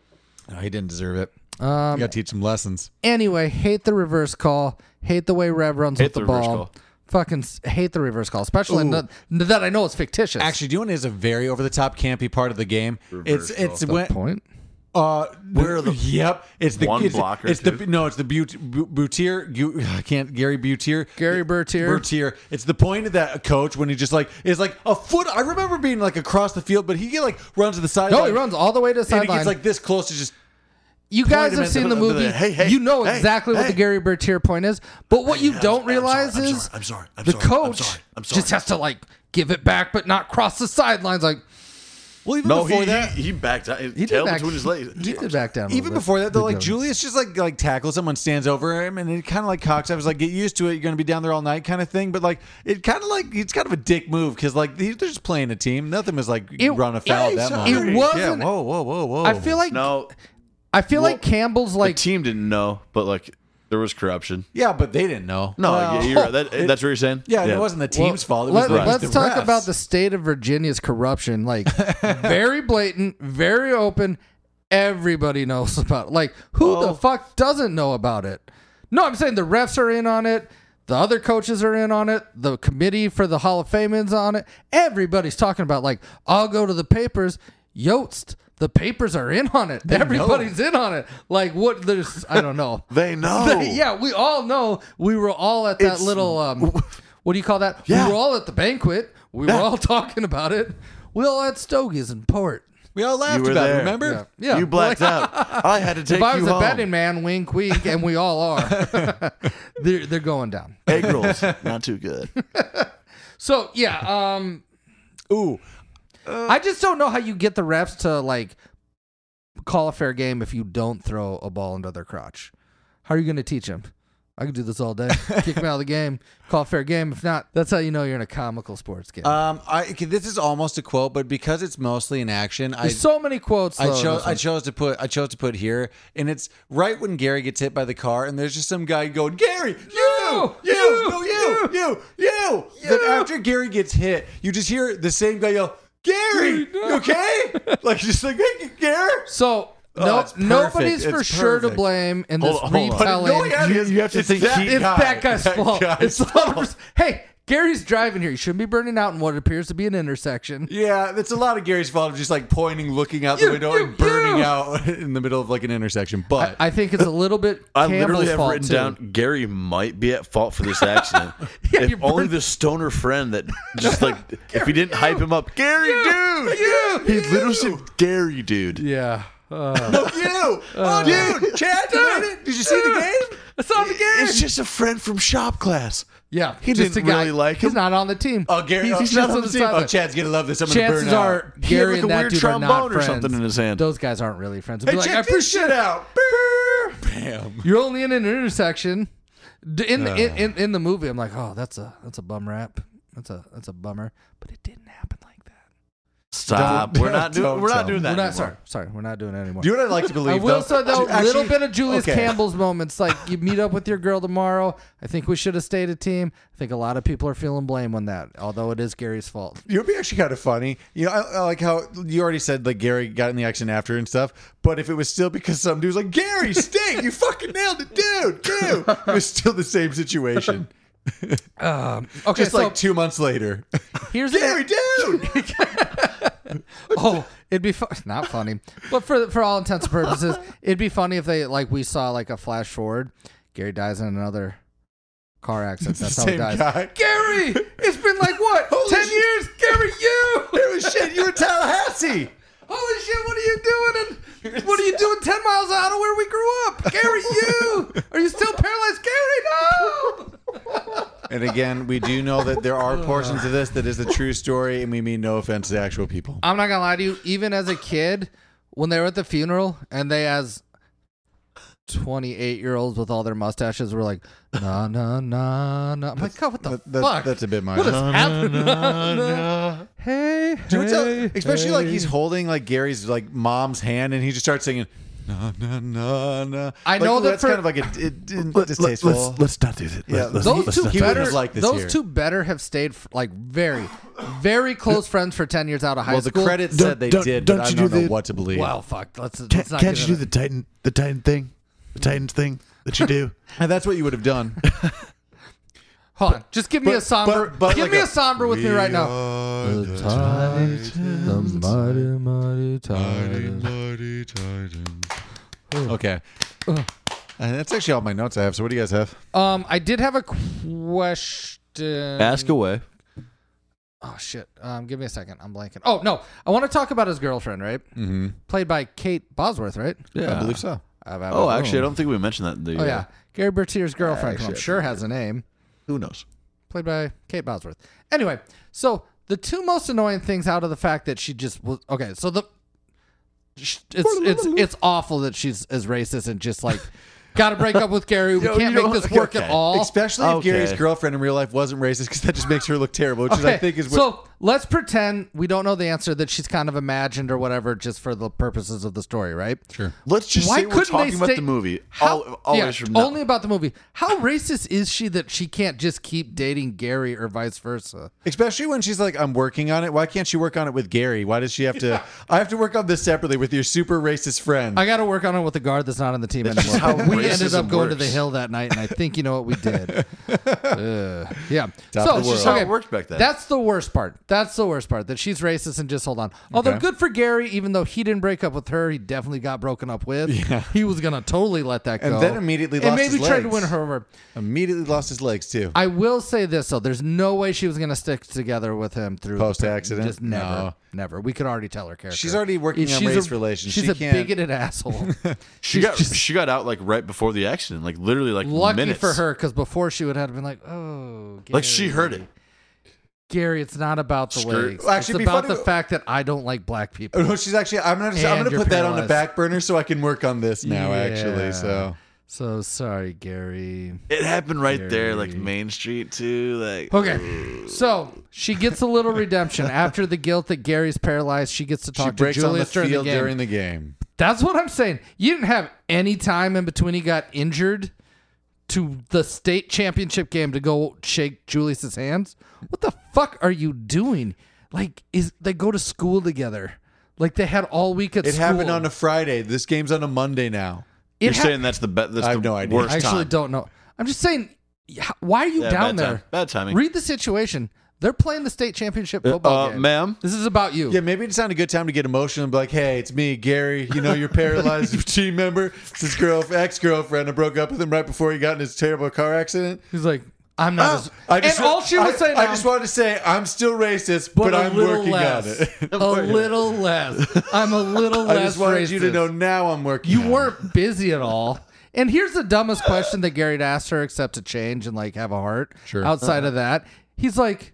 [SPEAKER 2] No, he didn't deserve it. Um, you got to teach him lessons.
[SPEAKER 4] Anyway, hate the reverse call. Hate the way Rev runs with
[SPEAKER 3] the
[SPEAKER 4] the,
[SPEAKER 3] reverse
[SPEAKER 4] ball.
[SPEAKER 3] call.
[SPEAKER 4] Fucking s- hate the reverse call, especially in the- that I know it's fictitious.
[SPEAKER 2] Actually, doing is a very over the top campy part of the game. it's it's when
[SPEAKER 4] point.
[SPEAKER 2] uh where
[SPEAKER 3] are the-
[SPEAKER 2] yep it's the
[SPEAKER 3] One
[SPEAKER 2] it's,
[SPEAKER 3] blocker,
[SPEAKER 2] it's
[SPEAKER 3] too.
[SPEAKER 2] the no it's the But- Bu- Butier Gu- [SIGHS] I can't Gary Butier
[SPEAKER 4] Gary Bertier.
[SPEAKER 2] Bertier it's the point of that coach when he just like is like a foot I remember being like across the field but he get like runs to the side
[SPEAKER 4] No, he runs all the way to the
[SPEAKER 2] and he
[SPEAKER 4] sideline.
[SPEAKER 2] gets like this close to just
[SPEAKER 4] You guys
[SPEAKER 2] him
[SPEAKER 4] have
[SPEAKER 2] at
[SPEAKER 4] seen
[SPEAKER 2] the-
[SPEAKER 4] the
[SPEAKER 2] the-
[SPEAKER 4] movie.
[SPEAKER 2] the- hey, hey,
[SPEAKER 4] you know
[SPEAKER 2] hey,
[SPEAKER 4] exactly what the
[SPEAKER 2] hey.
[SPEAKER 4] Gary Bertier point is. But what you don't
[SPEAKER 3] sorry, I'm sorry,
[SPEAKER 4] realize
[SPEAKER 3] I'm
[SPEAKER 4] is
[SPEAKER 3] sorry, I'm sorry, I'm
[SPEAKER 4] the
[SPEAKER 3] sorry, I'm
[SPEAKER 4] coach
[SPEAKER 3] sorry, I'm sorry.
[SPEAKER 4] just has to like give it back, but not cross the sidelines. Like
[SPEAKER 2] well even
[SPEAKER 3] No,
[SPEAKER 2] before
[SPEAKER 3] he,
[SPEAKER 2] that
[SPEAKER 3] he he backed out. His
[SPEAKER 4] he did
[SPEAKER 3] tail
[SPEAKER 4] back,
[SPEAKER 3] between his legs.
[SPEAKER 4] He did back down. a little
[SPEAKER 2] Even
[SPEAKER 4] bit.
[SPEAKER 2] before that, though,
[SPEAKER 4] Did
[SPEAKER 2] like
[SPEAKER 4] that.
[SPEAKER 2] Julius just like like tackles him when stands over him, and it kind of like cocks up. It's like get used to it. You're gonna be down there all night, kind of thing. But like it kind of like it's kind of a dick move because like he- they're just playing a team. Nothing was like
[SPEAKER 4] It-
[SPEAKER 2] run a
[SPEAKER 4] it-
[SPEAKER 2] foul at that
[SPEAKER 4] it
[SPEAKER 2] moment. yeah,
[SPEAKER 4] wasn't-
[SPEAKER 2] whoa, whoa, whoa, whoa.
[SPEAKER 4] I feel like
[SPEAKER 3] No,
[SPEAKER 4] I feel
[SPEAKER 3] Well,
[SPEAKER 4] like Campbell's
[SPEAKER 3] the
[SPEAKER 4] like
[SPEAKER 3] team didn't know, but like there was corruption.
[SPEAKER 2] yeah, but they didn't know.
[SPEAKER 3] No,
[SPEAKER 2] Well,
[SPEAKER 3] yeah, you're right. That, that's what you're saying.
[SPEAKER 2] yeah, and it wasn't the team's fault. It was
[SPEAKER 4] Let,
[SPEAKER 2] the, it was
[SPEAKER 4] us
[SPEAKER 2] the
[SPEAKER 4] talk
[SPEAKER 2] refs.
[SPEAKER 4] about the state of Virginia's corruption. Like very blatant, very open. Everybody knows about. It. Like who the fuck doesn't know about it? No, I'm saying the refs are in on it. The other coaches are in on it. The committee for the Hall of Fame is on it. Everybody's talking about like I'll go to the papers. Yost, the papers are in on it. Everybody's in on it. Like what? There's I don't know.
[SPEAKER 3] They know.
[SPEAKER 4] [LAUGHS] Yeah, we all know we were all at that little
[SPEAKER 3] [LAUGHS]
[SPEAKER 4] um what do you call that?
[SPEAKER 3] Yeah.
[SPEAKER 4] We were all at the banquet. We were all [LAUGHS] talking about it. We all had stogies and port.
[SPEAKER 2] we all laughed
[SPEAKER 3] were
[SPEAKER 2] about it.
[SPEAKER 3] there.
[SPEAKER 2] Remember?
[SPEAKER 4] Yeah. Yeah.
[SPEAKER 3] You
[SPEAKER 4] [LAUGHS]
[SPEAKER 3] blacked out. I had to take
[SPEAKER 4] If I
[SPEAKER 3] you
[SPEAKER 4] was a [LAUGHS] betting
[SPEAKER 3] home.
[SPEAKER 4] man, wink wink, and we all
[SPEAKER 3] [LAUGHS]
[SPEAKER 4] are. [LAUGHS] they're they're going down.
[SPEAKER 3] Egg rolls, not too good.
[SPEAKER 4] So yeah, um
[SPEAKER 2] Ooh,
[SPEAKER 4] I just don't know how you get the refs to like call a fair game if you don't throw a ball into their crotch. How are you going to teach them? I could do
[SPEAKER 2] [LAUGHS]
[SPEAKER 4] this all day. Kick them out of the game. Call a fair game. If not, that's how you know you're in a comical sports game.
[SPEAKER 2] um, I okay, this is almost a quote, but because it's mostly in action, I
[SPEAKER 4] There's so many quotes. Though,
[SPEAKER 2] I
[SPEAKER 4] in
[SPEAKER 2] chose
[SPEAKER 4] this one.
[SPEAKER 2] I chose to put I chose to put here, and it's right when Gary gets hit by the car, and there's just some guy going, Gary, you, you,
[SPEAKER 4] you,
[SPEAKER 2] no, you, you, you, Then after Gary gets hit, you just hear the same guy yell, Gary, you
[SPEAKER 4] [LAUGHS]
[SPEAKER 2] okay? like just like hey, Gary.
[SPEAKER 4] So no,
[SPEAKER 2] Oh, it's perfect.
[SPEAKER 4] nobody's for
[SPEAKER 2] It's
[SPEAKER 4] sure to
[SPEAKER 2] perfect.
[SPEAKER 4] blame in this
[SPEAKER 3] Hold on, hold on.
[SPEAKER 2] But
[SPEAKER 4] retelling.
[SPEAKER 2] no, yeah, it is.
[SPEAKER 4] [LAUGHS]
[SPEAKER 3] You- you have to
[SPEAKER 2] It's
[SPEAKER 3] think
[SPEAKER 2] that,
[SPEAKER 3] he-
[SPEAKER 4] it's that guy's fault.
[SPEAKER 2] guy's
[SPEAKER 4] It's 100%. Hey, Gary's driving here. He shouldn't be burning out in what appears to be an intersection.
[SPEAKER 2] Yeah, that's a lot of Gary's fault of just like pointing, looking out the
[SPEAKER 4] You-
[SPEAKER 2] window,
[SPEAKER 4] you-
[SPEAKER 2] and burning
[SPEAKER 4] you!
[SPEAKER 2] out [LAUGHS] in the middle of like an intersection.
[SPEAKER 4] I,
[SPEAKER 2] But
[SPEAKER 4] I think it's a little bit.
[SPEAKER 3] I
[SPEAKER 4] Campbell's
[SPEAKER 3] literally have
[SPEAKER 4] fault
[SPEAKER 3] written
[SPEAKER 4] too.
[SPEAKER 3] down Gary might be at fault
[SPEAKER 4] [LAUGHS]
[SPEAKER 3] for this accident.
[SPEAKER 4] Yeah,
[SPEAKER 3] if
[SPEAKER 4] you're
[SPEAKER 3] only
[SPEAKER 4] burnt-
[SPEAKER 3] the stoner friend that just
[SPEAKER 4] [LAUGHS]
[SPEAKER 3] like if he didn't hype him up, Gary dude,
[SPEAKER 4] you,
[SPEAKER 3] he literally said Gary dude.
[SPEAKER 4] Yeah. Uh,
[SPEAKER 2] no, you, oh, dude, Chad, you made it? did you see the game?
[SPEAKER 4] I saw him again.
[SPEAKER 3] It's just a friend from shop class.
[SPEAKER 4] yeah.
[SPEAKER 3] he
[SPEAKER 4] just
[SPEAKER 3] didn't
[SPEAKER 4] a guy.
[SPEAKER 3] really like
[SPEAKER 4] He's
[SPEAKER 3] him.
[SPEAKER 4] not on the team.
[SPEAKER 2] Oh, Gary,
[SPEAKER 4] He's,
[SPEAKER 2] oh, Chad's
[SPEAKER 4] he's
[SPEAKER 2] on
[SPEAKER 4] just on
[SPEAKER 2] the
[SPEAKER 4] the
[SPEAKER 2] team. Oh,
[SPEAKER 4] sideline.
[SPEAKER 2] Chad's gonna love this. I'm gonna burn
[SPEAKER 4] Chances
[SPEAKER 2] out.
[SPEAKER 4] are
[SPEAKER 3] He had,
[SPEAKER 4] Gary
[SPEAKER 3] like,
[SPEAKER 4] and
[SPEAKER 3] a
[SPEAKER 4] that
[SPEAKER 3] weird
[SPEAKER 4] dude are not
[SPEAKER 3] trombone or
[SPEAKER 4] friends.
[SPEAKER 3] something in his hand.
[SPEAKER 4] Those guys aren't really friends. Be
[SPEAKER 2] hey,
[SPEAKER 4] like, I
[SPEAKER 2] check this
[SPEAKER 4] appreciate
[SPEAKER 2] shit out. Brrr. Bam.
[SPEAKER 4] you're only in an intersection. D- In, the [SIGHS] in, in in the movie, I'm like, oh, that's a that's a bum rap. That's a that's a bummer. But it didn't happen like that.
[SPEAKER 3] Stop.
[SPEAKER 2] Don't-
[SPEAKER 3] we're not doing.
[SPEAKER 2] don't
[SPEAKER 3] We're
[SPEAKER 2] tell
[SPEAKER 3] not
[SPEAKER 2] me.
[SPEAKER 3] doing that.
[SPEAKER 4] We're not
[SPEAKER 3] anymore.
[SPEAKER 4] sorry, sorry, we're not doing it anymore.
[SPEAKER 2] Do you know what I'd like to
[SPEAKER 4] I
[SPEAKER 2] believe?
[SPEAKER 4] will say though, a
[SPEAKER 2] Actually-
[SPEAKER 4] little bit of Julius
[SPEAKER 2] okay.
[SPEAKER 4] Campbell's moments, like you meet up with your girl tomorrow. I think we should have stayed a team. I think a lot of people are feeling blame on that, although it is Gary's fault.
[SPEAKER 2] It would be actually kind of funny. You know, I, I like how you already said like Gary got in the accident after and stuff. But if it was still because some dude was like Gary, stink, you fucking nailed it, dude, dude, it was still the same situation. Um,
[SPEAKER 4] [LAUGHS] Okay,
[SPEAKER 2] Just
[SPEAKER 4] so
[SPEAKER 2] like two months later,
[SPEAKER 4] here's
[SPEAKER 2] Gary,
[SPEAKER 4] the
[SPEAKER 2] dude.
[SPEAKER 4] oh, it'd be fu- [LAUGHS] not funny, but for for all intents
[SPEAKER 2] [LAUGHS]
[SPEAKER 4] and purposes, it'd be funny if they like we saw like a flash forward. Gary dies in another car accident. That's how
[SPEAKER 2] [LAUGHS]
[SPEAKER 4] he
[SPEAKER 2] Same
[SPEAKER 4] dies.
[SPEAKER 2] guy.
[SPEAKER 4] Gary, it's been like what
[SPEAKER 2] [LAUGHS] Holy
[SPEAKER 4] ten
[SPEAKER 2] shit.
[SPEAKER 4] years, Gary?
[SPEAKER 2] [LAUGHS]
[SPEAKER 4] You.
[SPEAKER 2] Holy shit, you were Tallahassee.
[SPEAKER 4] Holy shit, what are you doing? And what are you doing 10 miles out of where we grew up? Gary, you! Are you still paralyzed? Gary, no!
[SPEAKER 2] And again, we do know that there [LAUGHS] are portions of this that is a true story, and we mean no offense to actual people.
[SPEAKER 4] I'm not gonna lie to you, even as a kid, when they were at the funeral and they, as 28 year olds with all their mustaches, were like, na na na na. I'm like, God, what the
[SPEAKER 2] That- that-
[SPEAKER 4] fuck?
[SPEAKER 2] That's a bit much.
[SPEAKER 4] what is happening? Na, na. Hey,
[SPEAKER 2] Do you tell-
[SPEAKER 4] hey,
[SPEAKER 2] especially like
[SPEAKER 4] hey.
[SPEAKER 2] he's holding like Gary's like mom's hand, and he just starts singing. Na na na na.
[SPEAKER 4] I
[SPEAKER 2] Like,
[SPEAKER 4] know
[SPEAKER 2] ooh,
[SPEAKER 4] that
[SPEAKER 2] that's
[SPEAKER 4] for-
[SPEAKER 2] kind of like a it, it,
[SPEAKER 3] Let- let-
[SPEAKER 2] distasteful.
[SPEAKER 3] Let's, let's not do that.
[SPEAKER 2] Yeah,
[SPEAKER 3] Let- let's-
[SPEAKER 2] those
[SPEAKER 4] those
[SPEAKER 3] let's
[SPEAKER 4] two
[SPEAKER 2] he
[SPEAKER 3] not do that.
[SPEAKER 2] would've
[SPEAKER 4] better
[SPEAKER 2] liked this
[SPEAKER 4] those
[SPEAKER 2] year.
[SPEAKER 4] two better have stayed f- like very very close friends for 10 years out of high
[SPEAKER 2] well, the
[SPEAKER 4] school
[SPEAKER 2] credits
[SPEAKER 3] Don't-
[SPEAKER 2] said they
[SPEAKER 3] don't-
[SPEAKER 2] did,
[SPEAKER 3] don't
[SPEAKER 2] but I
[SPEAKER 3] you
[SPEAKER 2] don't
[SPEAKER 3] do
[SPEAKER 2] know
[SPEAKER 3] the-
[SPEAKER 2] what to believe.
[SPEAKER 4] wow fuck let's, let's
[SPEAKER 3] Can't,
[SPEAKER 4] not
[SPEAKER 3] can't
[SPEAKER 4] get
[SPEAKER 3] you
[SPEAKER 4] into
[SPEAKER 3] do the Titan? The Titan thing. The Titans thing
[SPEAKER 4] [LAUGHS]
[SPEAKER 3] that you do.
[SPEAKER 2] And that's what you would have
[SPEAKER 3] [LAUGHS]
[SPEAKER 2] done.
[SPEAKER 4] Hold on. Just give me
[SPEAKER 2] but-
[SPEAKER 4] a somber.
[SPEAKER 2] but- but
[SPEAKER 4] give
[SPEAKER 2] like
[SPEAKER 4] me
[SPEAKER 2] a-
[SPEAKER 4] a, somber with me right now.
[SPEAKER 2] now. Okay. And Uh, that's actually all my notes I have. So what do you guys have?
[SPEAKER 4] Um, I did have a question.
[SPEAKER 3] Ask away.
[SPEAKER 4] Oh shit. Um, give me a second. I'm blanking. Oh no. I want to talk about his girlfriend, right?
[SPEAKER 2] Mm-hmm.
[SPEAKER 4] Played by Kate Bosworth, right?
[SPEAKER 2] I believe so.
[SPEAKER 3] Oh, actually, I don't think we mentioned that. In the,
[SPEAKER 4] Oh yeah. Gary Bertier's girlfriend, who I'm
[SPEAKER 3] Actually, I
[SPEAKER 4] sure has a name,
[SPEAKER 3] Who knows?
[SPEAKER 4] played by Kate Bosworth. Anyway, so the two most annoying things out of the fact that she just was okay. So the sh- it's it's it's awful that she's as racist and just
[SPEAKER 2] [LAUGHS]
[SPEAKER 4] like got to break up with Gary. We
[SPEAKER 3] Yo,
[SPEAKER 4] can't
[SPEAKER 3] you
[SPEAKER 4] make
[SPEAKER 3] know-
[SPEAKER 4] this work at
[SPEAKER 3] okay.
[SPEAKER 4] all.
[SPEAKER 2] Especially if
[SPEAKER 3] Okay.
[SPEAKER 2] Gary's girlfriend in real life wasn't racist, because that just makes her look terrible, which is, I think is what.
[SPEAKER 4] so let's pretend we don't know the answer that she's kind of imagined or whatever, just for the purposes of the story, right?
[SPEAKER 2] sure.
[SPEAKER 3] Let's just
[SPEAKER 4] Why
[SPEAKER 3] say we're
[SPEAKER 4] couldn't
[SPEAKER 3] talking
[SPEAKER 4] they
[SPEAKER 3] about
[SPEAKER 4] stay-
[SPEAKER 3] the movie.
[SPEAKER 4] How,
[SPEAKER 3] Al- always
[SPEAKER 4] yeah,
[SPEAKER 3] from now.
[SPEAKER 4] only about the movie. How racist is she that she can't just keep dating Gary or vice versa?
[SPEAKER 2] Especially when she's like, I'm working on it. Why can't she work on it with Gary? Why does she have to? I have to work on this separately with your super racist friend.
[SPEAKER 4] I got to work on it with a guard that's not on the team anymore.
[SPEAKER 3] how
[SPEAKER 4] we ended up
[SPEAKER 3] racism
[SPEAKER 4] going to the
[SPEAKER 3] works.
[SPEAKER 4] hill that night, and I think you know what we did.
[SPEAKER 2] [LAUGHS]
[SPEAKER 4] Ugh. yeah.
[SPEAKER 2] Top
[SPEAKER 4] so
[SPEAKER 2] of the world.
[SPEAKER 3] That's how it worked back then.
[SPEAKER 4] That's the worst part. That's the worst part that she's racist and just hold on. Although
[SPEAKER 2] Okay.
[SPEAKER 4] good for Gary, even though he didn't break up with her, he definitely got broken up with. He was gonna totally let that go.
[SPEAKER 2] And then immediately
[SPEAKER 4] and
[SPEAKER 2] lost
[SPEAKER 4] maybe
[SPEAKER 2] his
[SPEAKER 4] tried to
[SPEAKER 2] legs.
[SPEAKER 4] win her over.
[SPEAKER 2] Immediately lost his legs too.
[SPEAKER 4] I will say this though: there's no way she was gonna stick together with him through the-
[SPEAKER 2] Post accident?
[SPEAKER 4] Just never,
[SPEAKER 2] No.
[SPEAKER 4] never. We could already tell her character.
[SPEAKER 2] She's already working on
[SPEAKER 4] She's a-
[SPEAKER 2] race relations.
[SPEAKER 4] She's
[SPEAKER 2] She
[SPEAKER 4] a
[SPEAKER 2] can't- [LAUGHS]
[SPEAKER 4] bigoted asshole.
[SPEAKER 3] she got she got out like right before the accident, like literally like
[SPEAKER 4] Lucky
[SPEAKER 3] minutes
[SPEAKER 4] for her, because before she would have been like, "Oh, Gary.
[SPEAKER 3] Like she heard it.
[SPEAKER 4] Gary, it's not about the
[SPEAKER 3] Skirt.
[SPEAKER 4] legs.
[SPEAKER 2] Well, actually,
[SPEAKER 4] it's
[SPEAKER 2] it'd be
[SPEAKER 4] about
[SPEAKER 2] funny-
[SPEAKER 4] the fact that I don't like black people."
[SPEAKER 2] Oh, No, she's actually. I'm gonna. I'm
[SPEAKER 4] And
[SPEAKER 2] gonna
[SPEAKER 4] you're
[SPEAKER 2] put that on the
[SPEAKER 4] paralyzed.
[SPEAKER 2] back burner so I can work on this now. Actually, so
[SPEAKER 4] So sorry, Gary.
[SPEAKER 3] It happened right there, like Main Street too. Like
[SPEAKER 4] Okay, so she gets a little redemption after the guilt that Gary's paralyzed. She gets to
[SPEAKER 2] she
[SPEAKER 4] talk to
[SPEAKER 2] breaks on the
[SPEAKER 4] Julius
[SPEAKER 2] field
[SPEAKER 4] during the game.
[SPEAKER 2] during the game.
[SPEAKER 4] That's what I'm saying. You didn't have any time in between he got injured to the state championship game to go shake Julius's hands. What the fuck are you doing? Like, is they go to school together? Like they had all week at
[SPEAKER 2] It
[SPEAKER 4] school.
[SPEAKER 2] happened on a Friday. This game's on a Monday now.
[SPEAKER 4] It
[SPEAKER 3] you're
[SPEAKER 4] ha-
[SPEAKER 3] saying that's the best. That's
[SPEAKER 2] I
[SPEAKER 3] the
[SPEAKER 2] have no idea.
[SPEAKER 3] worst
[SPEAKER 4] I actually
[SPEAKER 3] time.
[SPEAKER 4] don't know. I'm just saying Yeah, Why are you
[SPEAKER 3] Yeah,
[SPEAKER 4] down
[SPEAKER 3] bad
[SPEAKER 4] there?
[SPEAKER 3] Time. Bad timing.
[SPEAKER 4] Read the situation. They're playing the state championship football
[SPEAKER 3] uh,
[SPEAKER 4] game.
[SPEAKER 3] ma'am.
[SPEAKER 4] This is about you.
[SPEAKER 2] Yeah, maybe it's not a good time to get emotional and be like, hey, it's me, Gary. You know, your paralyzed [LAUGHS] team member. It's his girl, ex girlfriend. I broke up with him right before he got in his terrible car accident.
[SPEAKER 4] He's like, I'm not. as, Oh, and all she was
[SPEAKER 2] Ah, I,
[SPEAKER 4] saying,
[SPEAKER 2] I
[SPEAKER 4] now,
[SPEAKER 2] just wanted to say I'm still racist, but,
[SPEAKER 4] a
[SPEAKER 2] I'm
[SPEAKER 4] little
[SPEAKER 2] working
[SPEAKER 4] less.
[SPEAKER 2] on
[SPEAKER 4] [LAUGHS]
[SPEAKER 2] it. [LAUGHS]
[SPEAKER 4] a little less. I'm a little
[SPEAKER 2] I
[SPEAKER 4] less.
[SPEAKER 2] just wanted you to
[SPEAKER 4] racist.
[SPEAKER 2] know now I'm working.
[SPEAKER 4] You
[SPEAKER 2] on it.
[SPEAKER 4] weren't busy at all. And here's the dumbest question that Gary asked her, except to change and like have a heart.
[SPEAKER 2] Sure.
[SPEAKER 4] Outside
[SPEAKER 2] Uh-huh.
[SPEAKER 4] of that, he's like,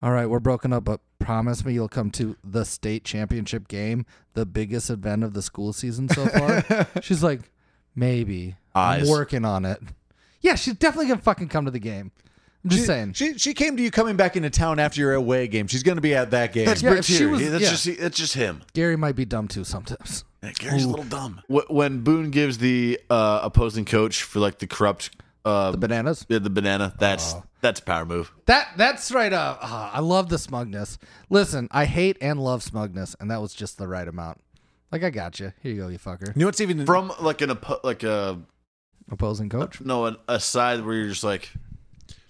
[SPEAKER 4] "All right, we're broken up, but promise me you'll come to the state championship game, the biggest event of the school season so
[SPEAKER 2] [LAUGHS]
[SPEAKER 4] far." she's like, "Maybe.
[SPEAKER 3] Eyes.
[SPEAKER 4] I'm working on it." Yeah, she's definitely gonna fucking come to the game. I'm just
[SPEAKER 2] She-
[SPEAKER 4] saying.
[SPEAKER 2] She she came to you coming back into town after your away game. She's going to be at that game.
[SPEAKER 3] That's
[SPEAKER 4] Yeah,
[SPEAKER 3] yeah,
[SPEAKER 4] if she was-
[SPEAKER 3] that's
[SPEAKER 4] yeah.
[SPEAKER 3] just that's just him.
[SPEAKER 4] Gary might be dumb too sometimes.
[SPEAKER 3] Yeah, Gary's
[SPEAKER 4] Oh,
[SPEAKER 3] a little dumb. Wh- When Boone gives the uh, opposing coach for like the corrupt uh, the,
[SPEAKER 4] Bananas.
[SPEAKER 3] the banana, that's
[SPEAKER 4] Oh.
[SPEAKER 3] that's a power move.
[SPEAKER 4] That that's right up. ah, I love the smugness. Listen, I hate and love smugness, and that was just the right amount. Like I got you. Here you go, you fucker.
[SPEAKER 2] You know what's even
[SPEAKER 3] From like an oppo- like a
[SPEAKER 4] Opposing coach.
[SPEAKER 3] no an, a side where you're just like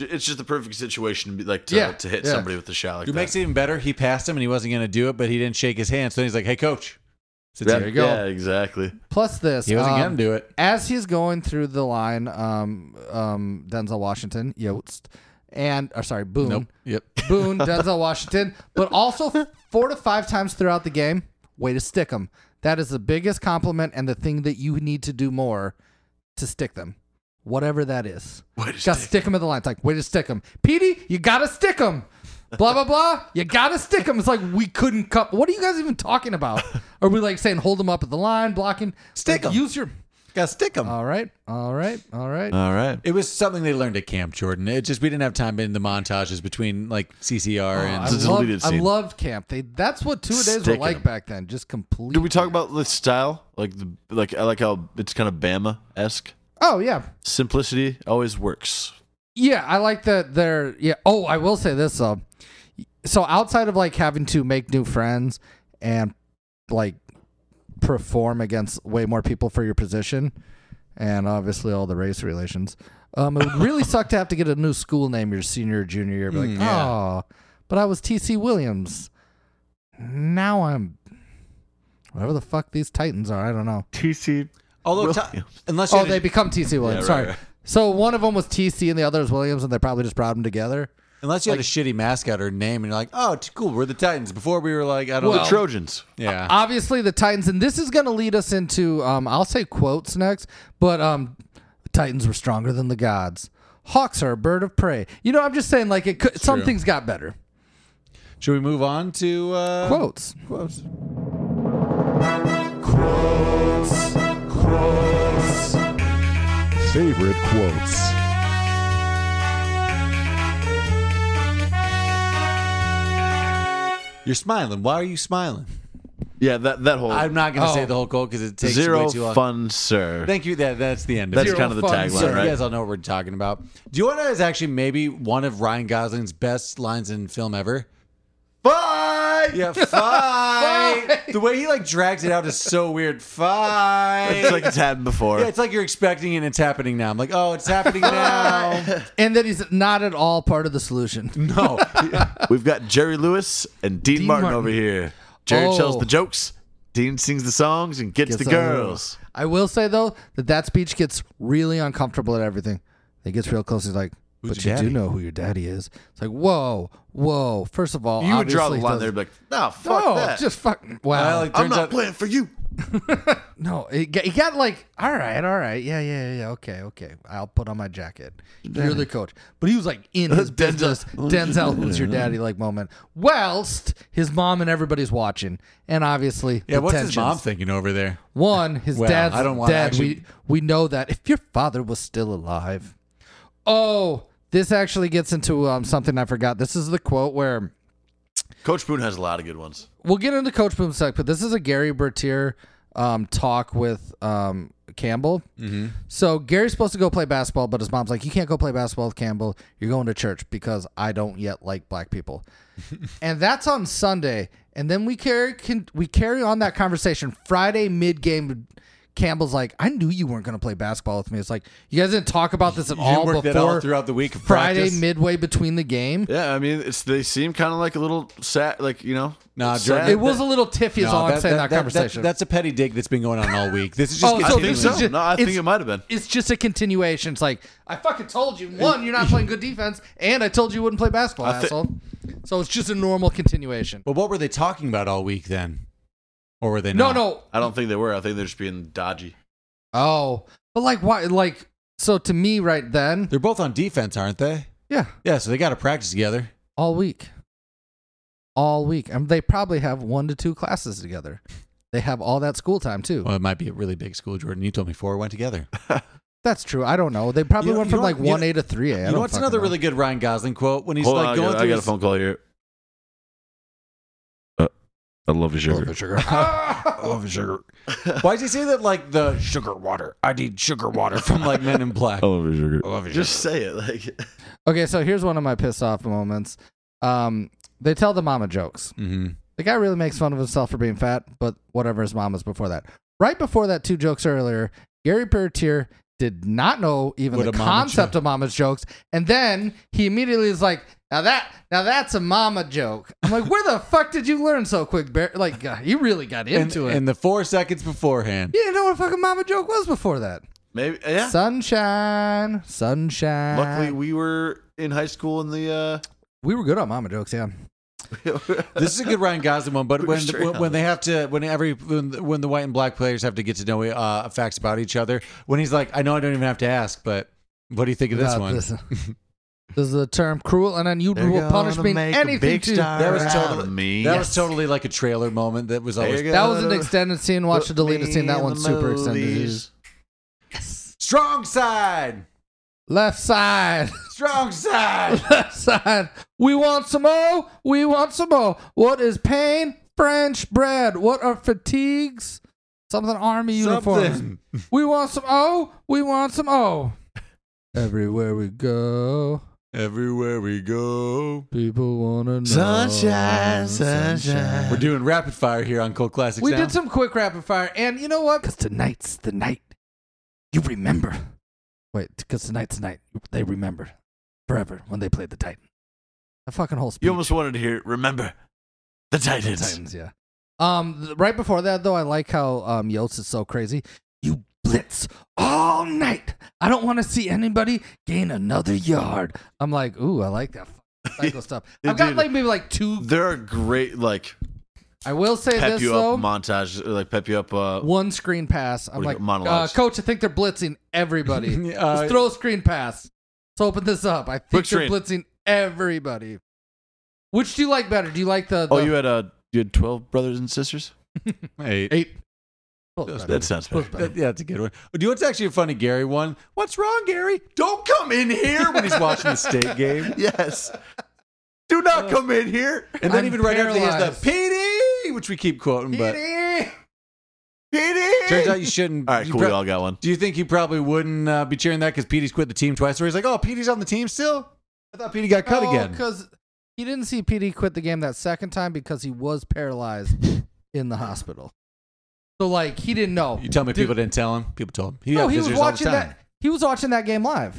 [SPEAKER 3] it's just the perfect situation to be like to,
[SPEAKER 4] Yeah,
[SPEAKER 3] to hit
[SPEAKER 4] yeah.
[SPEAKER 3] somebody with a shot like
[SPEAKER 2] who
[SPEAKER 3] that.
[SPEAKER 2] makes it even better? He passed him and he wasn't going to do it, but he didn't shake his hand. So then he's like, "Hey, coach." So
[SPEAKER 3] yeah,
[SPEAKER 2] there you go.
[SPEAKER 3] Yeah, exactly.
[SPEAKER 4] Plus this.
[SPEAKER 2] He wasn't
[SPEAKER 4] um,
[SPEAKER 2] going to do it.
[SPEAKER 4] as he's going through the line, um, um, Denzel Washington, Yost, and or sorry, Boone,
[SPEAKER 2] Nope. Yep.
[SPEAKER 4] Boone, Denzel Washington, but also four to five times throughout the game. Way to stick them. That is the biggest compliment and the thing that you need to do more to stick them, whatever that is.
[SPEAKER 3] Way to
[SPEAKER 4] Got to
[SPEAKER 3] stick.
[SPEAKER 4] stick them at the line. It's like, way to stick them. Petey, you got to stick them. Blah, blah, blah. You got to stick them. It's like, we couldn't cut. What are you guys even talking about? Are we like saying, hold them up at the line, blocking?
[SPEAKER 2] Stick 'em.
[SPEAKER 4] Use your.
[SPEAKER 2] Got to stick him.
[SPEAKER 4] All right. All right. All right.
[SPEAKER 3] All right.
[SPEAKER 2] It was something they learned at camp, Jordan. It just we didn't have time in the montages between like CCR and
[SPEAKER 4] Oh, I,
[SPEAKER 3] It's a
[SPEAKER 4] loved,
[SPEAKER 3] deleted
[SPEAKER 4] I
[SPEAKER 3] scene.
[SPEAKER 4] loved camp. They that's what two days were
[SPEAKER 3] Sticking
[SPEAKER 4] like
[SPEAKER 3] 'em.
[SPEAKER 4] back then. Just complete.
[SPEAKER 3] Did we talk about the style? Like the like I like how it's kind of Bama esque.
[SPEAKER 4] Oh yeah,
[SPEAKER 3] Simplicity always works.
[SPEAKER 4] Yeah, I like that they're yeah. Oh, I will say this though. So outside of like having to make new friends and like perform against way more people for your position and obviously all the race relations. Um it would really suck to have to get a new school name your senior or junior year be like,
[SPEAKER 2] Mm, yeah.
[SPEAKER 4] "Oh, but I was TC Williams. Now I'm whatever the fuck these Titans are, I don't know."
[SPEAKER 3] TC.
[SPEAKER 2] although
[SPEAKER 3] Williams.
[SPEAKER 2] ti- unless you
[SPEAKER 4] Oh,
[SPEAKER 2] had a-
[SPEAKER 4] they become TC Williams.
[SPEAKER 3] right,
[SPEAKER 4] Sorry.
[SPEAKER 3] right.
[SPEAKER 4] So one of them was TC and the other is Williams and they probably just brought them together.
[SPEAKER 2] unless you had a shitty mascot or name, and you're like, "Oh, it's cool, we're the Titans." Before we were like, "I don't
[SPEAKER 3] The
[SPEAKER 2] know."
[SPEAKER 3] Trojans.
[SPEAKER 2] yeah.
[SPEAKER 3] Ah.
[SPEAKER 4] obviously the Titans, and this is going to lead us into um, I'll say quotes next, but um, Titans were stronger than the gods. Hawks are a bird of prey. You know, I'm just saying, like it could, some things got better.
[SPEAKER 2] Should we move on to
[SPEAKER 3] Um,
[SPEAKER 2] uh,
[SPEAKER 4] Quotes.
[SPEAKER 2] quotes?
[SPEAKER 4] Quotes. Quotes.
[SPEAKER 5] Favorite quotes.
[SPEAKER 2] You're smiling. Why are you smiling?
[SPEAKER 3] Yeah, that that whole
[SPEAKER 2] I'm not going to
[SPEAKER 4] Oh.
[SPEAKER 2] say the whole quote because it takes
[SPEAKER 3] zero
[SPEAKER 2] way too long.
[SPEAKER 3] fun, sir.
[SPEAKER 2] Thank you. That that's the end. Of
[SPEAKER 3] That's
[SPEAKER 2] it.
[SPEAKER 3] kind of the
[SPEAKER 4] fun,
[SPEAKER 3] tagline,
[SPEAKER 4] sir.
[SPEAKER 2] So
[SPEAKER 3] right?
[SPEAKER 2] You guys all know what we're talking about. Do you want to is actually maybe one of Ryan Gosling's best lines in film ever?
[SPEAKER 3] Bye.
[SPEAKER 2] [LAUGHS] Yeah, fight. the way he like drags it out is so weird. Fight.
[SPEAKER 3] It's like it's happened before.
[SPEAKER 2] yeah, it's like you're expecting it and it's happening now. I'm like, oh, it's happening now.
[SPEAKER 4] And that he's not at all part of the solution.
[SPEAKER 2] [LAUGHS] no,
[SPEAKER 3] We've got Jerry Lewis and Dean,
[SPEAKER 4] Dean
[SPEAKER 3] Martin,
[SPEAKER 4] Martin.
[SPEAKER 3] over here. Jerry
[SPEAKER 4] Oh.
[SPEAKER 3] tells the jokes, Dean sings the songs, and gets,
[SPEAKER 4] Gets
[SPEAKER 3] the
[SPEAKER 4] on the
[SPEAKER 3] girls.
[SPEAKER 4] I will say though that that speech gets really uncomfortable at everything. It gets real close. He's like,
[SPEAKER 2] Who's
[SPEAKER 4] "But you
[SPEAKER 2] your
[SPEAKER 4] do
[SPEAKER 2] daddy?"
[SPEAKER 4] know who your daddy is." It's like, "Whoa, whoa!" First of all,
[SPEAKER 3] You would draw the
[SPEAKER 4] obviously he
[SPEAKER 3] line
[SPEAKER 4] does-
[SPEAKER 3] there, and be like, no, fuck
[SPEAKER 4] No,
[SPEAKER 3] that.
[SPEAKER 4] just fuck. Wow.
[SPEAKER 2] I like-
[SPEAKER 3] I'm
[SPEAKER 2] turns
[SPEAKER 3] not
[SPEAKER 2] out-
[SPEAKER 3] playing for you.
[SPEAKER 4] No, it got, it got like, all right, all right, yeah, yeah, yeah, okay, okay. I'll put on my jacket. You're the coach, but he was like in
[SPEAKER 3] [LAUGHS]
[SPEAKER 4] his business. Denzel, who's your daddy? Like moment, whilst his mom and everybody's watching, and obviously,
[SPEAKER 2] yeah.
[SPEAKER 4] the
[SPEAKER 2] What's
[SPEAKER 4] tensions.
[SPEAKER 2] his mom thinking over there?
[SPEAKER 4] One, his
[SPEAKER 2] Well,
[SPEAKER 4] dad's
[SPEAKER 2] I don't wanna
[SPEAKER 4] dad.
[SPEAKER 2] actually-
[SPEAKER 4] We we know that if your father was still alive. Oh, this actually gets into um, something I forgot. This is the quote where
[SPEAKER 3] Coach Boone has a lot of good ones.
[SPEAKER 4] we'll get into Coach Boom sec, but this is a Gary Bertier um, talk with um, Campbell. Mm-hmm. So Gary's supposed to go play basketball, but his mom's like, "You can't go play basketball with Campbell. You're going to church because I don't yet like
[SPEAKER 2] [LAUGHS]
[SPEAKER 4] black people." and that's on Sunday, and then we carry can, we carry on that conversation Friday mid game. Campbell's like, I knew you weren't going to play basketball with me. It's like, you guys didn't talk about this at
[SPEAKER 2] You
[SPEAKER 4] all
[SPEAKER 2] worked
[SPEAKER 4] before
[SPEAKER 2] that all throughout the week of
[SPEAKER 4] Friday,
[SPEAKER 2] practice.
[SPEAKER 4] midway between the game.
[SPEAKER 3] Yeah, I mean, it's they seem kind of like a little sad, like you know.
[SPEAKER 2] Nah,
[SPEAKER 3] sad.
[SPEAKER 2] Jordan,
[SPEAKER 4] It was a little tiffy, is
[SPEAKER 2] No,
[SPEAKER 4] all I'm saying. in That, conversation.
[SPEAKER 2] that's a petty dig that's been going on all week. This is just
[SPEAKER 4] [LAUGHS] Oh,
[SPEAKER 3] I
[SPEAKER 4] so
[SPEAKER 3] think
[SPEAKER 4] this
[SPEAKER 3] so.
[SPEAKER 4] is just-
[SPEAKER 3] no, I think
[SPEAKER 4] it's-
[SPEAKER 3] it might have been.
[SPEAKER 4] it's just a continuation. It's like I fucking told you. One, you're not playing good defense, and I told you you wouldn't play basketball,
[SPEAKER 3] I thi-
[SPEAKER 4] asshole. So it's just a normal continuation.
[SPEAKER 2] But what were they talking about all week then? Or were they
[SPEAKER 4] No,
[SPEAKER 2] not?
[SPEAKER 4] no.
[SPEAKER 3] I don't think they were. I think they're just being dodgy.
[SPEAKER 4] Oh, but like why? Like so to me, right then,
[SPEAKER 2] They're both on defense, aren't they?
[SPEAKER 4] yeah,
[SPEAKER 2] Yeah, so they got to practice together.
[SPEAKER 4] all week, all week, and they probably have one to two classes together. They have all that school time too.
[SPEAKER 2] Well, it might be a really big school, Jordan. You told me four went together.
[SPEAKER 4] That's true. I don't know. They probably
[SPEAKER 2] You know-
[SPEAKER 4] went
[SPEAKER 2] you
[SPEAKER 4] from
[SPEAKER 2] know-
[SPEAKER 4] like
[SPEAKER 2] you know-
[SPEAKER 4] one A to three A.
[SPEAKER 2] you know what's another really good Ryan Gosling quote when he's
[SPEAKER 3] Hold
[SPEAKER 2] like
[SPEAKER 3] on, I
[SPEAKER 2] going
[SPEAKER 3] got, I
[SPEAKER 2] through
[SPEAKER 3] got a
[SPEAKER 2] his,
[SPEAKER 3] phone call here. Uh, I love your sugar.
[SPEAKER 2] [LAUGHS] Why does he say that like the sugar water? I need sugar water from like Men in
[SPEAKER 3] [LAUGHS]
[SPEAKER 2] Black.
[SPEAKER 3] love your sugar. Just say it, like [LAUGHS]
[SPEAKER 4] Okay, so here's one of my pissed off moments. Um, they tell the mama jokes.
[SPEAKER 2] Mhm.
[SPEAKER 4] The guy really makes fun of himself for being fat, but whatever his mom was before that. Right before that, two jokes earlier, Gary Pertier did not know even
[SPEAKER 2] What
[SPEAKER 4] the
[SPEAKER 2] a mama
[SPEAKER 4] concept of mama's jokes, and then he immediately is like, "Now that, now that's a mama joke." I'm like, "Where the fuck did you learn so quick, Bear? Like, God, you really got
[SPEAKER 2] And,
[SPEAKER 4] into it.
[SPEAKER 2] and the four seconds beforehand.
[SPEAKER 4] you didn't know what a fucking mama joke was before that.
[SPEAKER 3] maybe. Yeah.
[SPEAKER 4] Sunshine, sunshine.
[SPEAKER 3] Luckily, we were in high school
[SPEAKER 4] [LAUGHS]
[SPEAKER 3] in the.
[SPEAKER 4] we were good on mama jokes, yeah.
[SPEAKER 3] uh
[SPEAKER 2] This is a good Ryan Gosling one,
[SPEAKER 3] [LAUGHS]
[SPEAKER 2] but
[SPEAKER 3] We're
[SPEAKER 2] when
[SPEAKER 3] straight
[SPEAKER 2] when,
[SPEAKER 3] on
[SPEAKER 2] when they have to, when every when, the- when the white and black players have to get to know uh, facts about each other, when he's like, I know I don't even have to ask, but what do you think of this
[SPEAKER 4] about
[SPEAKER 2] one?
[SPEAKER 4] This. [LAUGHS] This is the term cruel and unusual punishment. Anything to
[SPEAKER 2] That was
[SPEAKER 3] out
[SPEAKER 2] totally-
[SPEAKER 3] of me.
[SPEAKER 2] That was totally like a trailer moment that was
[SPEAKER 3] There
[SPEAKER 2] always
[SPEAKER 3] you go.
[SPEAKER 4] That was an extended scene. Watch the
[SPEAKER 3] Put
[SPEAKER 4] deleted
[SPEAKER 3] me
[SPEAKER 4] scene. That
[SPEAKER 3] in
[SPEAKER 4] one's
[SPEAKER 3] the
[SPEAKER 4] super extended.
[SPEAKER 3] movies.
[SPEAKER 2] strong side,
[SPEAKER 4] Left side. [LAUGHS]
[SPEAKER 2] strong side.
[SPEAKER 4] Left side. We want some more. We want some more. What is pain? French bread. What are fatigues? Something army uniforms.
[SPEAKER 2] Something.
[SPEAKER 4] We want some oh. We want some oh. Everywhere we go,
[SPEAKER 2] Everywhere we go.
[SPEAKER 4] people wanna know.
[SPEAKER 3] Sunshine, sunshine.
[SPEAKER 2] We're doing rapid fire here on Cold Classics.
[SPEAKER 4] We
[SPEAKER 2] now.
[SPEAKER 4] did some quick rapid fire, and you know what? Because tonight's the night you remember. Wait, because tonight's the night they remember forever when they played the Titan. The fucking whole speech.
[SPEAKER 3] You almost wanted to hear. Remember, the
[SPEAKER 4] the
[SPEAKER 3] Titans.
[SPEAKER 4] Titans, yeah. Um, th- right before that though, I like how um Yost is so crazy. You blitz all night. I don't want to see anybody gain another yard. I'm like, ooh, I like that fucking
[SPEAKER 3] [LAUGHS]
[SPEAKER 4] psycho stuff. I've got
[SPEAKER 3] Dude.
[SPEAKER 4] like maybe like two.
[SPEAKER 3] There are great like
[SPEAKER 4] I will say
[SPEAKER 3] pep
[SPEAKER 4] this
[SPEAKER 3] you
[SPEAKER 4] though.
[SPEAKER 3] up montages, or, like pep you up. Uh,
[SPEAKER 4] one screen pass. I'm
[SPEAKER 3] do you
[SPEAKER 4] like,
[SPEAKER 3] got,
[SPEAKER 4] uh,
[SPEAKER 3] monologues?
[SPEAKER 4] coach, I think they're blitzing everybody. Just
[SPEAKER 2] Uh,
[SPEAKER 4] throw a screen pass. Let's open this up. I think
[SPEAKER 3] Quick
[SPEAKER 4] they're
[SPEAKER 3] screen.
[SPEAKER 4] blitzing everybody. Which do you like better? Do you like the, the
[SPEAKER 3] oh, you had uh, you had twelve brothers and sisters.
[SPEAKER 2] hey,
[SPEAKER 4] eight? Oh,
[SPEAKER 2] That's
[SPEAKER 4] better.
[SPEAKER 3] That sounds
[SPEAKER 4] Both
[SPEAKER 3] bad.
[SPEAKER 4] better.
[SPEAKER 2] That- Uh, yeah, that's a good one. Do you know what's actually a funny Gary one? What's wrong, Gary? Don't come in here when he's watching the state game.
[SPEAKER 3] yes. Do not come in here.
[SPEAKER 2] And then
[SPEAKER 4] I'm
[SPEAKER 2] even right after
[SPEAKER 4] paralyzed.
[SPEAKER 2] he has the PD, which we keep quoting, but
[SPEAKER 3] PD.
[SPEAKER 2] turns out you shouldn't.
[SPEAKER 3] All right,
[SPEAKER 2] you
[SPEAKER 3] cool.
[SPEAKER 2] prob-
[SPEAKER 3] we all got one.
[SPEAKER 2] do you think he probably wouldn't uh, be cheering that because Petey's quit the team twice? Or he's like, oh, Petey's on the team still? I thought Petey got cut again.
[SPEAKER 4] Because you Oh, didn't see PD quit the game that second time because he was paralyzed in the hospital. So like he didn't know.
[SPEAKER 2] You tell me
[SPEAKER 4] Dude,
[SPEAKER 2] people didn't tell him. People told him. He
[SPEAKER 4] no,
[SPEAKER 2] had
[SPEAKER 4] he was
[SPEAKER 2] visitors all the
[SPEAKER 4] watching
[SPEAKER 2] time.
[SPEAKER 4] that. He was watching that game live.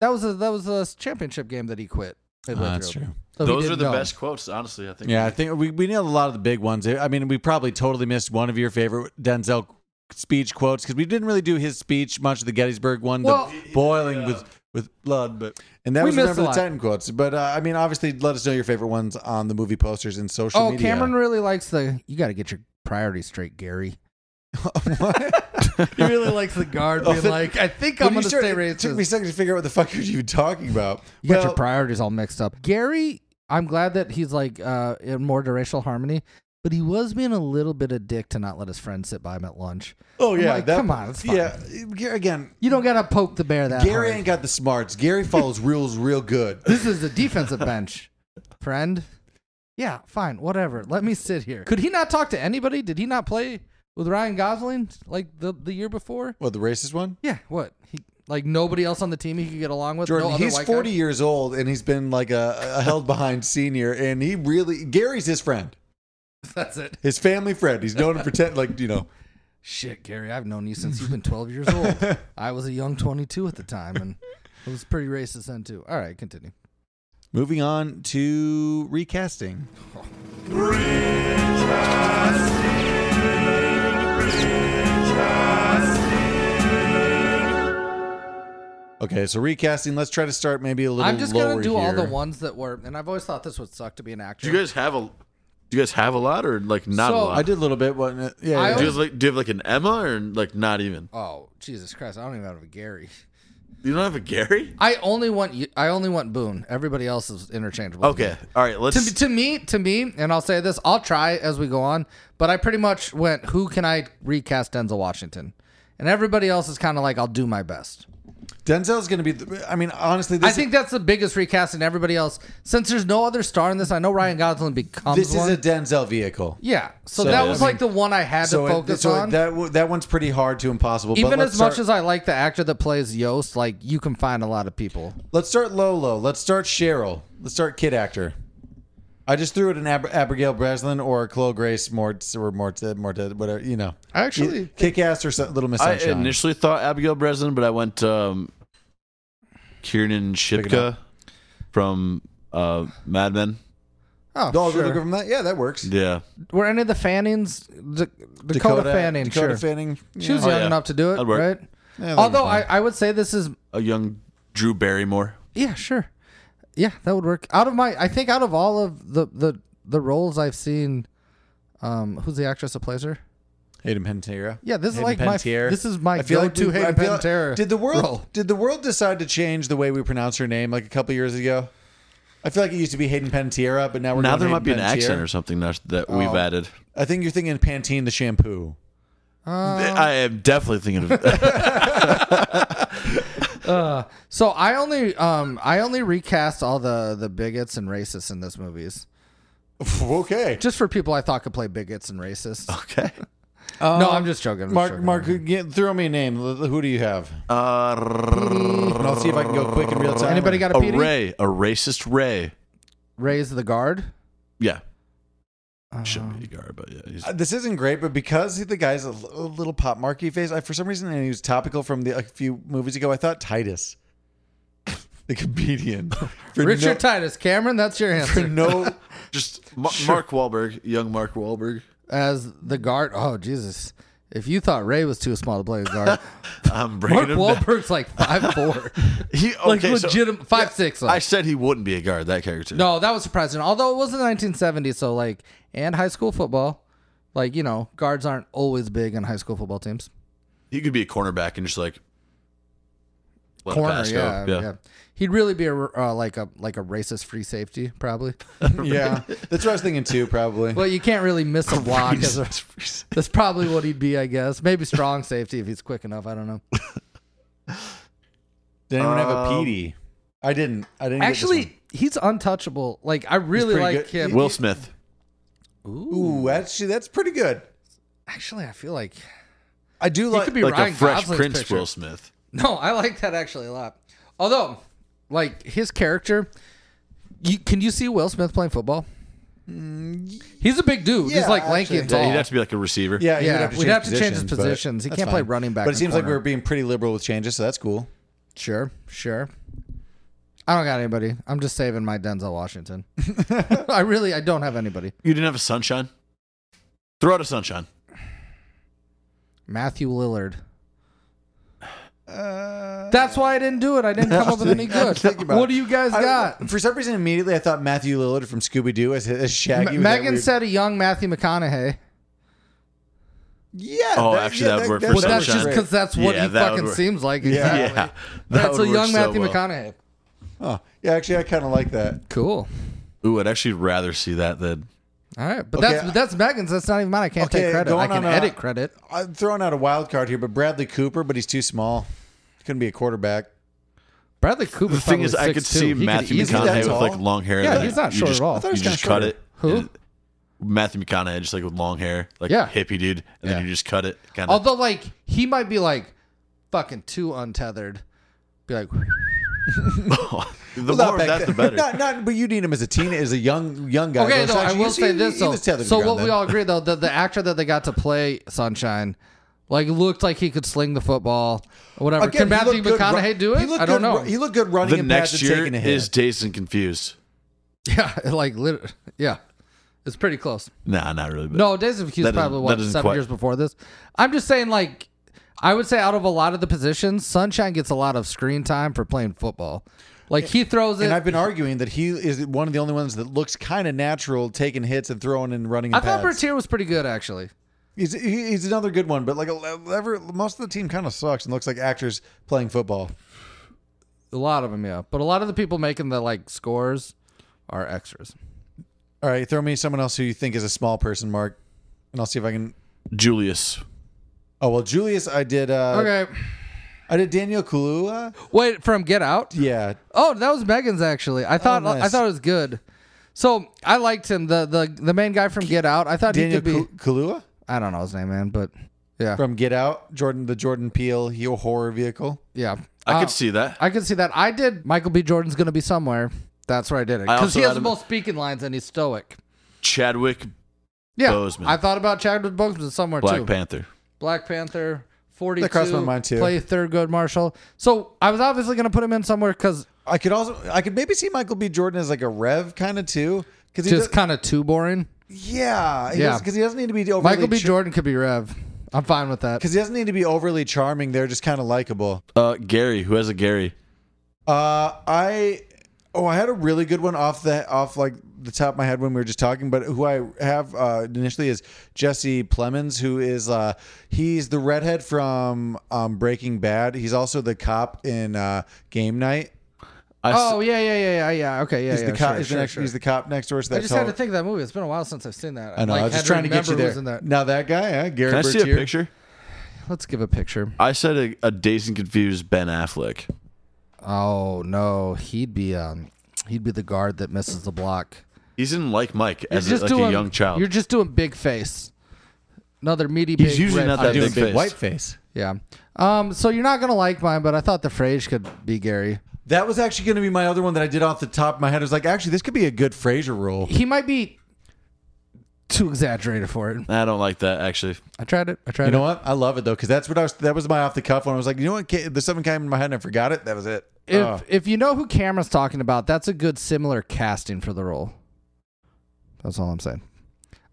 [SPEAKER 4] That was a that was a championship game that he quit.
[SPEAKER 2] Uh,
[SPEAKER 4] midway
[SPEAKER 2] that's
[SPEAKER 4] through.
[SPEAKER 2] true.
[SPEAKER 4] So he
[SPEAKER 3] Those are
[SPEAKER 4] didn't
[SPEAKER 3] the
[SPEAKER 4] know.
[SPEAKER 3] best quotes, honestly. I think.
[SPEAKER 2] Yeah, I think we, we nailed a lot of the big ones. I mean, we probably totally missed one of your favorite Denzel speech quotes because we didn't really do his speech much. The Gettysburg one,
[SPEAKER 4] Well-
[SPEAKER 2] the boiling with with blood, but and that
[SPEAKER 4] We
[SPEAKER 2] was
[SPEAKER 4] missed
[SPEAKER 2] remember
[SPEAKER 4] a
[SPEAKER 2] the
[SPEAKER 4] lot.
[SPEAKER 2] Titan quotes. But uh, I mean, obviously, let us know your favorite ones on the movie posters and social
[SPEAKER 4] Oh,
[SPEAKER 2] media. [LAUGHS]
[SPEAKER 4] Cameron really likes the. You got to get your priorities straight, Gary. [LAUGHS] he really likes the guard
[SPEAKER 2] Oh,
[SPEAKER 4] being
[SPEAKER 2] that-
[SPEAKER 4] like, I think
[SPEAKER 2] When you
[SPEAKER 4] I'm going to
[SPEAKER 2] started-
[SPEAKER 4] stay
[SPEAKER 2] It took
[SPEAKER 4] racist.
[SPEAKER 2] me a second to figure out what the fuck you're even talking about.
[SPEAKER 4] you got
[SPEAKER 2] Well,
[SPEAKER 4] your priorities all mixed up. Gary, I'm glad that he's like uh, in more to racial harmony, but he was being a little bit a dick to not let his friend sit by him at lunch.
[SPEAKER 2] oh
[SPEAKER 4] I'm
[SPEAKER 2] yeah,
[SPEAKER 4] like,
[SPEAKER 2] that-
[SPEAKER 4] come on, it's fine.
[SPEAKER 2] yeah. Gar- Again,
[SPEAKER 4] You don't got to poke the bear that
[SPEAKER 2] Gary
[SPEAKER 4] hard.
[SPEAKER 2] ain't got the smarts. Gary follows rules real good.
[SPEAKER 4] [LAUGHS] this is the defensive bench, friend. Yeah, fine, whatever. Let me sit here. Could he not talk to anybody? Did he not play with Ryan Gosling like the the year before?
[SPEAKER 2] Well, the racist one.
[SPEAKER 4] Yeah, what? He like nobody else on the team he could get along with.
[SPEAKER 2] Jordan,
[SPEAKER 4] no other
[SPEAKER 2] he's
[SPEAKER 4] white
[SPEAKER 2] 40 [LAUGHS]
[SPEAKER 4] Guy?
[SPEAKER 2] years old and he's been like a, a held behind senior. And he really, Gary's his friend,
[SPEAKER 4] That's it.
[SPEAKER 2] his family friend. He's known him for 10, like, you know,
[SPEAKER 4] Shit, Gary, I've known you
[SPEAKER 2] [LAUGHS]
[SPEAKER 4] since you've been 12 years old. I was a young 22 at the time, and it was pretty racist then, too. All right, continue.
[SPEAKER 2] Moving on to recasting. Okay, so recasting. Let's try to start maybe a little.
[SPEAKER 4] I'm just
[SPEAKER 2] lower
[SPEAKER 4] going to do all the
[SPEAKER 2] here.
[SPEAKER 4] ones that were, and I've always thought this would suck to be an actor.
[SPEAKER 3] Do you guys have a? Do you guys have a lot or like not a
[SPEAKER 4] So-
[SPEAKER 3] lot?
[SPEAKER 2] I did a little bit. Wasn't it? Yeah.
[SPEAKER 4] I
[SPEAKER 2] yeah.
[SPEAKER 3] do you guys like? Do you have like an Emma or like not even?
[SPEAKER 4] oh, Jesus Christ. I don't even have
[SPEAKER 2] [LAUGHS]
[SPEAKER 4] a Gary.
[SPEAKER 3] You don't have a Gary?
[SPEAKER 4] I only want you, I only want Boone. Everybody else is interchangeable. to me.
[SPEAKER 3] Okay. All right. Let's.
[SPEAKER 4] To, to me, to me, and I'll say this, I'll try as we go on, but I pretty much went, who can I recast Denzel Washington? And everybody else is kind of like, I'll do my best.
[SPEAKER 2] Denzel's going to be. The, I mean, honestly,
[SPEAKER 4] I
[SPEAKER 2] this
[SPEAKER 4] think that's the biggest recasting. Everybody else, since there's no other star in this, I know Ryan Gosling becomes
[SPEAKER 2] this is
[SPEAKER 4] one.
[SPEAKER 2] a Denzel vehicle.
[SPEAKER 4] yeah, so,
[SPEAKER 2] So,
[SPEAKER 4] that
[SPEAKER 2] I
[SPEAKER 4] was
[SPEAKER 2] mean-
[SPEAKER 4] like the one I had
[SPEAKER 2] So,
[SPEAKER 4] to
[SPEAKER 2] it,
[SPEAKER 4] focus
[SPEAKER 2] so
[SPEAKER 4] on.
[SPEAKER 2] that w- that one's pretty hard to impossible. but
[SPEAKER 4] Even
[SPEAKER 2] let's
[SPEAKER 4] as much
[SPEAKER 2] start-
[SPEAKER 4] as I like the actor that plays Yost, like you can find a lot of people.
[SPEAKER 2] Let's start Lolo. Let's start Cheryl. Let's start kid actor. I just threw it in Ab- Abigail Breslin or Chloe Grace Mortz or Mortz, Mortz whatever, you know.
[SPEAKER 4] I actually
[SPEAKER 2] Kick ass or some, Little Miss
[SPEAKER 3] I
[SPEAKER 2] Sunshine.
[SPEAKER 3] initially thought Abigail Breslin, but I went um, Kiernan Shipka from uh, Mad Men.
[SPEAKER 4] Oh,
[SPEAKER 2] oh,
[SPEAKER 4] sure.
[SPEAKER 2] we're looking from that? Yeah, that works.
[SPEAKER 3] Yeah,
[SPEAKER 4] were any of the Fannings? D- Dakota, Fanning,
[SPEAKER 2] Dakota
[SPEAKER 4] sure.
[SPEAKER 2] Fanning.
[SPEAKER 4] She was
[SPEAKER 2] yeah.
[SPEAKER 3] Oh,
[SPEAKER 4] young
[SPEAKER 3] yeah.
[SPEAKER 4] enough to do it,
[SPEAKER 3] That'd work.
[SPEAKER 4] right?
[SPEAKER 2] Yeah, that'd be
[SPEAKER 4] Although I,
[SPEAKER 2] fine.
[SPEAKER 4] I would say this is
[SPEAKER 3] a young Drew Barrymore.
[SPEAKER 4] yeah, sure, yeah, that would work. Out of my, I think out of all of the the the roles I've seen, um, who's the actress that plays her?
[SPEAKER 2] Hayden Panettiere.
[SPEAKER 4] Yeah, this is
[SPEAKER 2] Hayden
[SPEAKER 4] like my-
[SPEAKER 2] Panettiere.
[SPEAKER 4] this is my go-to
[SPEAKER 2] we- I
[SPEAKER 4] Hayden
[SPEAKER 2] feel like-
[SPEAKER 4] Panettiere
[SPEAKER 2] Did the world
[SPEAKER 4] role.
[SPEAKER 2] did the world decide to change the way we pronounce her name like a couple years ago? I feel like it used to be Hayden Panettiere, but now we're
[SPEAKER 3] now
[SPEAKER 2] going
[SPEAKER 3] there might be an
[SPEAKER 2] Hayden Panettiere.
[SPEAKER 3] accent or something that, that we've
[SPEAKER 2] Oh.
[SPEAKER 3] added.
[SPEAKER 2] I think you're thinking Pantene the shampoo. [LAUGHS] Uh,
[SPEAKER 3] I am definitely thinking of.
[SPEAKER 4] So I only um I only recast all the the bigots and racists in this movies.
[SPEAKER 2] okay.
[SPEAKER 4] Just for people I thought could play bigots and racists.
[SPEAKER 3] okay.
[SPEAKER 4] no, I'm just joking. I'm just
[SPEAKER 2] Mark,
[SPEAKER 4] joking.
[SPEAKER 2] Mark, get, throw me a name. L- Who do you have?
[SPEAKER 3] Uh,
[SPEAKER 2] And I'll see if I can go quick in real time.
[SPEAKER 4] anybody got a
[SPEAKER 3] a
[SPEAKER 4] PD?
[SPEAKER 3] Ray, a racist Ray.
[SPEAKER 4] Raise the guard.
[SPEAKER 3] Yeah. Shouldn't be Gar, but yeah. He's,
[SPEAKER 2] Uh, This isn't great, but because the guy's a l- a little pop marky face, I for some reason and he was topical from the, a few movies ago. I thought Titus, the comedian, For
[SPEAKER 4] Richard
[SPEAKER 2] no,
[SPEAKER 4] Titus Cameron, that's your
[SPEAKER 2] for
[SPEAKER 4] answer. [LAUGHS]
[SPEAKER 2] no
[SPEAKER 3] just Ma- Mark Wahlberg, young Mark Wahlberg.
[SPEAKER 4] As the guard. Oh Jesus. If you thought Ray was too small to play a
[SPEAKER 3] [LAUGHS]
[SPEAKER 4] guard,
[SPEAKER 3] I'm
[SPEAKER 4] Mark
[SPEAKER 3] bringing him down.
[SPEAKER 4] Wahlberg's like five
[SPEAKER 3] [LAUGHS]
[SPEAKER 4] four.
[SPEAKER 3] He,
[SPEAKER 4] [LAUGHS] like
[SPEAKER 3] okay, so-
[SPEAKER 4] legitimate five six like.
[SPEAKER 3] I said he wouldn't be a guard. That character.
[SPEAKER 4] No, that was surprising. Although it was the 1970s, so like, and high school football, like you know, guards aren't always big in high school football teams.
[SPEAKER 3] he could be a cornerback and just like let it
[SPEAKER 4] Corner,
[SPEAKER 3] pass go.
[SPEAKER 4] yeah, yeah, He'd really be a uh, like a like a racist free safety,
[SPEAKER 3] [LAUGHS]
[SPEAKER 4] probably.
[SPEAKER 2] [LAUGHS] yeah. That's what I was thinking too, probably.
[SPEAKER 4] But you can't really miss a block. As a, that's probably what he'd be, I guess. Maybe strong safety if he's quick enough. I don't know.
[SPEAKER 2] Did anyone have a PD? I didn't. I didn't. get this one.
[SPEAKER 4] um, Actually, he's untouchable. Like I really
[SPEAKER 2] pretty
[SPEAKER 4] like
[SPEAKER 2] good.
[SPEAKER 4] him.
[SPEAKER 3] Will Smith.
[SPEAKER 2] ooh, actually, that's pretty good.
[SPEAKER 4] Actually, I feel like [LAUGHS]
[SPEAKER 2] I do like.
[SPEAKER 4] could be
[SPEAKER 3] Like
[SPEAKER 4] Ryan
[SPEAKER 3] a fresh
[SPEAKER 4] Gosling's
[SPEAKER 3] Prince
[SPEAKER 4] picture.
[SPEAKER 3] Will Smith.
[SPEAKER 4] No, I like that actually a lot. Although, like his character, you can you see Will Smith playing football? He's a big dude.
[SPEAKER 2] Mm, yeah,
[SPEAKER 4] He's like lanky
[SPEAKER 2] actually.
[SPEAKER 4] and
[SPEAKER 3] Yeah,
[SPEAKER 4] tall.
[SPEAKER 3] he'd have to be like a receiver.
[SPEAKER 2] yeah, he
[SPEAKER 4] yeah,
[SPEAKER 2] would have to
[SPEAKER 4] we'd
[SPEAKER 2] change
[SPEAKER 4] have to change his
[SPEAKER 2] but
[SPEAKER 4] positions. He
[SPEAKER 2] that's
[SPEAKER 4] can't play
[SPEAKER 2] fine.
[SPEAKER 4] running back
[SPEAKER 2] But it
[SPEAKER 4] and
[SPEAKER 2] seems like we
[SPEAKER 4] corner.
[SPEAKER 2] were being pretty liberal with changes, so that's cool.
[SPEAKER 4] Sure, sure. I don't got anybody. I'm just saving my
[SPEAKER 2] [LAUGHS]
[SPEAKER 4] Denzel Washington. [LAUGHS] I really, I don't have anybody.
[SPEAKER 3] You didn't have a sunshine. Throw out a sunshine.
[SPEAKER 4] Matthew Lillard.
[SPEAKER 2] Uh,
[SPEAKER 4] That's why I didn't do it. I didn't come
[SPEAKER 2] [LAUGHS]
[SPEAKER 4] up with any good.
[SPEAKER 2] about
[SPEAKER 4] What do you guys
[SPEAKER 2] I-
[SPEAKER 4] got?
[SPEAKER 2] for some reason, immediately I thought Matthew Lillard from Scooby Doo as, as Shaggy.
[SPEAKER 4] Me-
[SPEAKER 2] with that
[SPEAKER 4] Megan
[SPEAKER 2] weird-
[SPEAKER 4] said a young Matthew McConaughey.
[SPEAKER 2] "Yeah."
[SPEAKER 3] Oh, actually, that would work for
[SPEAKER 4] Well, that's
[SPEAKER 3] Sunshine.
[SPEAKER 4] just because that's what
[SPEAKER 3] Yeah,
[SPEAKER 4] he
[SPEAKER 3] that would
[SPEAKER 4] fucking
[SPEAKER 3] work.
[SPEAKER 4] seems like.
[SPEAKER 2] Yeah.
[SPEAKER 4] Exactly.
[SPEAKER 3] [LAUGHS] Yeah,
[SPEAKER 4] That's
[SPEAKER 3] that
[SPEAKER 4] a
[SPEAKER 3] would work
[SPEAKER 4] young
[SPEAKER 3] so
[SPEAKER 4] Matthew
[SPEAKER 3] well.
[SPEAKER 4] McConaughey.
[SPEAKER 2] Oh, yeah, actually, I kind of like that.
[SPEAKER 4] Cool.
[SPEAKER 3] Ooh, I'd actually rather see that than
[SPEAKER 4] All right, but
[SPEAKER 2] Okay, I-
[SPEAKER 4] that's that's Megan's. That's not even mine. I can't
[SPEAKER 2] Okay,
[SPEAKER 4] take credit.
[SPEAKER 2] going
[SPEAKER 4] I can
[SPEAKER 2] on a-
[SPEAKER 4] edit credit.
[SPEAKER 2] I'm throwing out a wild card here, but Bradley Cooper, but he's too small. Couldn't be a quarterback.
[SPEAKER 4] Bradley Cooper.
[SPEAKER 3] the thing is, I could see Matthew
[SPEAKER 2] easily- Is he
[SPEAKER 3] McConaughey
[SPEAKER 2] that
[SPEAKER 3] with
[SPEAKER 2] tall?
[SPEAKER 3] like long hair.
[SPEAKER 4] Yeah,
[SPEAKER 3] and
[SPEAKER 4] he's
[SPEAKER 3] you-
[SPEAKER 4] not
[SPEAKER 3] you
[SPEAKER 4] short
[SPEAKER 3] just-
[SPEAKER 4] at all. I
[SPEAKER 2] thought he
[SPEAKER 3] You
[SPEAKER 2] was
[SPEAKER 3] just
[SPEAKER 2] kinda
[SPEAKER 3] cut it.
[SPEAKER 4] Who?
[SPEAKER 3] And Matthew McConaughey, just like with long hair, like
[SPEAKER 4] Yeah.
[SPEAKER 3] hippie dude, and
[SPEAKER 4] Yeah.
[SPEAKER 3] then you just cut it. Kind of.
[SPEAKER 4] Although, like, he might be like fucking too untethered. Be like,
[SPEAKER 3] [LAUGHS] the
[SPEAKER 2] Well, not
[SPEAKER 3] more of
[SPEAKER 2] back
[SPEAKER 3] that, the
[SPEAKER 2] then.
[SPEAKER 3] better.
[SPEAKER 2] [LAUGHS] Not, not, but you need him as a teen, as a young, young guy.
[SPEAKER 4] okay,
[SPEAKER 2] Though,
[SPEAKER 4] though
[SPEAKER 2] so
[SPEAKER 4] I
[SPEAKER 2] actually,
[SPEAKER 4] will
[SPEAKER 2] he-
[SPEAKER 4] say
[SPEAKER 2] he-
[SPEAKER 4] this
[SPEAKER 2] he
[SPEAKER 4] though.
[SPEAKER 2] was tethered to
[SPEAKER 4] So
[SPEAKER 2] ground
[SPEAKER 4] what we
[SPEAKER 2] then.
[SPEAKER 4] all agree though, that the actor that they got to play Sunshine Like looked like he could sling the football, or whatever. Can Matthew
[SPEAKER 2] looked good ru-
[SPEAKER 4] McConaughey do it?
[SPEAKER 2] He looked
[SPEAKER 4] I don't
[SPEAKER 2] good,
[SPEAKER 4] know.
[SPEAKER 2] ru- He looked good running
[SPEAKER 3] the
[SPEAKER 2] and
[SPEAKER 3] next
[SPEAKER 2] bad at
[SPEAKER 3] year
[SPEAKER 2] taking a hit.
[SPEAKER 3] is dazed and confused.
[SPEAKER 4] [LAUGHS] yeah, like lit- yeah, it's pretty close.
[SPEAKER 3] Nah, not really. But
[SPEAKER 4] No, Days of Confused
[SPEAKER 3] that doesn't-
[SPEAKER 4] probably
[SPEAKER 3] that
[SPEAKER 4] what
[SPEAKER 3] doesn't
[SPEAKER 4] seven
[SPEAKER 3] quite-
[SPEAKER 4] years before this. I'm just saying, like, I would say out of a lot of the positions, Sunshine gets a lot of screen time for playing football. Like he throws it.
[SPEAKER 2] and I've been arguing that he is one of the only ones that looks kind of natural taking hits and throwing and running.
[SPEAKER 4] I
[SPEAKER 2] And
[SPEAKER 4] thought
[SPEAKER 2] pads.
[SPEAKER 4] Bertier was pretty good actually.
[SPEAKER 2] He's, he- he's another good one, but like ever, most of the team kind of sucks and looks like actors playing football.
[SPEAKER 4] A lot of them, yeah. But a lot of the people making the like scores are extras.
[SPEAKER 2] All right, throw me someone else who you think is a small person, Mark, and I'll see if I can.
[SPEAKER 3] Julius.
[SPEAKER 2] Oh well, Julius, I did. Uh,
[SPEAKER 4] Okay,
[SPEAKER 2] I did Daniel Kalua.
[SPEAKER 4] wait from Get Out.
[SPEAKER 2] Yeah,
[SPEAKER 4] Oh, that was Megan's actually. I thought I
[SPEAKER 2] nice.
[SPEAKER 4] thought it was good. So I liked him. the the The main guy from Get Out. I thought
[SPEAKER 2] Daniel
[SPEAKER 4] he could be.
[SPEAKER 2] Kal- Kalua
[SPEAKER 4] I don't know his name, man, but yeah,
[SPEAKER 2] from Get Out, Jordan, the Jordan Peele heel horror vehicle.
[SPEAKER 4] yeah.
[SPEAKER 3] I
[SPEAKER 4] Uh,
[SPEAKER 3] could see that.
[SPEAKER 4] I could see that. I did. Michael B. Jordan's gonna be somewhere. That's where I did it
[SPEAKER 3] I
[SPEAKER 4] because
[SPEAKER 3] also
[SPEAKER 4] he has
[SPEAKER 3] had
[SPEAKER 4] the
[SPEAKER 3] him-
[SPEAKER 4] most speaking lines and he's stoic.
[SPEAKER 3] Chadwick,
[SPEAKER 4] Yeah,
[SPEAKER 3] Boseman.
[SPEAKER 4] I thought about Chadwick Boseman somewhere
[SPEAKER 3] Black
[SPEAKER 4] too.
[SPEAKER 3] Panther.
[SPEAKER 4] Black Panther, 42.
[SPEAKER 2] crossed my mind, too.
[SPEAKER 4] Play Thurgood Marshall. So I was obviously going to put him in somewhere because
[SPEAKER 2] I could also, I could maybe see Michael B. Jordan as like a rev kind of too, because he
[SPEAKER 4] just
[SPEAKER 2] does-
[SPEAKER 4] kind of too boring.
[SPEAKER 2] yeah,
[SPEAKER 4] Yeah.
[SPEAKER 2] because he doesn't need to be overly
[SPEAKER 4] Michael B.
[SPEAKER 2] char-
[SPEAKER 4] Jordan could be Rev. I'm fine with that.
[SPEAKER 2] Because he doesn't need to be overly charming. They're just kind of likable.
[SPEAKER 3] Uh, Gary. Who has a Gary?
[SPEAKER 2] Uh, I oh, I had a really good one off the off like the top of my head when we were just talking. But who I have uh, initially is Jesse Plemons, who is uh, he's the redhead from um, Breaking Bad. He's also the cop in uh, Game Night.
[SPEAKER 3] I s-
[SPEAKER 4] Oh yeah, yeah, yeah, yeah, yeah. Okay, yeah,
[SPEAKER 2] He's
[SPEAKER 4] yeah.
[SPEAKER 2] the cop.
[SPEAKER 4] sure,
[SPEAKER 2] he's,
[SPEAKER 4] sure,
[SPEAKER 2] the next,
[SPEAKER 4] sure.
[SPEAKER 2] he's the cop next door. So
[SPEAKER 4] I
[SPEAKER 2] that's
[SPEAKER 4] just
[SPEAKER 2] all-
[SPEAKER 4] had to think of that movie. It's been a while since I've seen that.
[SPEAKER 2] I know. I was
[SPEAKER 4] had
[SPEAKER 2] just trying to get you
[SPEAKER 4] remember who
[SPEAKER 2] there.
[SPEAKER 4] was in that.
[SPEAKER 2] Now that guy, uh, Gary
[SPEAKER 3] can I see a
[SPEAKER 2] Bertier.
[SPEAKER 3] picture?
[SPEAKER 4] Let's give a picture.
[SPEAKER 3] I said a, a dazed and confused Ben Affleck.
[SPEAKER 4] Oh no, he'd be um, he'd be the guard that misses the block.
[SPEAKER 3] He's in like Mike as
[SPEAKER 4] You're
[SPEAKER 3] a,
[SPEAKER 4] just
[SPEAKER 3] like
[SPEAKER 4] doing-
[SPEAKER 3] a young child.
[SPEAKER 4] You're just doing big face. Another meaty.
[SPEAKER 3] He's
[SPEAKER 4] big
[SPEAKER 3] usually
[SPEAKER 4] red
[SPEAKER 3] not
[SPEAKER 2] I'm
[SPEAKER 3] that
[SPEAKER 2] doing
[SPEAKER 3] big
[SPEAKER 2] big
[SPEAKER 3] face.
[SPEAKER 2] white face.
[SPEAKER 4] Yeah. Um. So you're not gonna like mine, but I thought the phrase could be Gary.
[SPEAKER 2] That was actually going to be my other one that I did off the top of my head. I was like, actually, this could be a good Frasier role.
[SPEAKER 4] He might be too exaggerated for it.
[SPEAKER 3] I don't like that actually.
[SPEAKER 4] I tried it. I tried
[SPEAKER 2] You know
[SPEAKER 4] it.
[SPEAKER 2] what? I love it though, because that's what I was. That was my off the cuff one. I was like, you know what? Ca- There's something came in my head and I forgot it. That was it.
[SPEAKER 4] If
[SPEAKER 3] Uh.
[SPEAKER 2] Oh.
[SPEAKER 4] if you know who Cameron's talking about, that's a good similar casting for the role. That's all I'm saying.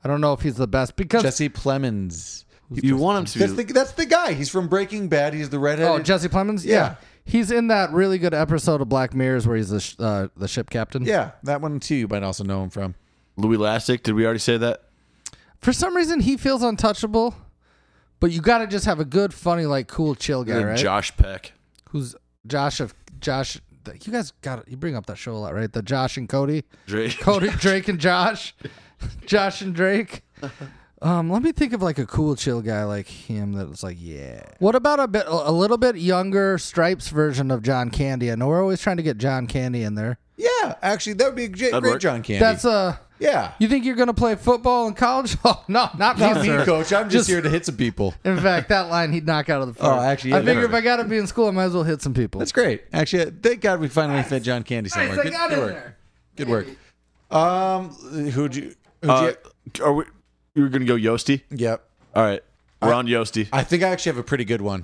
[SPEAKER 4] I don't know if he's the best because
[SPEAKER 2] Jesse Plemons.
[SPEAKER 3] You want him
[SPEAKER 2] That's
[SPEAKER 3] to be
[SPEAKER 2] the that's the guy. He's from Breaking Bad. He's the redhead.
[SPEAKER 4] oh Jesse Plemons.
[SPEAKER 2] Yeah.
[SPEAKER 4] He's in that really good episode of Black Mirrors where he's the sh- uh, the ship captain.
[SPEAKER 2] yeah, that one too. You might also know him from.
[SPEAKER 3] Louis Lastic. Did we already say that?
[SPEAKER 4] For some reason, he feels untouchable. But you gotta just have a good, funny, like, cool, chill guy,
[SPEAKER 3] And
[SPEAKER 4] right?
[SPEAKER 3] Josh Peck.
[SPEAKER 4] who's Josh of Josh. You guys got you bring up that show a lot, right? The Josh and Cody,
[SPEAKER 3] Drake.
[SPEAKER 4] Cody Drake
[SPEAKER 2] [LAUGHS]
[SPEAKER 4] and Josh, Josh and Drake.
[SPEAKER 2] Uh-huh.
[SPEAKER 4] Um, let me think of like a cool, chill guy like him that was like, yeah. What about a bit, a little bit younger Stripes version of John Candy? I know we're always trying to get John Candy in there.
[SPEAKER 2] Yeah, actually, that would be a great,
[SPEAKER 3] That'd
[SPEAKER 2] great
[SPEAKER 3] work.
[SPEAKER 2] John Candy.
[SPEAKER 4] That's uh
[SPEAKER 2] yeah.
[SPEAKER 4] You think you're gonna play football in college? [LAUGHS] Oh no, not me,
[SPEAKER 2] Not me,
[SPEAKER 4] sir.
[SPEAKER 2] coach. I'm just,
[SPEAKER 4] Just-
[SPEAKER 2] here to hit some people.
[SPEAKER 4] In fact, that line he'd knock out of the park.
[SPEAKER 2] Oh, actually, yeah,
[SPEAKER 4] I figure
[SPEAKER 2] never.
[SPEAKER 4] if I got to be in school, I might as well hit some people.
[SPEAKER 2] That's great. Actually, uh, thank God we finally fit John Candy somewhere.
[SPEAKER 4] I
[SPEAKER 2] good,
[SPEAKER 4] got
[SPEAKER 2] good
[SPEAKER 4] in
[SPEAKER 2] work.
[SPEAKER 4] there.
[SPEAKER 2] Good work. Um, who'd you? Who'd
[SPEAKER 3] Uh,
[SPEAKER 2] you
[SPEAKER 3] are we? You were gonna go Yosty.
[SPEAKER 2] yep.
[SPEAKER 3] All right, we're on Yosty.
[SPEAKER 2] I think I actually have a pretty good one.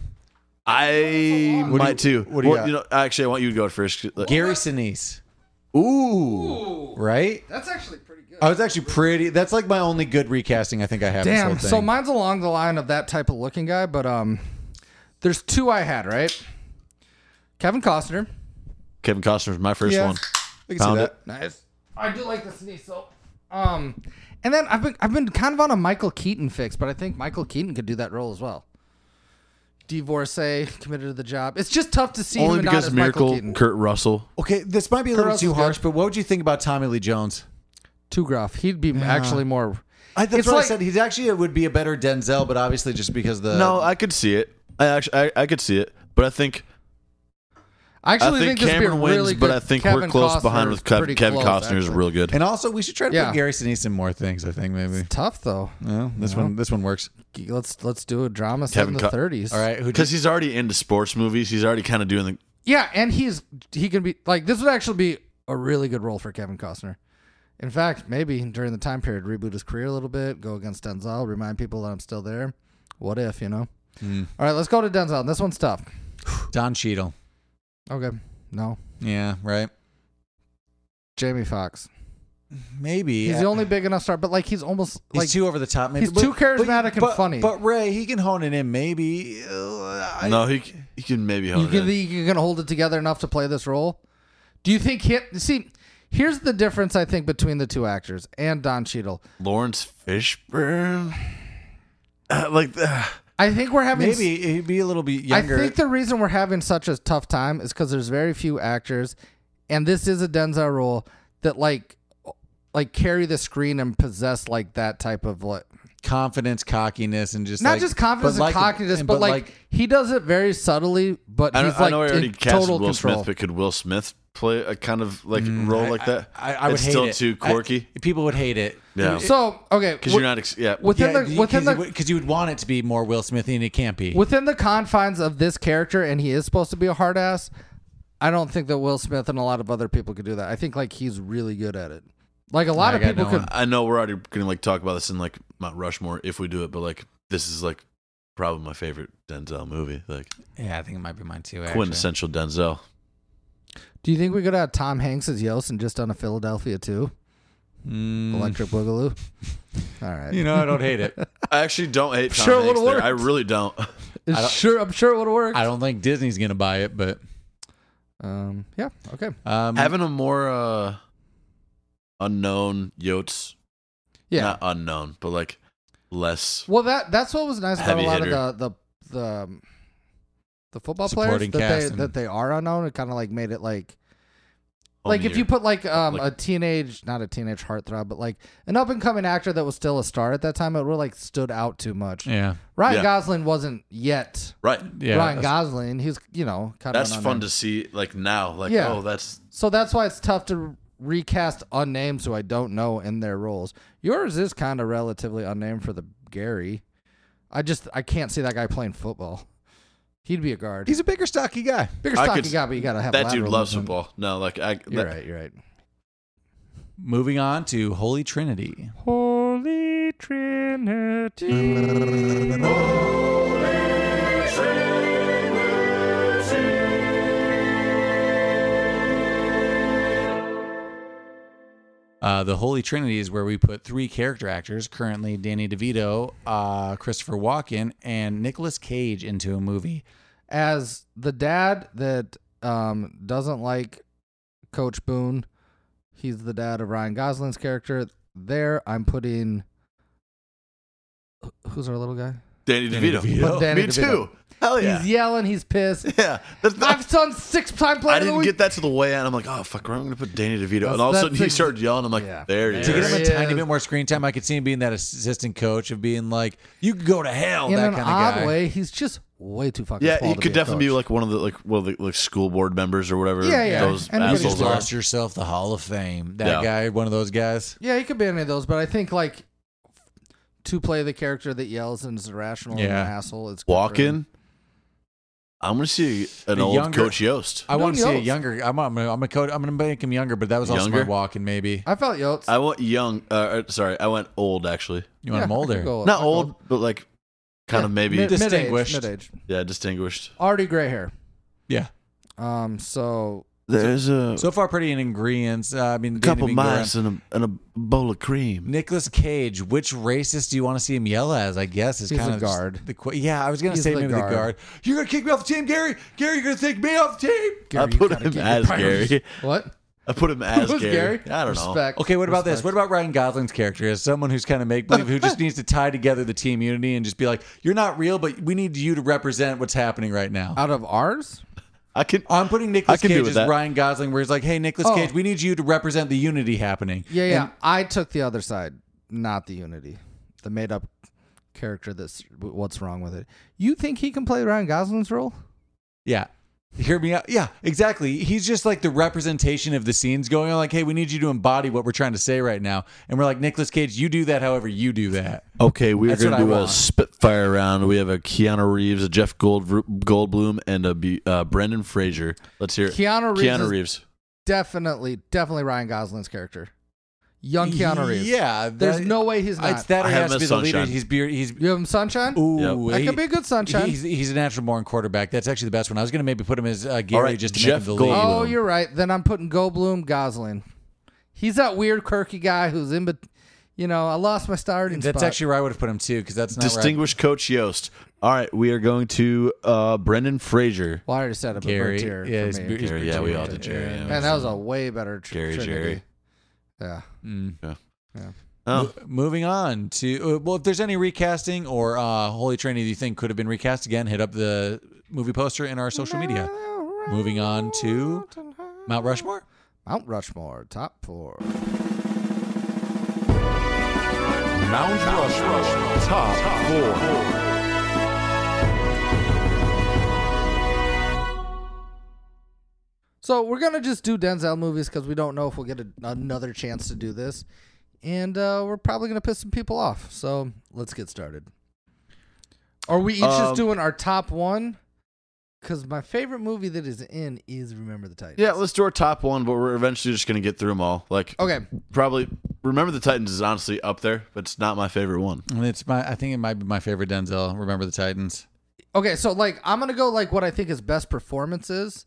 [SPEAKER 3] I
[SPEAKER 2] do
[SPEAKER 3] might
[SPEAKER 2] you-
[SPEAKER 3] too.
[SPEAKER 2] what do you
[SPEAKER 3] Well,
[SPEAKER 2] got?
[SPEAKER 3] know, actually, I want you to go first.
[SPEAKER 2] Gary Sinise. Ooh. Right?
[SPEAKER 4] That's actually pretty good.
[SPEAKER 2] I was actually pretty. That's like my only good recasting I think I have. this whole
[SPEAKER 4] Damn.
[SPEAKER 2] thing.
[SPEAKER 4] So mine's along the line of that type of looking guy, but um, there's two I had right. Kevin Costner.
[SPEAKER 3] Kevin Costner's my first
[SPEAKER 2] Yeah.
[SPEAKER 3] one.
[SPEAKER 2] I can see
[SPEAKER 3] Found
[SPEAKER 2] that.
[SPEAKER 4] Nice. I do like this knee so. Um, and then I've been I've been kind of on a Michael Keaton fix, but I think Michael Keaton could do that role as well. Divorcee, committed to the job. It's just tough to see
[SPEAKER 3] Only
[SPEAKER 4] him not
[SPEAKER 3] because
[SPEAKER 4] as Michael
[SPEAKER 3] Miracle
[SPEAKER 4] Keaton.
[SPEAKER 3] Kurt Russell.
[SPEAKER 2] Okay, this might be a little
[SPEAKER 4] Russell's
[SPEAKER 2] too
[SPEAKER 4] good.
[SPEAKER 2] harsh, but what would you think about Tommy Lee Jones?
[SPEAKER 4] Too gruff. He'd be actually more.
[SPEAKER 2] I, that's
[SPEAKER 4] It's
[SPEAKER 2] what
[SPEAKER 4] like-
[SPEAKER 2] I said. He's actually it would be a better Denzel, but obviously just because the
[SPEAKER 3] Uh, No, I could see it. I actually, I, I could see it, but I think
[SPEAKER 4] I
[SPEAKER 3] I
[SPEAKER 4] actually think,
[SPEAKER 3] think,
[SPEAKER 4] this
[SPEAKER 3] Cameron
[SPEAKER 4] would be a
[SPEAKER 3] wins,
[SPEAKER 4] really
[SPEAKER 3] but
[SPEAKER 4] good
[SPEAKER 3] I think we're
[SPEAKER 4] Kevin
[SPEAKER 3] close
[SPEAKER 4] Costner
[SPEAKER 3] behind
[SPEAKER 4] is
[SPEAKER 3] with Kev,
[SPEAKER 4] pretty
[SPEAKER 3] Kevin
[SPEAKER 4] close,
[SPEAKER 3] Costner is
[SPEAKER 4] actually.
[SPEAKER 3] real good.
[SPEAKER 2] and also we should try to
[SPEAKER 4] Yeah.
[SPEAKER 2] put Gary Sinise in more things. I think maybe.
[SPEAKER 4] Tough though.
[SPEAKER 2] Well, this one this one works.
[SPEAKER 4] Let's let's do a drama set
[SPEAKER 3] Kevin
[SPEAKER 4] in the
[SPEAKER 3] Co-
[SPEAKER 4] 30s.
[SPEAKER 2] All right, who
[SPEAKER 3] Because he's already into sports movies. He's already kind of doing the.
[SPEAKER 4] Yeah, and he's he can be like this would actually be a really good role for Kevin Costner. In fact, maybe during the time period, reboot his career a little bit, go against Denzel, remind people that I'm still there. What if you know? All right, let's go to Denzel. This one's tough.
[SPEAKER 2] Don Cheadle.
[SPEAKER 4] Okay. No.
[SPEAKER 2] Yeah, right.
[SPEAKER 4] Jamie Foxx.
[SPEAKER 2] Maybe uh,
[SPEAKER 4] He's the only big enough star, but like he's almost
[SPEAKER 2] He's
[SPEAKER 4] like
[SPEAKER 2] too over the top. Maybe
[SPEAKER 4] he's too charismatic and
[SPEAKER 2] but-
[SPEAKER 4] funny.
[SPEAKER 2] But Ray, he can hone it in. Maybe. Uh, I-
[SPEAKER 3] no, he c- he can maybe
[SPEAKER 4] you
[SPEAKER 3] hold
[SPEAKER 4] can
[SPEAKER 3] it. in.
[SPEAKER 4] you can hold it together enough to play this role. Do you think he see here's the difference I think between the two actors and Don Cheadle.
[SPEAKER 3] Lawrence Fishburne, Uh, like uh,
[SPEAKER 4] I think we're having
[SPEAKER 2] maybe he'd be a little bit
[SPEAKER 4] I
[SPEAKER 2] younger.
[SPEAKER 4] think the reason we're having such a tough time is because there's very few actors, and this is a Denzel role that like like carry the screen and possess like that type of like
[SPEAKER 2] confidence, cockiness, and just
[SPEAKER 4] not
[SPEAKER 2] like-
[SPEAKER 4] just confidence
[SPEAKER 2] but
[SPEAKER 4] and
[SPEAKER 2] like-
[SPEAKER 4] cockiness, but, like, he does it very subtly, but
[SPEAKER 3] I,
[SPEAKER 4] he's
[SPEAKER 3] don't- I
[SPEAKER 4] like
[SPEAKER 3] know I already
[SPEAKER 4] in
[SPEAKER 3] casted
[SPEAKER 4] total
[SPEAKER 3] Will
[SPEAKER 4] control.
[SPEAKER 3] Smith, but could Will Smith play a kind of like role like that?
[SPEAKER 2] Mm, I, I would
[SPEAKER 3] it's
[SPEAKER 2] hate
[SPEAKER 3] still
[SPEAKER 2] it.
[SPEAKER 3] too
[SPEAKER 2] I-
[SPEAKER 3] quirky.
[SPEAKER 2] people would hate it.
[SPEAKER 3] yeah,
[SPEAKER 4] so okay,
[SPEAKER 3] because
[SPEAKER 4] wi-
[SPEAKER 3] you're not. Ex- yeah,
[SPEAKER 4] within
[SPEAKER 2] yeah,
[SPEAKER 4] the within the
[SPEAKER 2] because you would want it to be more Will Smithy, and it can't be.
[SPEAKER 4] within the confines of this character, and he is supposed to be a hard ass. I don't think that Will Smith and a lot of other people could do that. I think like he's really good at it. Like a lot
[SPEAKER 2] I
[SPEAKER 4] of
[SPEAKER 2] got
[SPEAKER 4] people
[SPEAKER 2] no
[SPEAKER 4] could
[SPEAKER 2] one.
[SPEAKER 3] I know we're already gonna like talk about this in like Mount Rushmore if we do it, but like this is like probably my favorite Denzel movie, like
[SPEAKER 2] yeah, I think it might be mine too. Actually.
[SPEAKER 3] quintessential Denzel.
[SPEAKER 4] Do you think we could have Tom Hanks as Yost and just done a Philadelphia too?
[SPEAKER 2] Mm,
[SPEAKER 4] Electric Boogaloo. All
[SPEAKER 2] [LAUGHS]
[SPEAKER 4] right.
[SPEAKER 2] you know, I don't hate it.
[SPEAKER 4] [LAUGHS]
[SPEAKER 3] I actually don't
[SPEAKER 2] [LAUGHS]
[SPEAKER 3] hate Tom
[SPEAKER 4] Sure it
[SPEAKER 3] Hanks
[SPEAKER 4] would've
[SPEAKER 3] there. I
[SPEAKER 4] worked.
[SPEAKER 3] really don't.
[SPEAKER 4] It's
[SPEAKER 2] don't-
[SPEAKER 4] sure, I'm sure it would have worked.
[SPEAKER 2] I don't think Disney's gonna buy it, but
[SPEAKER 4] Um, yeah. Okay.
[SPEAKER 2] um,
[SPEAKER 3] Having a more uh unknown Yotes,
[SPEAKER 4] Yeah.
[SPEAKER 3] not unknown, but like less.
[SPEAKER 4] Well, that that's what was nice about a
[SPEAKER 3] Heavy
[SPEAKER 4] lot
[SPEAKER 3] hitter.
[SPEAKER 4] of the the the, um, the football
[SPEAKER 2] Supporting
[SPEAKER 4] players that
[SPEAKER 2] cast
[SPEAKER 4] they
[SPEAKER 2] and-
[SPEAKER 4] that they are unknown. It kind of like made it like like
[SPEAKER 3] homey
[SPEAKER 4] if you put like um
[SPEAKER 3] Like-
[SPEAKER 4] a teenage not a teenage heartthrob but like an up and coming actor that was still a star at that time it would like stood out too much.
[SPEAKER 2] yeah,
[SPEAKER 4] Ryan
[SPEAKER 3] Yeah.
[SPEAKER 4] Gosling wasn't yet
[SPEAKER 3] right.
[SPEAKER 2] yeah,
[SPEAKER 4] Ryan Gosling. He's you know kind
[SPEAKER 3] That's
[SPEAKER 4] of an
[SPEAKER 3] fun to see. Like now, like
[SPEAKER 4] Yeah.
[SPEAKER 3] oh, that's
[SPEAKER 4] So that's why it's tough to recast unnamed who I don't know in their roles. Yours is kind of relatively unnamed for the Gary. I just I can't see that guy playing football. He'd be a guard.
[SPEAKER 2] he's a bigger, stocky guy.
[SPEAKER 4] bigger
[SPEAKER 3] I
[SPEAKER 4] stocky
[SPEAKER 3] could-
[SPEAKER 4] guy, but you gotta have
[SPEAKER 3] that dude
[SPEAKER 4] lateral
[SPEAKER 3] loves
[SPEAKER 4] movement.
[SPEAKER 3] football. No, like I.
[SPEAKER 4] You're
[SPEAKER 3] that-
[SPEAKER 4] right. You're right.
[SPEAKER 2] Moving on to Holy Trinity.
[SPEAKER 4] Holy Trinity.
[SPEAKER 2] Uh, the Holy Trinity is where we put three character actors, currently Danny DeVito, uh, Christopher Walken, and Nicolas Cage into a movie.
[SPEAKER 4] As the dad that um, doesn't like Coach Boone, he's the dad of Ryan Gosling's character. There, I'm putting. Who's our little guy?
[SPEAKER 3] Danny DeVito.
[SPEAKER 4] Put Danny
[SPEAKER 3] Me
[SPEAKER 4] DeVito.
[SPEAKER 3] too. Hell Oh, yeah.
[SPEAKER 4] He's yelling. He's
[SPEAKER 3] [LAUGHS]
[SPEAKER 4] pissed.
[SPEAKER 3] yeah. That's
[SPEAKER 4] My
[SPEAKER 3] not.
[SPEAKER 4] son's six time player.
[SPEAKER 3] I
[SPEAKER 4] of the
[SPEAKER 3] didn't
[SPEAKER 4] week.
[SPEAKER 3] get that to the way out. I'm like, oh fuck, I'm gonna put Danny DeVito,
[SPEAKER 4] That's-
[SPEAKER 3] and all of a
[SPEAKER 4] that's
[SPEAKER 3] sudden he
[SPEAKER 4] ex-
[SPEAKER 3] started yelling. I'm like,
[SPEAKER 4] Yeah.
[SPEAKER 3] there he
[SPEAKER 2] To get
[SPEAKER 3] is.
[SPEAKER 2] him a
[SPEAKER 4] There he
[SPEAKER 2] tiny
[SPEAKER 4] is.
[SPEAKER 2] bit more screen time, I could see him being that assistant coach of being like, "You can go to hell."
[SPEAKER 4] In
[SPEAKER 2] that
[SPEAKER 4] an
[SPEAKER 2] kind of
[SPEAKER 4] odd
[SPEAKER 2] guy.
[SPEAKER 4] way, he's just way too fucking.
[SPEAKER 3] Yeah,
[SPEAKER 4] small
[SPEAKER 3] he
[SPEAKER 4] to
[SPEAKER 3] could
[SPEAKER 4] a
[SPEAKER 3] definitely be
[SPEAKER 4] coach.
[SPEAKER 3] like one of the like one of the like school board members or whatever.
[SPEAKER 4] Yeah, yeah.
[SPEAKER 3] Those
[SPEAKER 4] And he
[SPEAKER 2] You
[SPEAKER 4] could
[SPEAKER 3] assholes
[SPEAKER 2] just
[SPEAKER 4] Yeah.
[SPEAKER 3] are.
[SPEAKER 2] lost yourself the Hall of Fame. That
[SPEAKER 3] Yeah.
[SPEAKER 2] guy, one of those guys.
[SPEAKER 4] Yeah, he could be any of those, but I think like to play the character that yells and is irrational and
[SPEAKER 2] Yeah.
[SPEAKER 4] an asshole. It's good for him.
[SPEAKER 3] Walking. I'm gonna see an
[SPEAKER 2] A
[SPEAKER 3] old
[SPEAKER 2] younger-
[SPEAKER 3] Coach Yost.
[SPEAKER 2] I want to
[SPEAKER 4] Yost.
[SPEAKER 2] see a younger. I'm. I'm. I'm a coach. I'm going to make him younger, but that was also
[SPEAKER 3] Younger?
[SPEAKER 2] my walking. Maybe
[SPEAKER 4] I felt Yotes.
[SPEAKER 3] I went young. Uh, uh, sorry, I went old actually.
[SPEAKER 2] you want him older.
[SPEAKER 3] Not old, but like kind of maybe.
[SPEAKER 2] mid-
[SPEAKER 4] distinguished,
[SPEAKER 2] distinguished.
[SPEAKER 4] mid age,
[SPEAKER 3] yeah, distinguished.
[SPEAKER 4] already gray hair.
[SPEAKER 2] Yeah.
[SPEAKER 4] Um, so
[SPEAKER 3] There's a
[SPEAKER 2] So far, pretty in ingredients. Uh, I mean, Danny
[SPEAKER 3] couple
[SPEAKER 2] DeVito.
[SPEAKER 3] mice and a, and a bowl of cream.
[SPEAKER 2] Nicholas Cage. Which racist do you want to see him yell as? I guess is
[SPEAKER 4] He's
[SPEAKER 2] kind
[SPEAKER 4] a
[SPEAKER 2] of just
[SPEAKER 4] guard.
[SPEAKER 2] The qu- yeah, I was going to
[SPEAKER 4] He's
[SPEAKER 2] say
[SPEAKER 4] the
[SPEAKER 2] maybe
[SPEAKER 4] guard.
[SPEAKER 2] the guard. You're going to kick me off the team, Gary. Gary, you're going to take me off the team.
[SPEAKER 4] Gary,
[SPEAKER 3] I
[SPEAKER 4] you
[SPEAKER 3] put
[SPEAKER 4] gotta
[SPEAKER 3] him
[SPEAKER 4] get
[SPEAKER 3] as
[SPEAKER 4] your priorities.
[SPEAKER 3] Gary.
[SPEAKER 4] What?
[SPEAKER 3] [LAUGHS] I put him
[SPEAKER 4] [LAUGHS]
[SPEAKER 3] as
[SPEAKER 4] Who's
[SPEAKER 3] Gary. I don't know.
[SPEAKER 4] Respect.
[SPEAKER 2] Okay, what about this? What
[SPEAKER 4] Respect.
[SPEAKER 2] about Ryan Gosling's character as someone who's kind of make believe, who just
[SPEAKER 4] [LAUGHS]
[SPEAKER 2] needs to tie together the team unity and just be like, "You're not real, but we need you to represent what's happening right now."
[SPEAKER 4] out of ours?
[SPEAKER 3] I can.
[SPEAKER 2] I'm putting Nicholas
[SPEAKER 3] I can do
[SPEAKER 2] Cage
[SPEAKER 3] with
[SPEAKER 2] as
[SPEAKER 3] that.
[SPEAKER 2] Ryan Gosling, where he's like, "Hey, Nicholas
[SPEAKER 4] Oh.
[SPEAKER 2] Cage, we need you to represent the unity happening."
[SPEAKER 4] Yeah, yeah. I took the other side, not the unity, the made up character. That's what's wrong with it. You think he can play Ryan Gosling's role?
[SPEAKER 2] Yeah. Hear me out. Yeah, exactly. He's just like the representation of the scenes going on. Like, hey, we need you to embody what we're trying to say right now. And we're like, Nicholas Cage, you do that however you do that.
[SPEAKER 3] Okay, we're
[SPEAKER 2] That's what
[SPEAKER 3] going to
[SPEAKER 2] I
[SPEAKER 3] do a
[SPEAKER 2] want.
[SPEAKER 3] Spitfire round. We have a Keanu Reeves, a Jeff Gold, Goldblum, and a B, uh, Brendan Fraser. Let's hear it.
[SPEAKER 4] Keanu Reeves
[SPEAKER 3] Keanu
[SPEAKER 4] is-
[SPEAKER 3] Reeves.
[SPEAKER 4] Definitely, definitely Ryan Gosling's character. young Keanu Reeves.
[SPEAKER 2] Yeah,
[SPEAKER 4] There's
[SPEAKER 2] that-
[SPEAKER 4] no way he's not.
[SPEAKER 2] It's that or
[SPEAKER 3] I
[SPEAKER 2] he
[SPEAKER 3] have
[SPEAKER 2] has to
[SPEAKER 3] Miss
[SPEAKER 2] be the leader.
[SPEAKER 3] Sunshine.
[SPEAKER 2] He's beard. He's
[SPEAKER 4] you have him, Sunshine?
[SPEAKER 2] ooh.
[SPEAKER 4] That
[SPEAKER 2] he-
[SPEAKER 4] could be a good Sunshine.
[SPEAKER 2] He's, he's a natural born quarterback. That's actually the best one. I was going to maybe put him as uh, Gary
[SPEAKER 3] All right,
[SPEAKER 2] just to
[SPEAKER 3] Jeff
[SPEAKER 2] make him the lead.
[SPEAKER 3] Goldblum.
[SPEAKER 4] oh, you're right. Then I'm putting Goldblum, Gosling. He's that weird quirky guy who's in, but you know, I lost my starting
[SPEAKER 2] That's
[SPEAKER 4] spot.
[SPEAKER 2] actually where I would have put him too, because that's not where I-
[SPEAKER 3] Distinguished Coach Yost. All right, we are going to uh, Brendan Fraser.
[SPEAKER 4] well, I already said it, but
[SPEAKER 2] Gary.
[SPEAKER 4] Bertier
[SPEAKER 2] Yeah,
[SPEAKER 4] for
[SPEAKER 2] he's,
[SPEAKER 4] me.
[SPEAKER 2] Ber- he's
[SPEAKER 3] Gary, yeah, we
[SPEAKER 2] Bertier.
[SPEAKER 3] all did Jerry,
[SPEAKER 2] Yeah.
[SPEAKER 3] yeah.
[SPEAKER 4] Man, that was a way better tr-
[SPEAKER 3] Gary,
[SPEAKER 4] trinity.
[SPEAKER 3] Jerry.
[SPEAKER 4] Yeah.
[SPEAKER 2] Mm.
[SPEAKER 3] Oh,
[SPEAKER 2] Moving on to uh, well, if there's any recasting or uh, Holy Trinity you think could have been recast again, hit up the movie poster in our social media. Moving on to Mount Rushmore.
[SPEAKER 4] Mount Rushmore, top four.
[SPEAKER 3] Mount Rushmore top four.
[SPEAKER 4] So we're gonna just do Denzel movies because we don't know if we'll get a, another chance to do this, and uh, we're probably gonna piss some people off. So let's get started. Are we each
[SPEAKER 3] Um,
[SPEAKER 4] just doing our top one? Because my favorite movie that is in is Remember the Titans.
[SPEAKER 3] Yeah, let's do our top one, but we're eventually just gonna get through them all. Like
[SPEAKER 4] Okay.
[SPEAKER 3] probably remember the Titans is honestly up there, but it's not my favorite one.
[SPEAKER 2] And it's my I think it might be my favorite Denzel. Remember the Titans.
[SPEAKER 4] Okay. So like, I'm gonna go like what I think his best performance is,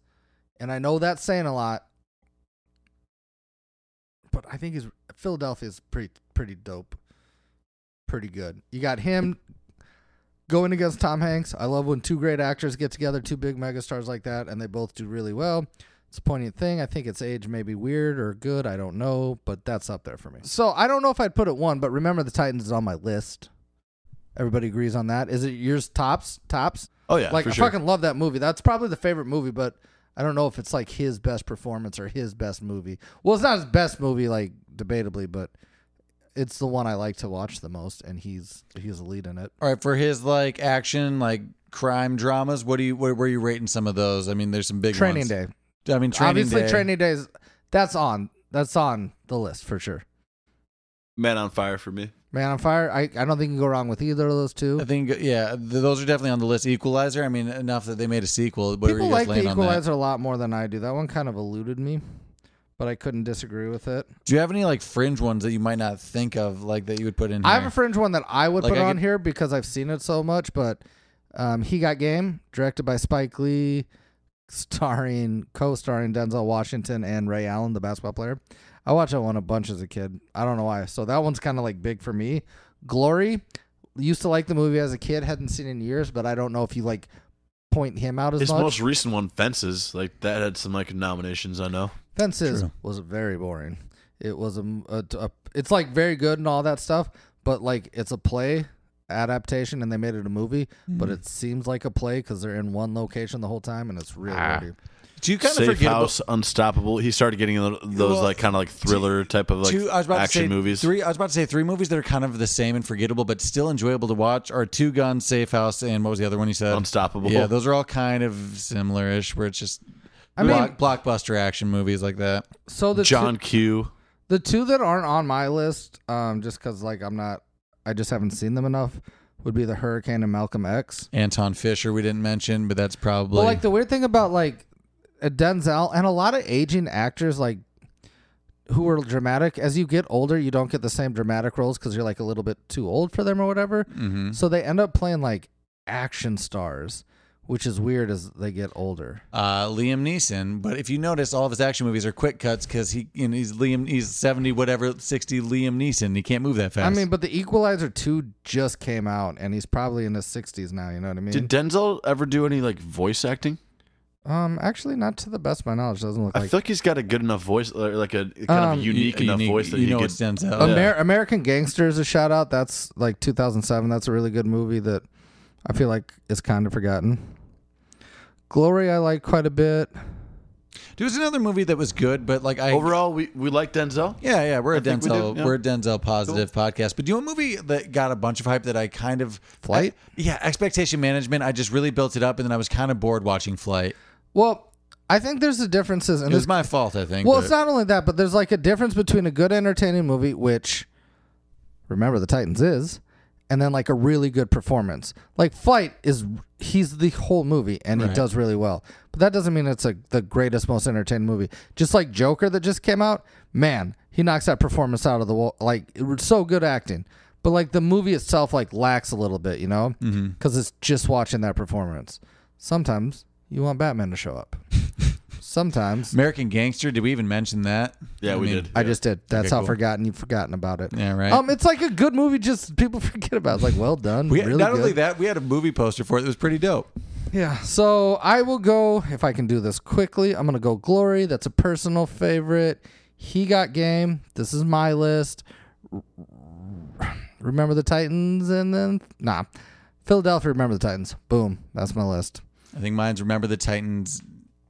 [SPEAKER 4] and I know that's saying a lot, but I think his Philadelphia's pretty pretty dope, pretty good. You got him going against Tom Hanks. I love when two great actors get together, two big megastars like that, and they both do really well. It's a poignant thing. I think its age may be weird or good. I don't know, but that's up there for me. So I don't know if I'd put it one, but remember the Titans is on my list. Everybody agrees on that. Is it yours tops? Tops?
[SPEAKER 3] Oh yeah,
[SPEAKER 4] like
[SPEAKER 3] for
[SPEAKER 4] I
[SPEAKER 3] sure.
[SPEAKER 4] fucking love that movie. That's probably the favorite movie, but I don't know if it's like his best performance or his best movie. Well, it's not his best movie, like debatably, but it's the one I like to watch the most, and he's he's a lead in it.
[SPEAKER 2] All right, for his like action, like crime dramas, what do you where were you rating some of those? I mean, there's some big ones.
[SPEAKER 4] Training Day,
[SPEAKER 2] I mean, training
[SPEAKER 4] obviously,
[SPEAKER 2] day.
[SPEAKER 4] Training Day is that's on that's on the list for sure.
[SPEAKER 3] Man on Fire for me.
[SPEAKER 4] Man on Fire, I, I don't think you can go wrong with either of those two.
[SPEAKER 2] I think yeah, th- those are definitely on the list. Equalizer. I mean, enough that they made a sequel. What were you
[SPEAKER 4] People
[SPEAKER 2] guys
[SPEAKER 4] like
[SPEAKER 2] laying
[SPEAKER 4] the
[SPEAKER 2] on that?
[SPEAKER 4] Equalizer a lot more than I do. That one kind of eluded me, but I couldn't disagree with it.
[SPEAKER 2] Do you have any like fringe ones that you might not think of, like that you would put in? Here?
[SPEAKER 4] I have a fringe one that I would
[SPEAKER 2] Like,
[SPEAKER 4] put
[SPEAKER 2] I
[SPEAKER 4] on
[SPEAKER 2] could-
[SPEAKER 4] here because I've seen it so much, but um, He Got Game, directed by Spike Lee, starring, co starring Denzel Washington and Ray Allen, the basketball player. I watched that one a bunch as a kid. I don't know why. So that one's kind of like big for me. Glory, used to like the movie as a kid, hadn't seen it in years, but I don't know if you like point him out as
[SPEAKER 3] His
[SPEAKER 4] much.
[SPEAKER 3] most recent one, Fences, like that had some like nominations. I know.
[SPEAKER 4] Fences
[SPEAKER 2] True.
[SPEAKER 4] was very boring. It was a, a- a- it's like very good and all that stuff, but like it's a play adaptation and they made it a movie, but it seems like a play because they're in one location the whole time and it's really
[SPEAKER 3] Ah.
[SPEAKER 4] nerdy.
[SPEAKER 2] Do you kind of
[SPEAKER 3] Safe
[SPEAKER 2] forget about-
[SPEAKER 3] House, Unstoppable. He started getting a little- those
[SPEAKER 2] Well,
[SPEAKER 3] like kind of like thriller type of like
[SPEAKER 2] two, I was about
[SPEAKER 3] action
[SPEAKER 2] to say
[SPEAKER 3] movies.
[SPEAKER 2] Three, I was about to say three movies that are kind of the same and forgettable, but still enjoyable to watch are Two Gun, Safe House, and what was the other one you said?
[SPEAKER 3] Unstoppable.
[SPEAKER 2] Yeah, those are all kind of similar-ish, where it's just
[SPEAKER 4] I mean-
[SPEAKER 2] block- blockbuster action movies like that.
[SPEAKER 4] So the
[SPEAKER 3] John
[SPEAKER 4] two,
[SPEAKER 3] Q.
[SPEAKER 4] the two that aren't on my list, um, just because like I'm not, I just haven't seen them enough, would be the Hurricane and Malcolm X.
[SPEAKER 2] Anton Fisher, we didn't mention, but that's probably
[SPEAKER 4] But like the weird thing about like uh, Denzel and a lot of aging actors like who are dramatic as you get older you don't get the same dramatic roles because you're like a little bit too old for them or whatever
[SPEAKER 3] Mm-hmm.
[SPEAKER 2] Mhm.
[SPEAKER 4] so they end up playing like action stars which is weird as they get older
[SPEAKER 2] uh, Liam Neeson. But if you notice, all of his action movies are quick cuts because he you know, he's Liam he's seventy whatever sixty Liam Neeson. He can't move that fast.
[SPEAKER 4] i mean but the equalizer 2 just came out and he's probably in his 60s now you know what i mean
[SPEAKER 3] Did Denzel ever do any like voice acting?
[SPEAKER 4] um actually not to the best of my knowledge doesn't look
[SPEAKER 3] I
[SPEAKER 4] like
[SPEAKER 3] feel like he's got a good enough voice, or, like a kind
[SPEAKER 4] Um,
[SPEAKER 3] of unique enough voice that
[SPEAKER 2] you
[SPEAKER 3] he
[SPEAKER 2] know
[SPEAKER 3] could.
[SPEAKER 2] it's Denzel.
[SPEAKER 3] Um,
[SPEAKER 4] Amer- American Gangster is a shout out. That's like 2007. That's a really good movie that I feel like is kind of forgotten. Glory, I like quite a bit.
[SPEAKER 2] There was another movie that was good, but like I
[SPEAKER 3] Overall, we we like Denzel.
[SPEAKER 2] Yeah, yeah, we're a
[SPEAKER 3] think we
[SPEAKER 2] Denzel,
[SPEAKER 3] do,
[SPEAKER 2] we
[SPEAKER 3] yeah.
[SPEAKER 2] are a Denzel positive podcast. But do you know a movie that got a bunch of hype that I kind of
[SPEAKER 4] Flight?
[SPEAKER 2] I- yeah, expectation management. I just really built it up, and then I was kind of bored watching Flight.
[SPEAKER 4] Well, I think there's the differences, and
[SPEAKER 2] It was
[SPEAKER 4] there's
[SPEAKER 2] my fault, I think.
[SPEAKER 4] well,
[SPEAKER 2] but-
[SPEAKER 4] it's not only that, but there's like a difference between a good entertaining movie, which remember the Titans is, and then like a really good performance. Like Flight is he's the whole movie and he does really well. But that doesn't mean it's a, the greatest, most entertaining movie. Just like Joker that just came out, man, he knocks that performance out of the wall. Like it was so good acting, but like the movie itself like lacks a little bit, you know, because it's just watching that performance. Sometimes you want Batman to show up. Sometimes
[SPEAKER 2] American Gangster. Did we even mention that?
[SPEAKER 3] Yeah,
[SPEAKER 2] I
[SPEAKER 3] we
[SPEAKER 2] mean,
[SPEAKER 3] did.
[SPEAKER 4] I just did. That's how
[SPEAKER 2] cool.
[SPEAKER 4] forgotten you've forgotten about it.
[SPEAKER 2] Yeah, right.
[SPEAKER 4] Um, it's like a good movie, just people [LAUGHS] forget about. It. Like, well done.
[SPEAKER 2] We
[SPEAKER 4] really
[SPEAKER 2] not
[SPEAKER 4] good.
[SPEAKER 2] only that, we had a movie poster for it. that was pretty dope.
[SPEAKER 4] Yeah. So I will go if I can do this quickly. I'm gonna go Glory. That's a personal favorite. He got game. This is my list. Remember the Titans, and then nah, Philadelphia. Remember the Titans. Boom. That's my list.
[SPEAKER 2] I think mine's Remember the Titans,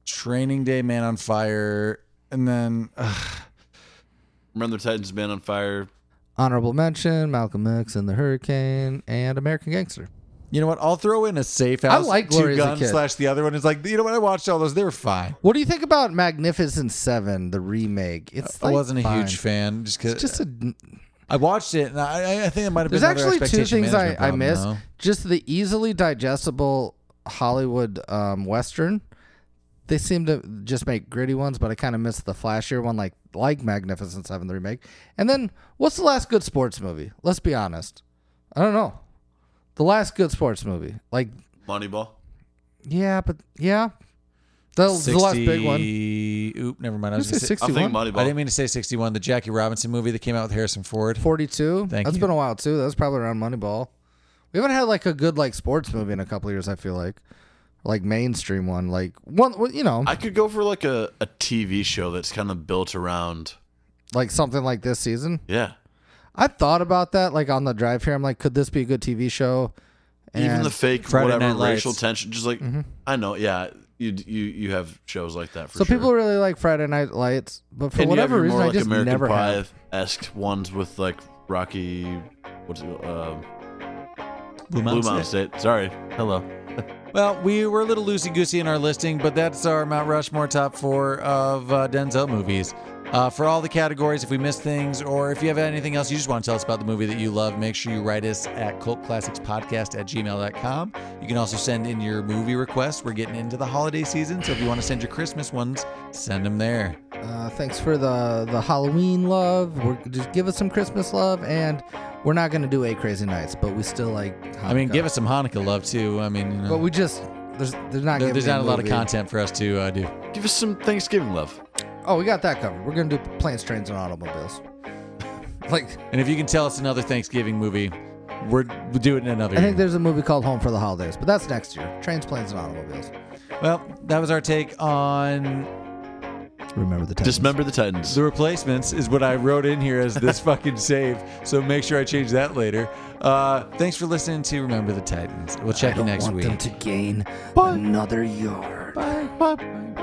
[SPEAKER 2] Training Day, Man on Fire, and then ugh,
[SPEAKER 3] Remember the Titans, Man on Fire.
[SPEAKER 4] Honorable mention: Malcolm X and the Hurricane, and American Gangster.
[SPEAKER 2] you know what? I'll throw in a safe house.
[SPEAKER 4] like Glory
[SPEAKER 2] two
[SPEAKER 4] as a
[SPEAKER 2] gun
[SPEAKER 4] Kid.
[SPEAKER 2] slash the other one is like you know what? I watched all those. They were fine.
[SPEAKER 4] What do you think about Magnificent Seven, the remake? It's
[SPEAKER 2] I
[SPEAKER 4] like,
[SPEAKER 2] wasn't a
[SPEAKER 4] fine.
[SPEAKER 2] huge fan just because
[SPEAKER 4] It's just a
[SPEAKER 2] I watched it and I, I- I think it might have been
[SPEAKER 4] There's
[SPEAKER 2] another
[SPEAKER 4] actually two
[SPEAKER 2] expectation
[SPEAKER 4] things I,
[SPEAKER 2] management
[SPEAKER 4] I
[SPEAKER 2] problem,
[SPEAKER 4] miss.
[SPEAKER 2] though.
[SPEAKER 4] Just the easily digestible Hollywood um, Western. They seem to just make gritty ones, but I kind of miss the flashier one, like like Magnificent Seven, the remake. And then, what's the last good sports movie? Let's be honest. I don't know. The last good sports movie, like
[SPEAKER 3] Moneyball.
[SPEAKER 4] yeah, but yeah, the, the last big one.
[SPEAKER 2] 60 Oop, never mind. I was
[SPEAKER 4] Did
[SPEAKER 2] gonna
[SPEAKER 4] you say
[SPEAKER 2] say,
[SPEAKER 3] I think
[SPEAKER 4] 61?
[SPEAKER 3] Moneyball.
[SPEAKER 2] I didn't mean to say 61. The Jackie Robinson movie that came out with Harrison Ford.
[SPEAKER 4] 42.
[SPEAKER 2] Thank
[SPEAKER 4] That's
[SPEAKER 2] you.
[SPEAKER 4] been a while too. That was probably around Moneyball. We haven't had like a good like sports movie in a couple of years. I feel like, like mainstream one, like one, well, you know,
[SPEAKER 3] I could go for like a, a TV show that's kind of built around.
[SPEAKER 4] like something like this season.
[SPEAKER 3] Yeah.
[SPEAKER 4] I thought about that like on the drive here. I'm like, could this be a good TV show?
[SPEAKER 3] Even
[SPEAKER 4] And-
[SPEAKER 3] the fake
[SPEAKER 2] Friday
[SPEAKER 3] whatever
[SPEAKER 2] Night
[SPEAKER 3] racial
[SPEAKER 2] Lights.
[SPEAKER 3] tension, just like
[SPEAKER 4] Mm-hmm.
[SPEAKER 3] I know, yeah. You you you have shows like that for
[SPEAKER 4] so
[SPEAKER 3] sure.
[SPEAKER 4] people really like Friday Night Lights, but for
[SPEAKER 3] and
[SPEAKER 4] whatever
[SPEAKER 3] you have
[SPEAKER 4] reason,
[SPEAKER 3] your more
[SPEAKER 4] I
[SPEAKER 3] like
[SPEAKER 4] just
[SPEAKER 3] American
[SPEAKER 4] never have.
[SPEAKER 3] Pie esque ones with like Rocky, what's it, um,
[SPEAKER 2] Blue
[SPEAKER 3] Blue
[SPEAKER 2] Mountain
[SPEAKER 3] Mountain
[SPEAKER 2] State.
[SPEAKER 3] State. Sorry, hello.
[SPEAKER 2] Well, we were a little loosey goosey in our listing, but that's our Mount Rushmore top four of uh, Denzel movies. Uh, for all the categories, if we missed things or if you have anything else you just want to tell us about the movie that you love, make sure you write us at cultclassicspodcast at gmail.com. You can also send in your movie requests. We're getting into the holiday season, so if you want to send your Christmas ones, send them there.
[SPEAKER 4] Uh, thanks for the the Halloween love. We're, just give us some Christmas love, and we're not gonna do a crazy nights, but we still like.
[SPEAKER 2] I mean,
[SPEAKER 4] Hanukkah.
[SPEAKER 2] give us some Hanukkah love, too. I mean, you know,
[SPEAKER 4] But we just there's there's not
[SPEAKER 2] there-
[SPEAKER 4] gonna
[SPEAKER 2] there's
[SPEAKER 4] be
[SPEAKER 2] not a lot of
[SPEAKER 4] movie.
[SPEAKER 2] content for us to uh, do.
[SPEAKER 3] Give us some Thanksgiving love.
[SPEAKER 4] Oh, we got that covered. We're gonna do planes, trains, and automobiles. [LAUGHS] like
[SPEAKER 2] And if you can tell us another Thanksgiving movie, we're, we'll do it in another
[SPEAKER 4] I
[SPEAKER 2] year.
[SPEAKER 4] think there's a movie called Home for the Holidays, but that's next year. Trains, planes, and automobiles.
[SPEAKER 2] Well, that was our take on
[SPEAKER 4] Remember the time.
[SPEAKER 3] Dismember the Titans.
[SPEAKER 2] the replacements, is what I wrote in here as this fucking save. So make sure I change that later. Uh, thanks for listening to Remember the Titans. We'll check you next
[SPEAKER 4] want
[SPEAKER 2] week.
[SPEAKER 4] them to gain another yard.
[SPEAKER 2] Bye. Bye. Bye.